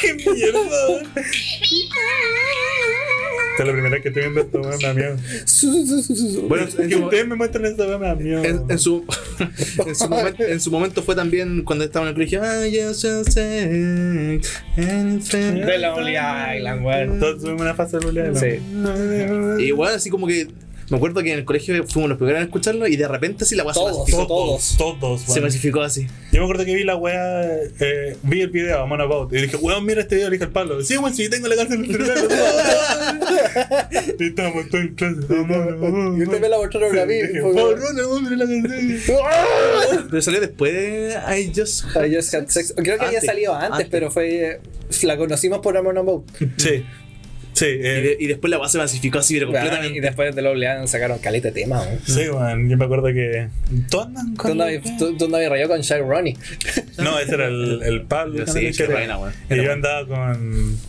Speaker 3: ¡Qué mierda! Esta es la primera vez que estoy viendo esto, weón, me da miedo.
Speaker 4: Su, su, su, su, su.
Speaker 2: Bueno, en
Speaker 3: Que
Speaker 2: su,
Speaker 3: ustedes me muestren esta weón, me da miedo.
Speaker 2: en, en su, en, su momen- en su momento fue también cuando estaba en el colegio. I just say anything.
Speaker 4: De la Only Island, weón.
Speaker 3: Todos tuvimos Ah, una fase de Julia.
Speaker 4: Sí.
Speaker 2: Y igual, así como que. Me acuerdo que en el colegio fuimos los primeros en escucharlo y de repente así la guasa
Speaker 4: Todos,
Speaker 2: masificó.
Speaker 3: Todos,
Speaker 4: Todos.
Speaker 3: todos,
Speaker 2: Se
Speaker 3: weón.
Speaker 2: masificó así.
Speaker 3: Yo me acuerdo que vi la weá, eh, vi el video a About y dije, weón, mira este video, le dije al Pablo, sí, weón, sí, tengo la cárcel en el celular. y estamos todos en clase.
Speaker 4: Yo te me la mostraron a mí. fue como, ¡Ah!
Speaker 3: mira la canción.
Speaker 2: Pero salió después de I just.
Speaker 4: I just had sex. Creo que había
Speaker 2: Antes,
Speaker 4: salido antes,
Speaker 2: antes.
Speaker 4: pero fue. La conocimos por Amor No Boat.
Speaker 3: Sí, sí,
Speaker 2: Y,
Speaker 3: eh,
Speaker 2: de- y después la guasa se masificó así, pero completamente.
Speaker 4: Y después de Love Lean sacaron caleta de tema. weón.
Speaker 3: sí, weón, yo me acuerdo que. ¿Todos andan
Speaker 4: ¿Tú
Speaker 3: con.?
Speaker 4: no habías- ¿Tú tú no habías rayado con Shai Ronnie?
Speaker 3: No, ese era el, el Pablo.
Speaker 2: Yo
Speaker 3: también,
Speaker 2: sí,
Speaker 3: que
Speaker 2: qué
Speaker 3: era-
Speaker 2: reina, weón.
Speaker 3: Y yo andaba con.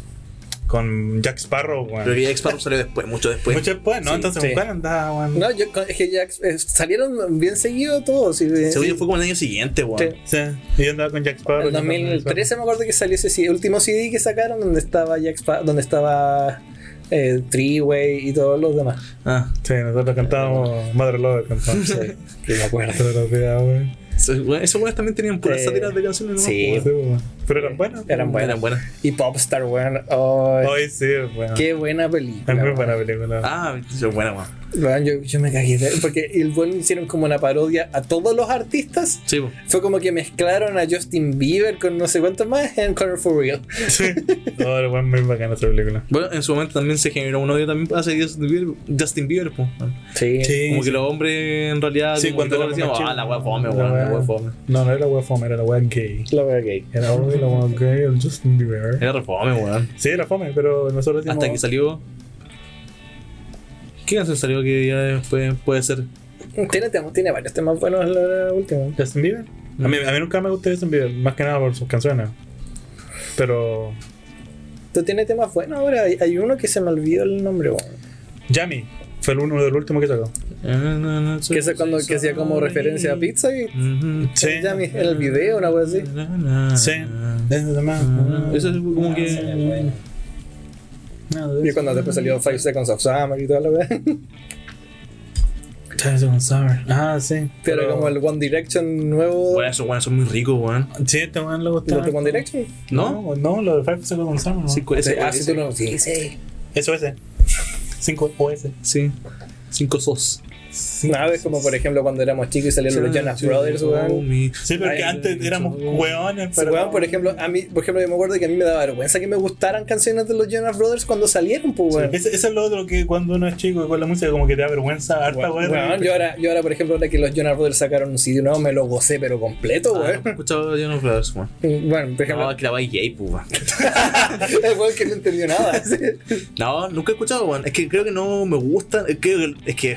Speaker 3: con Jack Sparrow, weón.
Speaker 2: Pero que X Parrop salió después, mucho después.
Speaker 3: Mucho después, ¿no?
Speaker 4: Sí,
Speaker 3: Entonces,
Speaker 4: sí.
Speaker 3: ¿cuál andaba, weón?
Speaker 4: No, yo, es que ya eh, salieron bien seguidos todos. y-
Speaker 2: Según
Speaker 4: sí.
Speaker 2: yo fue como el año siguiente, weón.
Speaker 4: Sí.
Speaker 3: Sí, y yo andaba con Jack Sparrow.
Speaker 4: En
Speaker 3: yo andaba con Jack Sparrow.
Speaker 4: 2013 me acuerdo que salió ese CD, último CD que sacaron donde estaba Jack Spa- donde estaba eh, Treeway y todos los demás.
Speaker 2: Ah,
Speaker 3: Sí, nosotros cantábamos Mother Lover, cantábamos. Sí,
Speaker 4: Que me acuerdo.
Speaker 3: todos los días, güey.
Speaker 2: esos güey- esos güeyes también tenían puras
Speaker 4: Sí.
Speaker 2: sátiras de canciones. nomás,
Speaker 4: Sí.
Speaker 2: po,
Speaker 3: Sí, güey. Pero eran buenas.
Speaker 4: Eran
Speaker 2: güey.
Speaker 4: buenas.
Speaker 2: Eran buenas.
Speaker 4: Y Popstar, weón. Oh,
Speaker 3: Hoy sí, bueno.
Speaker 4: qué buena película.
Speaker 3: Es muy
Speaker 4: weón.
Speaker 3: buena película.
Speaker 2: Ah, son buenas, weón.
Speaker 4: Weón, yo, yo me cagué. de- Porque el buen hicieron como una parodia a todos los artistas.
Speaker 2: Sí, po.
Speaker 4: Fue como que mezclaron a Justin Bieber con no sé cuántos más en Color for Real.
Speaker 3: Sí. No, era muy bacana esa película.
Speaker 2: Bueno, en su momento también se generó un odio también hacia Justin Bieber, Justin Bieber po.
Speaker 4: Sí.
Speaker 2: Como que los hombres en realidad
Speaker 3: Sí,
Speaker 2: como
Speaker 3: cuando
Speaker 2: que todos
Speaker 3: éramos
Speaker 2: decíamos,
Speaker 3: más chicos.
Speaker 2: ah, la wea fome,
Speaker 3: La
Speaker 2: weón, la
Speaker 3: wea-
Speaker 2: wea fome.
Speaker 3: No, no era la wea fome, era la wea gay.
Speaker 4: La wea gay.
Speaker 3: Era obvio la wea gay, el Justin Bieber.
Speaker 2: Era re fome, weón.
Speaker 3: Sí, era fome, pero nosotros decíamos.
Speaker 2: Hasta que salió. ¿Qué canción salió que ya después puede ser?
Speaker 4: Tiene, temas- tiene varios temas buenos la, la última.
Speaker 3: Justin Bieber. A mí, a mí nunca me gustó Justin Bieber, más que nada por sus canciones. Pero.
Speaker 4: Tú tienes temas buenos ahora. Hay, hay uno que se me olvidó el nombre, weón.
Speaker 3: Yami fue el uno del último que sacó.
Speaker 4: Que es cuando que hacía como referencia a Pizza y
Speaker 2: Ujú.
Speaker 3: Sí.
Speaker 4: ya mi- en el video, una wea así.
Speaker 3: Sí.
Speaker 2: Ah. Eso es como que.
Speaker 4: Y cuando después salió Five Seconds of Summer y toda la wea.
Speaker 3: Ah, sí.
Speaker 4: Pero era como el One Direction nuevo.
Speaker 2: Bueno, esos weones son muy ricos, weón.
Speaker 3: Sí, este weón le gustaba.
Speaker 4: ¿Los de One Direction?
Speaker 2: ¿No?
Speaker 3: No, no, lo de Five Seconds Summer. ¿no? eh.
Speaker 2: Sí, cu- ese-
Speaker 4: ah,
Speaker 2: ese-
Speaker 4: sí, tú no. Sí, sí.
Speaker 3: SOS. 5 OS.
Speaker 2: Sí. Cinco sos.
Speaker 4: Una vez como por ejemplo cuando éramos chicos y salieron los Jonas Brothers, weón.
Speaker 3: Sí, porque antes éramos weones,
Speaker 4: Sí,
Speaker 3: pero.
Speaker 4: weón, por ejemplo, a mí, por ejemplo, yo me acuerdo que a mí me daba vergüenza que me gustaran canciones de los Jonas Brothers cuando salieron, pues, weón.
Speaker 3: Ese, ese es lo otro que cuando uno es chico y con la música, como que te da vergüenza harta, weón.
Speaker 4: Weón, yo ahora, yo ahora, por ejemplo, ahora que los Jonas Brothers sacaron un CD nuevo, me lo gocé, pero completo,
Speaker 2: Ah,
Speaker 4: weón.
Speaker 2: no, escuchaba Jonas Brothers, weón.
Speaker 4: Bueno, por ejemplo,
Speaker 2: No, que la va gay, pues, weón.
Speaker 4: el weón que no entendió nada. sí.
Speaker 2: No, nunca he escuchado, weón. Es que creo que no me gustan. Es que. Es que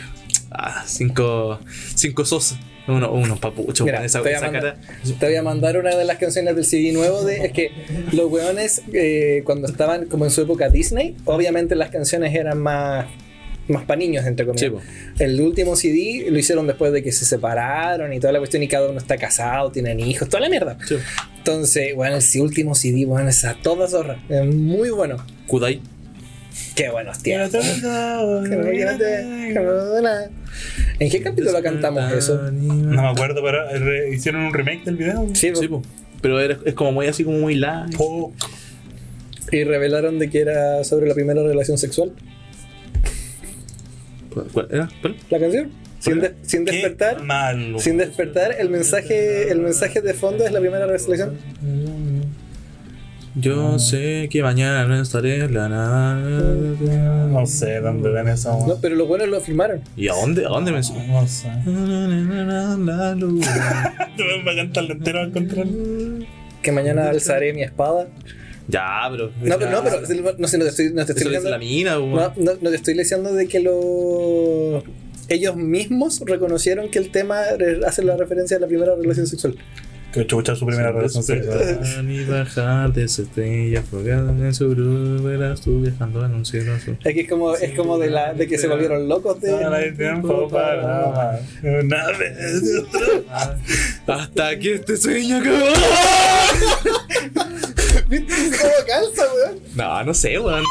Speaker 2: ah, cinco. Cinco sos. Uno, unos papuchos,
Speaker 4: Mira,
Speaker 2: weón. Esa,
Speaker 4: te voy a
Speaker 2: esa
Speaker 4: mandar-
Speaker 2: cara.
Speaker 4: Te voy a mandar una de las canciones del CD nuevo de. Es que los weones, eh, cuando estaban como en su época Disney, obviamente las canciones eran más. Más para niños, entre comillas.
Speaker 2: Sí, po.
Speaker 4: El último CD lo hicieron después de que se separaron y toda la cuestión, y cada uno está casado, tienen hijos, toda la mierda.
Speaker 2: Sí.
Speaker 4: Entonces, bueno, el último CD, bueno, es a todas zorra. Es muy bueno.
Speaker 2: Kudai.
Speaker 4: Qué buenos
Speaker 3: Pero
Speaker 4: tiempos.
Speaker 3: te gustaba, weón.
Speaker 4: ¿En qué capítulo cantamos eso?
Speaker 3: No me
Speaker 2: No,
Speaker 3: acuerdo, pero eh, re- hicieron un remake del video.
Speaker 4: Sí,
Speaker 2: sí, po. Pero era- es como muy así, como muy light.
Speaker 3: Po-
Speaker 4: y revelaron de que era sobre la primera relación sexual.
Speaker 2: ¿Cuál era? ¿Cuál?
Speaker 4: La canción. Sin, de- sin
Speaker 3: qué Ah,
Speaker 4: despertar.
Speaker 3: Malo.
Speaker 4: Sin despertar, el mensaje, el mensaje de fondo es la primera relación. Ah.
Speaker 2: Yo sé que mañana no estaré en la nada.
Speaker 3: No sé dónde ven esa weón.
Speaker 4: No, pero los buenos lo filmaron.
Speaker 2: ¿Y a dónde? ¿A dónde me
Speaker 3: No sé. Te voy a cantar entero al control.
Speaker 4: Que mañana alzaré mi espada.
Speaker 2: Ya, pero.
Speaker 4: No,
Speaker 3: Pues
Speaker 4: pero no, pero no, sé, no te estoy, no te
Speaker 2: Eso
Speaker 4: estoy
Speaker 2: lo dice la
Speaker 4: leyendo.
Speaker 2: mina, weón.
Speaker 4: No, no, no te estoy leyendo de que lo. Ellos mismos reconocieron que el tema hace la referencia a la primera relación sexual.
Speaker 3: Que chucha su primera
Speaker 4: pues,
Speaker 3: relación sexual.
Speaker 2: Ni bajar de esa estrella Fogada en su cruz Verás tú viajando en un cielo azul
Speaker 4: Aquí es como, es como de, la, de que se volvieron locos de.
Speaker 3: No hay tiempo para nada. Una vez.
Speaker 2: Hasta que este sueño acabó
Speaker 4: ¿Cómo calza, weón?
Speaker 2: No, no sé, weón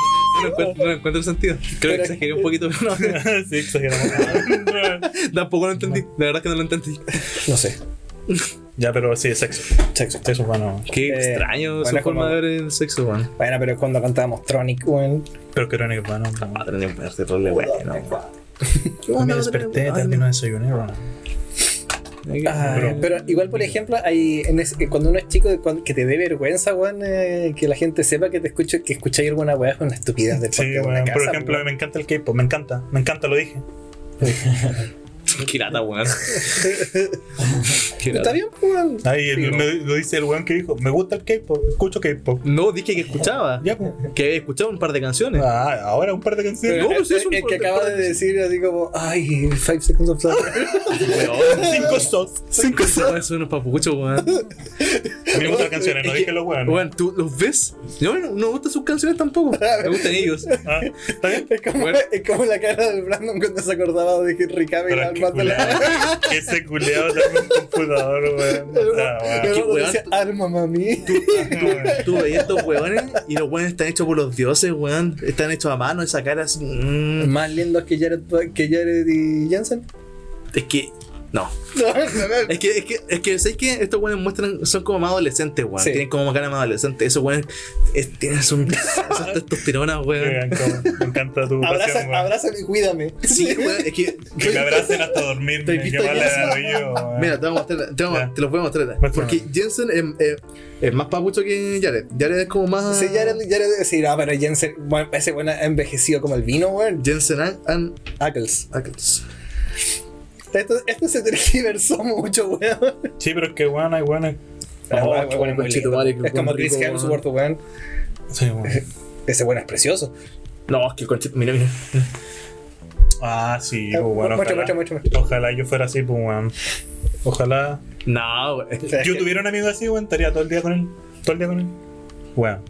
Speaker 2: no encuentro, no encuentro sentido. Creo que
Speaker 4: Pero-
Speaker 2: exageré un poquito, pero no.
Speaker 3: sí, exageramos.
Speaker 2: Tampoco lo entendí. La verdad es que no lo entendí.
Speaker 4: No sé.
Speaker 3: ya, pero sí, es sexo. Sexo. Sexo humano.
Speaker 2: Qué
Speaker 4: Eh,
Speaker 2: extraño
Speaker 4: bueno,
Speaker 2: su forma
Speaker 4: como-
Speaker 2: de ver el sexo, weón.
Speaker 4: Bueno, pero es cuando cantábamos Tronic, weón.
Speaker 3: Pero que irónico, humano. no.
Speaker 2: Madre mía, este rol de bueno.
Speaker 3: Me desperté, también no desayuné, weón.
Speaker 4: Ay,
Speaker 3: Pero-
Speaker 4: Ah, pero igual, por ejemplo, hay, en ese- cuando uno es chico cuan- que te dé vergüenza, weón, eh, que la gente sepa que te escucha, que escucháis alguna weá es una estupidez del
Speaker 3: Sí,
Speaker 4: podcast de una
Speaker 3: weón. Por
Speaker 4: casa,
Speaker 3: ejemplo,
Speaker 4: weón.
Speaker 3: me encanta el K-pop. Me encanta. Me encanta, lo dije.
Speaker 2: Qué lata, weón. Qué lata.
Speaker 4: Está bien, pues, weón.
Speaker 3: Ahí el-
Speaker 4: Sí, no.
Speaker 3: me- lo dice el weón que dijo: Me gusta el K-pop, escucho K-pop.
Speaker 2: No, dije que escuchaba.
Speaker 3: Ya, pues.
Speaker 2: Que había escuchado un par de canciones.
Speaker 3: Ah, ahora un par de
Speaker 4: Pero
Speaker 3: canciones.
Speaker 2: No, pues
Speaker 4: el,
Speaker 2: es un-
Speaker 4: el que acaba de decir así como, ay, Five Seconds of Summer.
Speaker 2: Weón.
Speaker 3: Uh, Cinco sos.
Speaker 2: Cinco soles son unos papuchos, weón.
Speaker 3: A mí me gustan las canciones, no
Speaker 2: Es que-
Speaker 3: dije los weones.
Speaker 2: Weón, ¿tú los ves? No, no, no me gustan sus canciones tampoco. Me gustan ellos.
Speaker 3: Ah, Está bien.
Speaker 4: Es como,
Speaker 2: Bueno.
Speaker 4: es como la cara del Brandon cuando se acordaba de Henry Cavill
Speaker 3: Pero
Speaker 4: armando la-
Speaker 3: que culeado, ese culeado también computador, weón. Ah,
Speaker 4: Yo
Speaker 3: weón.
Speaker 2: Qué
Speaker 4: cuando
Speaker 2: weón.
Speaker 4: dice, arma mami.
Speaker 2: Tú veías estos hueones y los hueones están hechos por los dioses, weón. Están hechos a mano, esa cara así. mm.
Speaker 4: Más lindos que Jared, que Jared y Jensen.
Speaker 2: Es que. No. Es que, es que, es que, ¿sabes qué? Estos weones muestran, son como más adolescentes, weón.
Speaker 4: Sí.
Speaker 2: Tienen como cara más adolescente. Esos weones es- tienen son, esas testosteronas,
Speaker 3: Weón,
Speaker 2: weón.
Speaker 3: cómo- Me encanta tu pasión,
Speaker 4: Abrázame,
Speaker 3: weón.
Speaker 4: abrázame y cuídame.
Speaker 2: Sí, weón. Es que.
Speaker 3: Que me abracen hasta dormir.
Speaker 2: ¿Te has
Speaker 3: Que
Speaker 2: visto
Speaker 3: vale
Speaker 2: eso?
Speaker 3: a yo, weón.
Speaker 2: Mira, te, voy a mostrar- te, voy a-
Speaker 3: Ya.
Speaker 2: te los voy a mostrar.
Speaker 3: Muéstrame.
Speaker 2: Porque Jensen es, es- es más papucho que Jared. Jared es como más.
Speaker 4: Sí, Jared, Jared, sí, no, pero Jensen, bueno, ese bueno ha envejecido como el vino, weón.
Speaker 2: Jensen and, and
Speaker 4: Ackles.
Speaker 2: Ackles.
Speaker 4: Esto, esto se tergiversó mucho, weón.
Speaker 3: Sí, pero es que weón, hay weones.
Speaker 4: Pero,
Speaker 2: Oh, qué
Speaker 4: weón, weón,
Speaker 2: bueno,
Speaker 4: es muy
Speaker 2: conchito,
Speaker 4: lindo.
Speaker 2: madre, qué
Speaker 4: Es como
Speaker 2: buen
Speaker 4: Chris
Speaker 2: rico, weón.
Speaker 4: Hemsworth, weón.
Speaker 3: Sí, weón.
Speaker 4: Ese bueno es precioso.
Speaker 2: No, es que el conchito. Mira, mira.
Speaker 3: Ah, sí,
Speaker 4: Eh,
Speaker 3: pues weón.
Speaker 4: muestra,
Speaker 3: ojalá-
Speaker 4: muestra, muestra.
Speaker 3: Ojalá yo fuera así, pues weón. Ojalá.
Speaker 2: No, weón.
Speaker 4: sea, es
Speaker 3: Yo
Speaker 4: que-
Speaker 3: tuviera un amigo así, weón, estaría todo el día con él. Todo el día con él. Weón.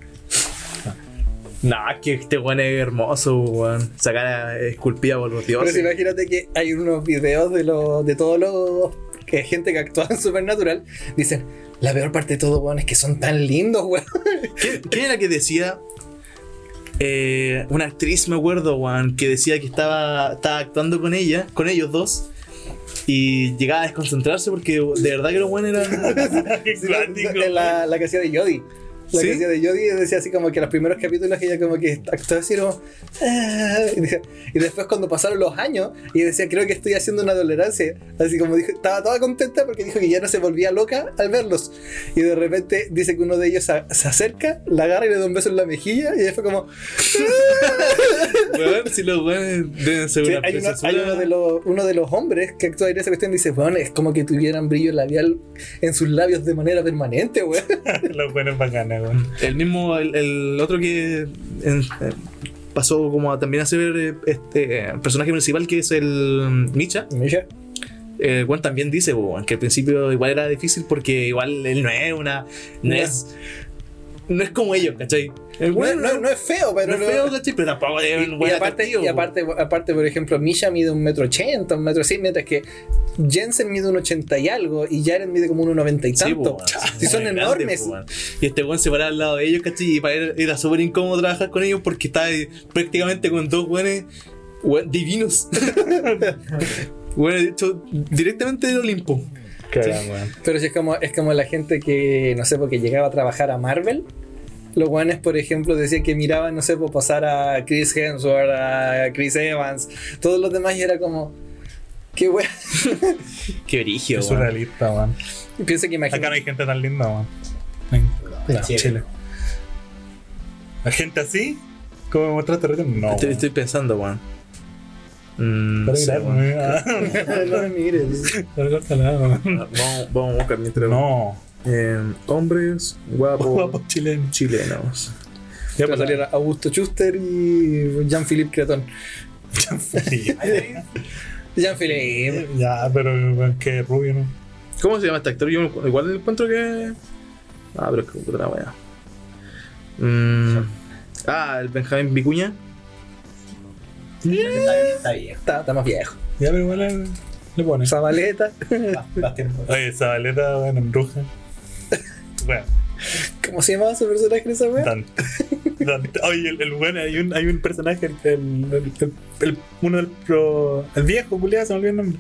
Speaker 2: No, es que este weón es hermoso, weón. Esa cara esculpida por los
Speaker 4: Pero
Speaker 2: dioses.
Speaker 4: si imagínate que hay unos videos de los de todos los que gente que actúa en Supernatural dicen la peor parte de todo, weón, es que son tan lindos, weón.
Speaker 2: ¿Quién, quién era que decía? Eh, una actriz, me acuerdo, weón, que decía que estaba, estaba actuando con ella, con ellos dos. Y llegaba a desconcentrarse porque de verdad que los weones eran.
Speaker 3: Qué
Speaker 4: Sí, la,
Speaker 3: cuático.
Speaker 4: la- la- la que hacía de Jodie. La
Speaker 2: ¿Sí?
Speaker 4: que hacía de Jodie decía así como que los primeros capítulos ella como que actuaba así como, "Ah", y, decía- y después cuando pasaron los años ella decía creo que estoy haciendo una tolerancia. Así como dijo, estaba toda contenta porque dijo que ya no se volvía loca al verlos. Y de repente dice que uno de ellos se, se acerca, la agarra y le da un beso en la mejilla y ella fue como...
Speaker 2: Weón, si los weones deben ser
Speaker 4: Sí,
Speaker 2: una
Speaker 4: hay, uno,
Speaker 2: preciosura.
Speaker 4: hay uno de los, uno de los hombres que actúa en esa cuestión dice, bueno, es como que tuvieran brillo labial en sus labios de manera permanente, weón.
Speaker 3: Los buenos bacanes, weón.
Speaker 2: El mismo, el, el otro que en- eh, pasó como a también a ser eh, este eh, personaje principal que es el mm, Micha,
Speaker 4: Mira.
Speaker 2: eh, Juan también dice weón, que al principio igual era difícil porque igual él no es una. No,
Speaker 4: No.
Speaker 2: es. No es como ellos, ¿cachai? El
Speaker 4: No,
Speaker 2: weón
Speaker 4: no- no es feo, pero
Speaker 2: no es feo, ¿cachai? Pero tampoco es un
Speaker 4: y
Speaker 2: weón
Speaker 4: aparte,
Speaker 2: atractivo,
Speaker 4: y aparte, aparte, por ejemplo, Misha mide un metro ochenta, un metro cien, mientras que Jensen mide un ochenta y algo y Jaren mide como un noventa y
Speaker 2: Sí,
Speaker 4: tanto.
Speaker 2: weón,
Speaker 4: si
Speaker 2: son
Speaker 4: son
Speaker 2: grandes,
Speaker 4: enormes.
Speaker 2: weón. Y este weón se paraba al lado de ellos, ¿cachai? Y para él era súper incómodo trabajar con ellos porque estaba eh, prácticamente con dos weones weón, divinos. Bueno, de hecho, directamente del Olimpo.
Speaker 3: Cagán, weón.
Speaker 4: pero si es como, es como la gente que, no sé, porque llegaba a trabajar a Marvel. Los guanes, por ejemplo, decían que miraban, no sé, por pasar a Chris Hemsworth, a Chris Evans, todos los demás, y era como, qué wea.
Speaker 2: Qué origio,
Speaker 3: Qué surrealista, weón.
Speaker 4: Piensa que
Speaker 3: Acá no
Speaker 4: imagínate.
Speaker 3: hay gente tan linda, weón. En
Speaker 4: No,
Speaker 3: Chile. ¿La gente así? ¿Cómo me mostraste recién? No.
Speaker 2: Estoy,
Speaker 3: weón.
Speaker 2: estoy pensando, weón. Mm,
Speaker 3: Para
Speaker 2: no sé,
Speaker 3: mirarme,
Speaker 2: este- weón.
Speaker 3: ah,
Speaker 4: no me mires.
Speaker 3: para cortarla, weón.
Speaker 2: Vamos, vamos a buscar mientras.
Speaker 3: No.
Speaker 2: Eh, hombres
Speaker 4: Oh.
Speaker 2: guapos
Speaker 3: Guapo chileno.
Speaker 2: chilenos.
Speaker 3: Ya
Speaker 4: Te va a
Speaker 3: pues,
Speaker 4: salir Augusto Schuster y Jean-Philippe Creton.
Speaker 3: Sí.
Speaker 4: Jean-Philippe.
Speaker 3: Ya, pero weón, que rubio, ¿no?
Speaker 2: ¿Cómo se llama este actor? Yo igual encuentro que. Ah, pero es que puta la wea. Mm, Ah, el Benjamín Vicuña.
Speaker 5: Está bien.
Speaker 4: Está, está más viejo.
Speaker 3: Ya, pero igual eh, le pones.
Speaker 4: Zabaleta.
Speaker 5: Bastián.
Speaker 3: Oye, Zabaleta, weón, en bruja. Weón.
Speaker 4: ¿Cómo se llamaba su personaje en esa wea?
Speaker 3: Dante. Dante. Oye, el, el bueno, hay un, hay un personaje, el, el, el- el- uno del pro- el viejo, culiado, se me olvidó el nombre.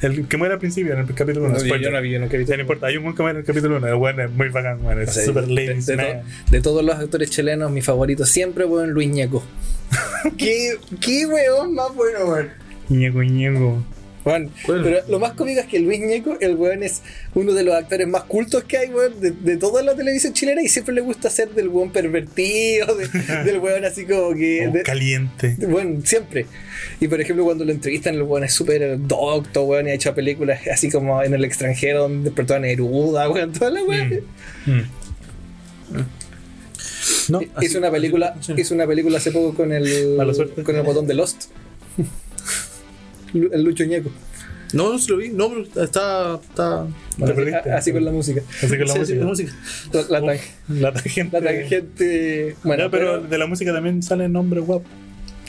Speaker 3: El que muere al principio, en el capítulo 1. No,
Speaker 4: vi, yo nunca he
Speaker 3: no importa, hay un buen que muere en el capítulo 1. El bueno es muy bacán, bueno, es
Speaker 4: O sea,
Speaker 3: super
Speaker 4: de-
Speaker 3: ladies,
Speaker 4: de
Speaker 3: man.
Speaker 4: De todos los actores chilenos, mi favorito siempre fue Luis Ñeco. ¿Qué, ¿Qué weón más bueno, weón?
Speaker 3: Ñego, Ñego.
Speaker 4: Weón,
Speaker 2: ¿Cuál?
Speaker 4: pero lo más cómico es que Luis Ñeco, el weón es uno de los actores más cultos que hay, weón, de, de toda la televisión chilena y siempre le gusta ser del weón pervertido, de- del weón así como que...
Speaker 3: Oh,
Speaker 4: de-
Speaker 3: caliente.
Speaker 4: Bueno, siempre. Y por ejemplo, cuando lo entrevistan, el weón es súper docto, weón, y ha hecho películas así como en el extranjero, donde despertó a Neruda, weón, toda la weón.
Speaker 3: Mm. Mm. No,
Speaker 4: Hizo una película, hizo una película hace poco con el
Speaker 3: Mala suerte.
Speaker 4: con el botón de Lost. Lu- El Lucho Ñeco.
Speaker 2: No, no se lo vi. No, pero está. está...
Speaker 3: Te perdiste.
Speaker 4: Así, así con la música.
Speaker 3: así que la
Speaker 2: Sí, sí,
Speaker 3: música.
Speaker 4: La, la tan-
Speaker 3: La tangente.
Speaker 4: la tangente. Bueno,
Speaker 3: No, pero,
Speaker 4: pero,
Speaker 3: de la música también salen nombres guapos.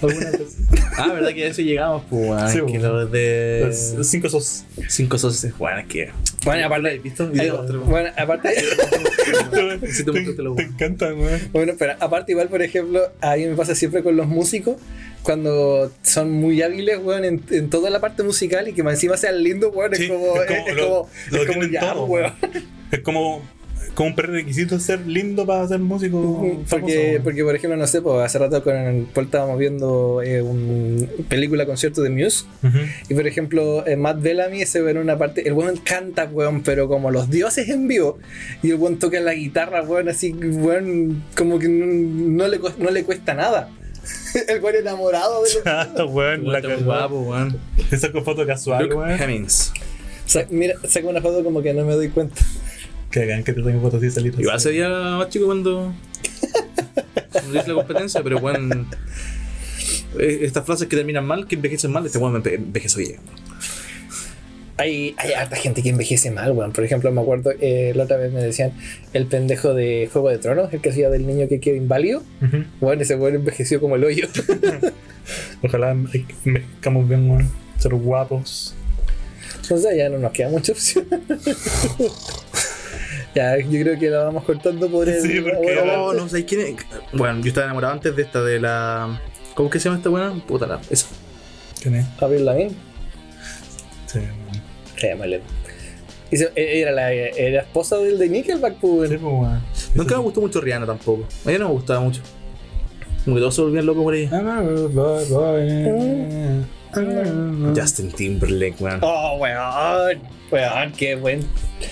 Speaker 3: Alguna vez.
Speaker 2: Ah, verdad que a eso llegamos, pues, weón.
Speaker 3: Sí,
Speaker 2: que
Speaker 3: weón.
Speaker 2: lo
Speaker 4: Eh,
Speaker 2: de.
Speaker 3: Los Cinco sos.
Speaker 2: Cinco socios, weón, es que.
Speaker 4: Bueno,
Speaker 2: ¿Has
Speaker 4: aparte.
Speaker 2: visto?
Speaker 4: Ay,
Speaker 2: Video otro.
Speaker 4: Bueno, aparte,
Speaker 2: Sí, te mostraste lo
Speaker 3: te
Speaker 2: bueno.
Speaker 3: encanta, weón.
Speaker 4: bueno, pero aparte igual, por ejemplo, a mí me pasa siempre con los músicos, cuando son muy hábiles, weón, en, en toda la parte musical y que más encima sean lindos, weón,
Speaker 3: Sí,
Speaker 4: es como,
Speaker 3: es
Speaker 4: es
Speaker 3: como
Speaker 4: es
Speaker 3: lo-
Speaker 4: como,
Speaker 3: lo
Speaker 4: es como
Speaker 3: tienen
Speaker 4: ya,
Speaker 3: todo,
Speaker 4: weón.
Speaker 3: Es como, como un prerequisito ser lindo para ser músico. famoso,
Speaker 4: Porque,
Speaker 3: weón.
Speaker 4: porque, por ejemplo, no sé, pues, hace rato con Paul estábamos viendo eh, un película concierto de Muse.
Speaker 3: Ujú.
Speaker 4: Y por ejemplo, eh, Matt Bellamy, ese en una parte, el weón canta, weón, pero como los dioses en vivo. Y el weón toca la guitarra, weón, así, weón, como que no, no le, cuesta, no le cuesta nada.
Speaker 5: El cual enamorado de lo-
Speaker 3: Ah, weón,
Speaker 2: Weón,
Speaker 3: la
Speaker 2: está muy
Speaker 3: cagó.
Speaker 2: guapo, pues, weón.
Speaker 3: Te saco foto casual,
Speaker 2: Luke
Speaker 3: weón.
Speaker 2: Hemmings.
Speaker 4: Sa- mira, saca una foto como que no me doy cuenta.
Speaker 3: Que hagan que te saquen fotos así salidas.
Speaker 2: Igual se veía más chico cuando. cuando le hice la competencia, pero weón. eh, Estas frases que terminan mal, que envejecen mal, este weón me enve- envejeció bien.
Speaker 4: Hay, hay harta gente que envejece mal, weón. Por ejemplo, me acuerdo, eh, la otra vez me decían el pendejo de Juego de Tronos, el que hacía del niño que quedó inválido.
Speaker 3: Ujú.
Speaker 4: Weón, ese weón envejeció como el hoyo.
Speaker 3: Ojalá mezcamos bien, weón. Ser guapos.
Speaker 4: Entonces ya no nos queda mucha opción. ya, yo creo que la vamos cortando por el.
Speaker 3: Sí, porque
Speaker 4: bueno,
Speaker 3: ahora-
Speaker 2: No, no sabéis quién es. Bueno, yo estaba enamorado antes de esta, de la. ¿Cómo que se llama esta weón? Puta la. Esa.
Speaker 3: ¿Quién es?
Speaker 4: Abril Lavigne.
Speaker 3: Sí, weón. Sí,
Speaker 4: Llámale. Y se- e- Era la era esposa del de Nickelback, pues.
Speaker 3: pues, weón.
Speaker 2: Nunca me gustó mucho Rihanna tampoco. A ella no me gustaba mucho. Como que todos se volvían locos por ella.
Speaker 3: I'm a rude boy, boy. Ya.
Speaker 2: Justin Timberlake, weón.
Speaker 3: Ah.
Speaker 4: Oh, weón. Weón, qué buen.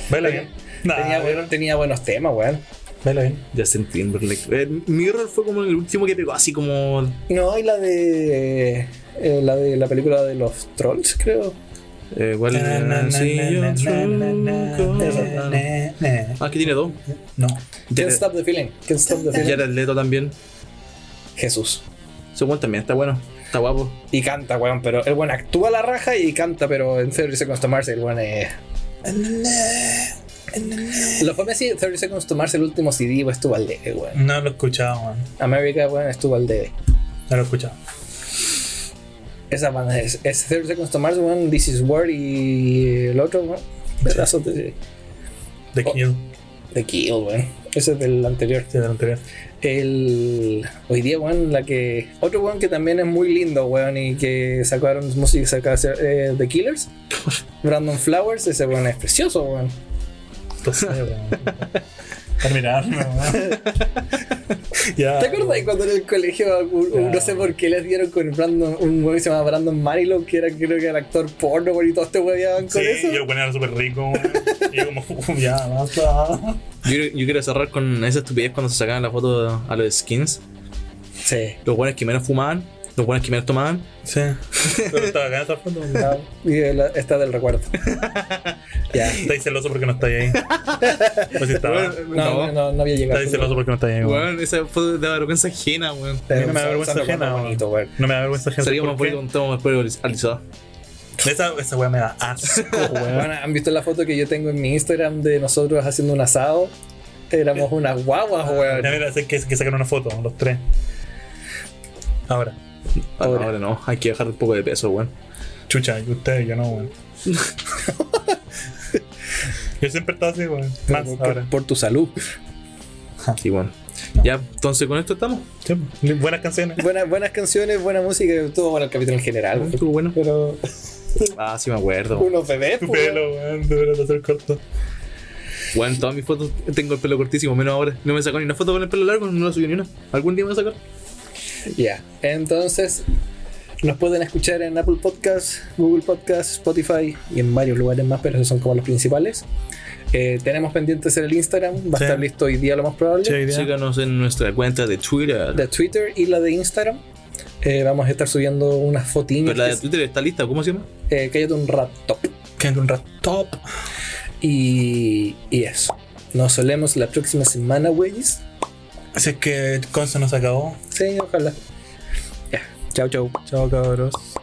Speaker 3: Baila bien. Nah,
Speaker 4: Tenía, buen- tenía buenos temas, weón.
Speaker 3: Baila bien.
Speaker 2: Justin Timberlake. Eh, Mirror fue como el último que pegó, así como.
Speaker 4: No, y la de. eh, la de la película de los trolls, creo.
Speaker 2: Eh, ¿Cuál
Speaker 3: Na, na, na,
Speaker 2: era? Sí,
Speaker 3: na,
Speaker 2: yo
Speaker 3: na, na,
Speaker 2: truco.
Speaker 3: na, na, na.
Speaker 2: Ah, que tiene dos.
Speaker 3: No.
Speaker 4: Can't
Speaker 2: Jared
Speaker 4: Stop the Feeling. Can't Stop the Feeling.
Speaker 2: Jared Leto también.
Speaker 4: Jesús.
Speaker 2: Ese weón también está bueno. Está guapo.
Speaker 4: Y canta, weón, pero el weón actúa la raja y canta, pero en 30 Seconds to Mars el weón es... Lo fue así, 30 Seconds to Mars el último CD weón, estuvo al debe, weón.
Speaker 3: No lo he escuchado, weón.
Speaker 4: America, weón, estuvo al debe.
Speaker 3: No lo he escuchado.
Speaker 4: Esa banda es, es 30 Seconds to Mars, weón, This Is War y el otro, weón. Pedazo de,
Speaker 3: The Kill,
Speaker 4: de Kill, weón. Ese es del anterior.
Speaker 3: sí, del anterior.
Speaker 4: El, hoy día, weón, la que... Otro weón que también es muy lindo, weón, y que sacaron música, sacaron eh, The Killers. Brandon Flowers, ese weón es precioso, weón.
Speaker 3: Entonces, weón. Terminarme, weón. Ya.
Speaker 4: ¿Te acuerdas cuando en el colegio, un- un- no sé por qué les dieron con Brandon, un güey que se llamaba Brandon Manilow, que era creo que el actor porno, güey, y todos te hueveaban con
Speaker 3: Sí,
Speaker 4: eso?
Speaker 3: yo bueno, era súper rico, weón. Y yo como, "Uf, ya, basta.
Speaker 2: Yo, yo quiero cerrar con esa estupidez cuando se sacaban la foto a los skins.
Speaker 4: Sí.
Speaker 2: Los buenos que menos fumaban, los buenos que menos tomaban.
Speaker 3: Sí. Pero estaba acá, estaba fondo. weón.
Speaker 4: Ah, Y la- está del recuerdo. ya.
Speaker 3: Estáis celoso porque no estáis ahí. Pues sí, estaba. Estáis
Speaker 4: No, no, no, no había llegado.
Speaker 3: celoso porque no estáis ahí, weón.
Speaker 2: Weón, esa foto de vergüenza ajena, weón.
Speaker 4: Pero
Speaker 3: A mí no me da
Speaker 4: son-
Speaker 3: vergüenza
Speaker 4: son recuerdos
Speaker 3: ajena,
Speaker 4: bonitos, güey.
Speaker 3: No me da vergüenza, gente.
Speaker 2: Sería más
Speaker 3: ¿por qué?
Speaker 2: bonito con todo después alisado.
Speaker 3: Esa, esa weá me da asco, weón.
Speaker 4: Bueno, ¿Han visto la foto que yo tengo en mi Instagram de nosotros haciendo un asado? Éramos unas guaguas,
Speaker 3: Eh, ah, Ya
Speaker 4: weón.
Speaker 3: mira, sé que, que sacan una foto, los tres. Ahora,
Speaker 2: Ah, Ahora. Ahora no, hay que bajar un poco de peso, weón.
Speaker 3: chucha, y ustedes, yo no, weón. yo siempre estaba así, weón. Más
Speaker 4: Por,
Speaker 3: ahora.
Speaker 4: por- por tu salud.
Speaker 2: Sí, bueno. Ya, entonces con esto estamos.
Speaker 3: Sí, pues, buenas canciones.
Speaker 4: Buenas, buenas canciones, buena música, todo bueno el capítulo en general. güey.
Speaker 2: Estuvo bueno.
Speaker 4: Pero
Speaker 2: Ah, sí me acuerdo.
Speaker 4: unos bebés,
Speaker 3: Tu
Speaker 4: pues, güey.
Speaker 3: pelo, weón, de verdad, hacer corto.
Speaker 2: Bueno, en todas mis fotos tengo el pelo cortísimo, menos ahora. No me sacó ni una foto con el pelo largo, no la subí ni una. ¿Algún día me voy a sacar?
Speaker 4: Ya, entonces nos pueden escuchar en Apple Podcast, Google Podcast, Spotify y en varios lugares más, pero esos son como los principales. Eh, tenemos pendientes en el Instagram, va
Speaker 3: Sí.
Speaker 4: a estar listo hoy día lo más probable.
Speaker 3: Che, idea.
Speaker 2: Síganos en nuestra cuenta de Twitter.
Speaker 4: De Twitter y la de Instagram. Eh, vamos a estar subiendo unas
Speaker 2: Pero
Speaker 4: fotinas.
Speaker 2: la de Twitter está lista, ¿cómo se llama?
Speaker 4: eh, cállate un rato.
Speaker 3: Quedan un rato top.
Speaker 4: Y, y eso. Nos solemos la próxima semana, güeyes.
Speaker 3: Así es que Conce nos acabó.
Speaker 4: Sí, ojalá. Ya, chao, chao.
Speaker 3: Chao, cabros.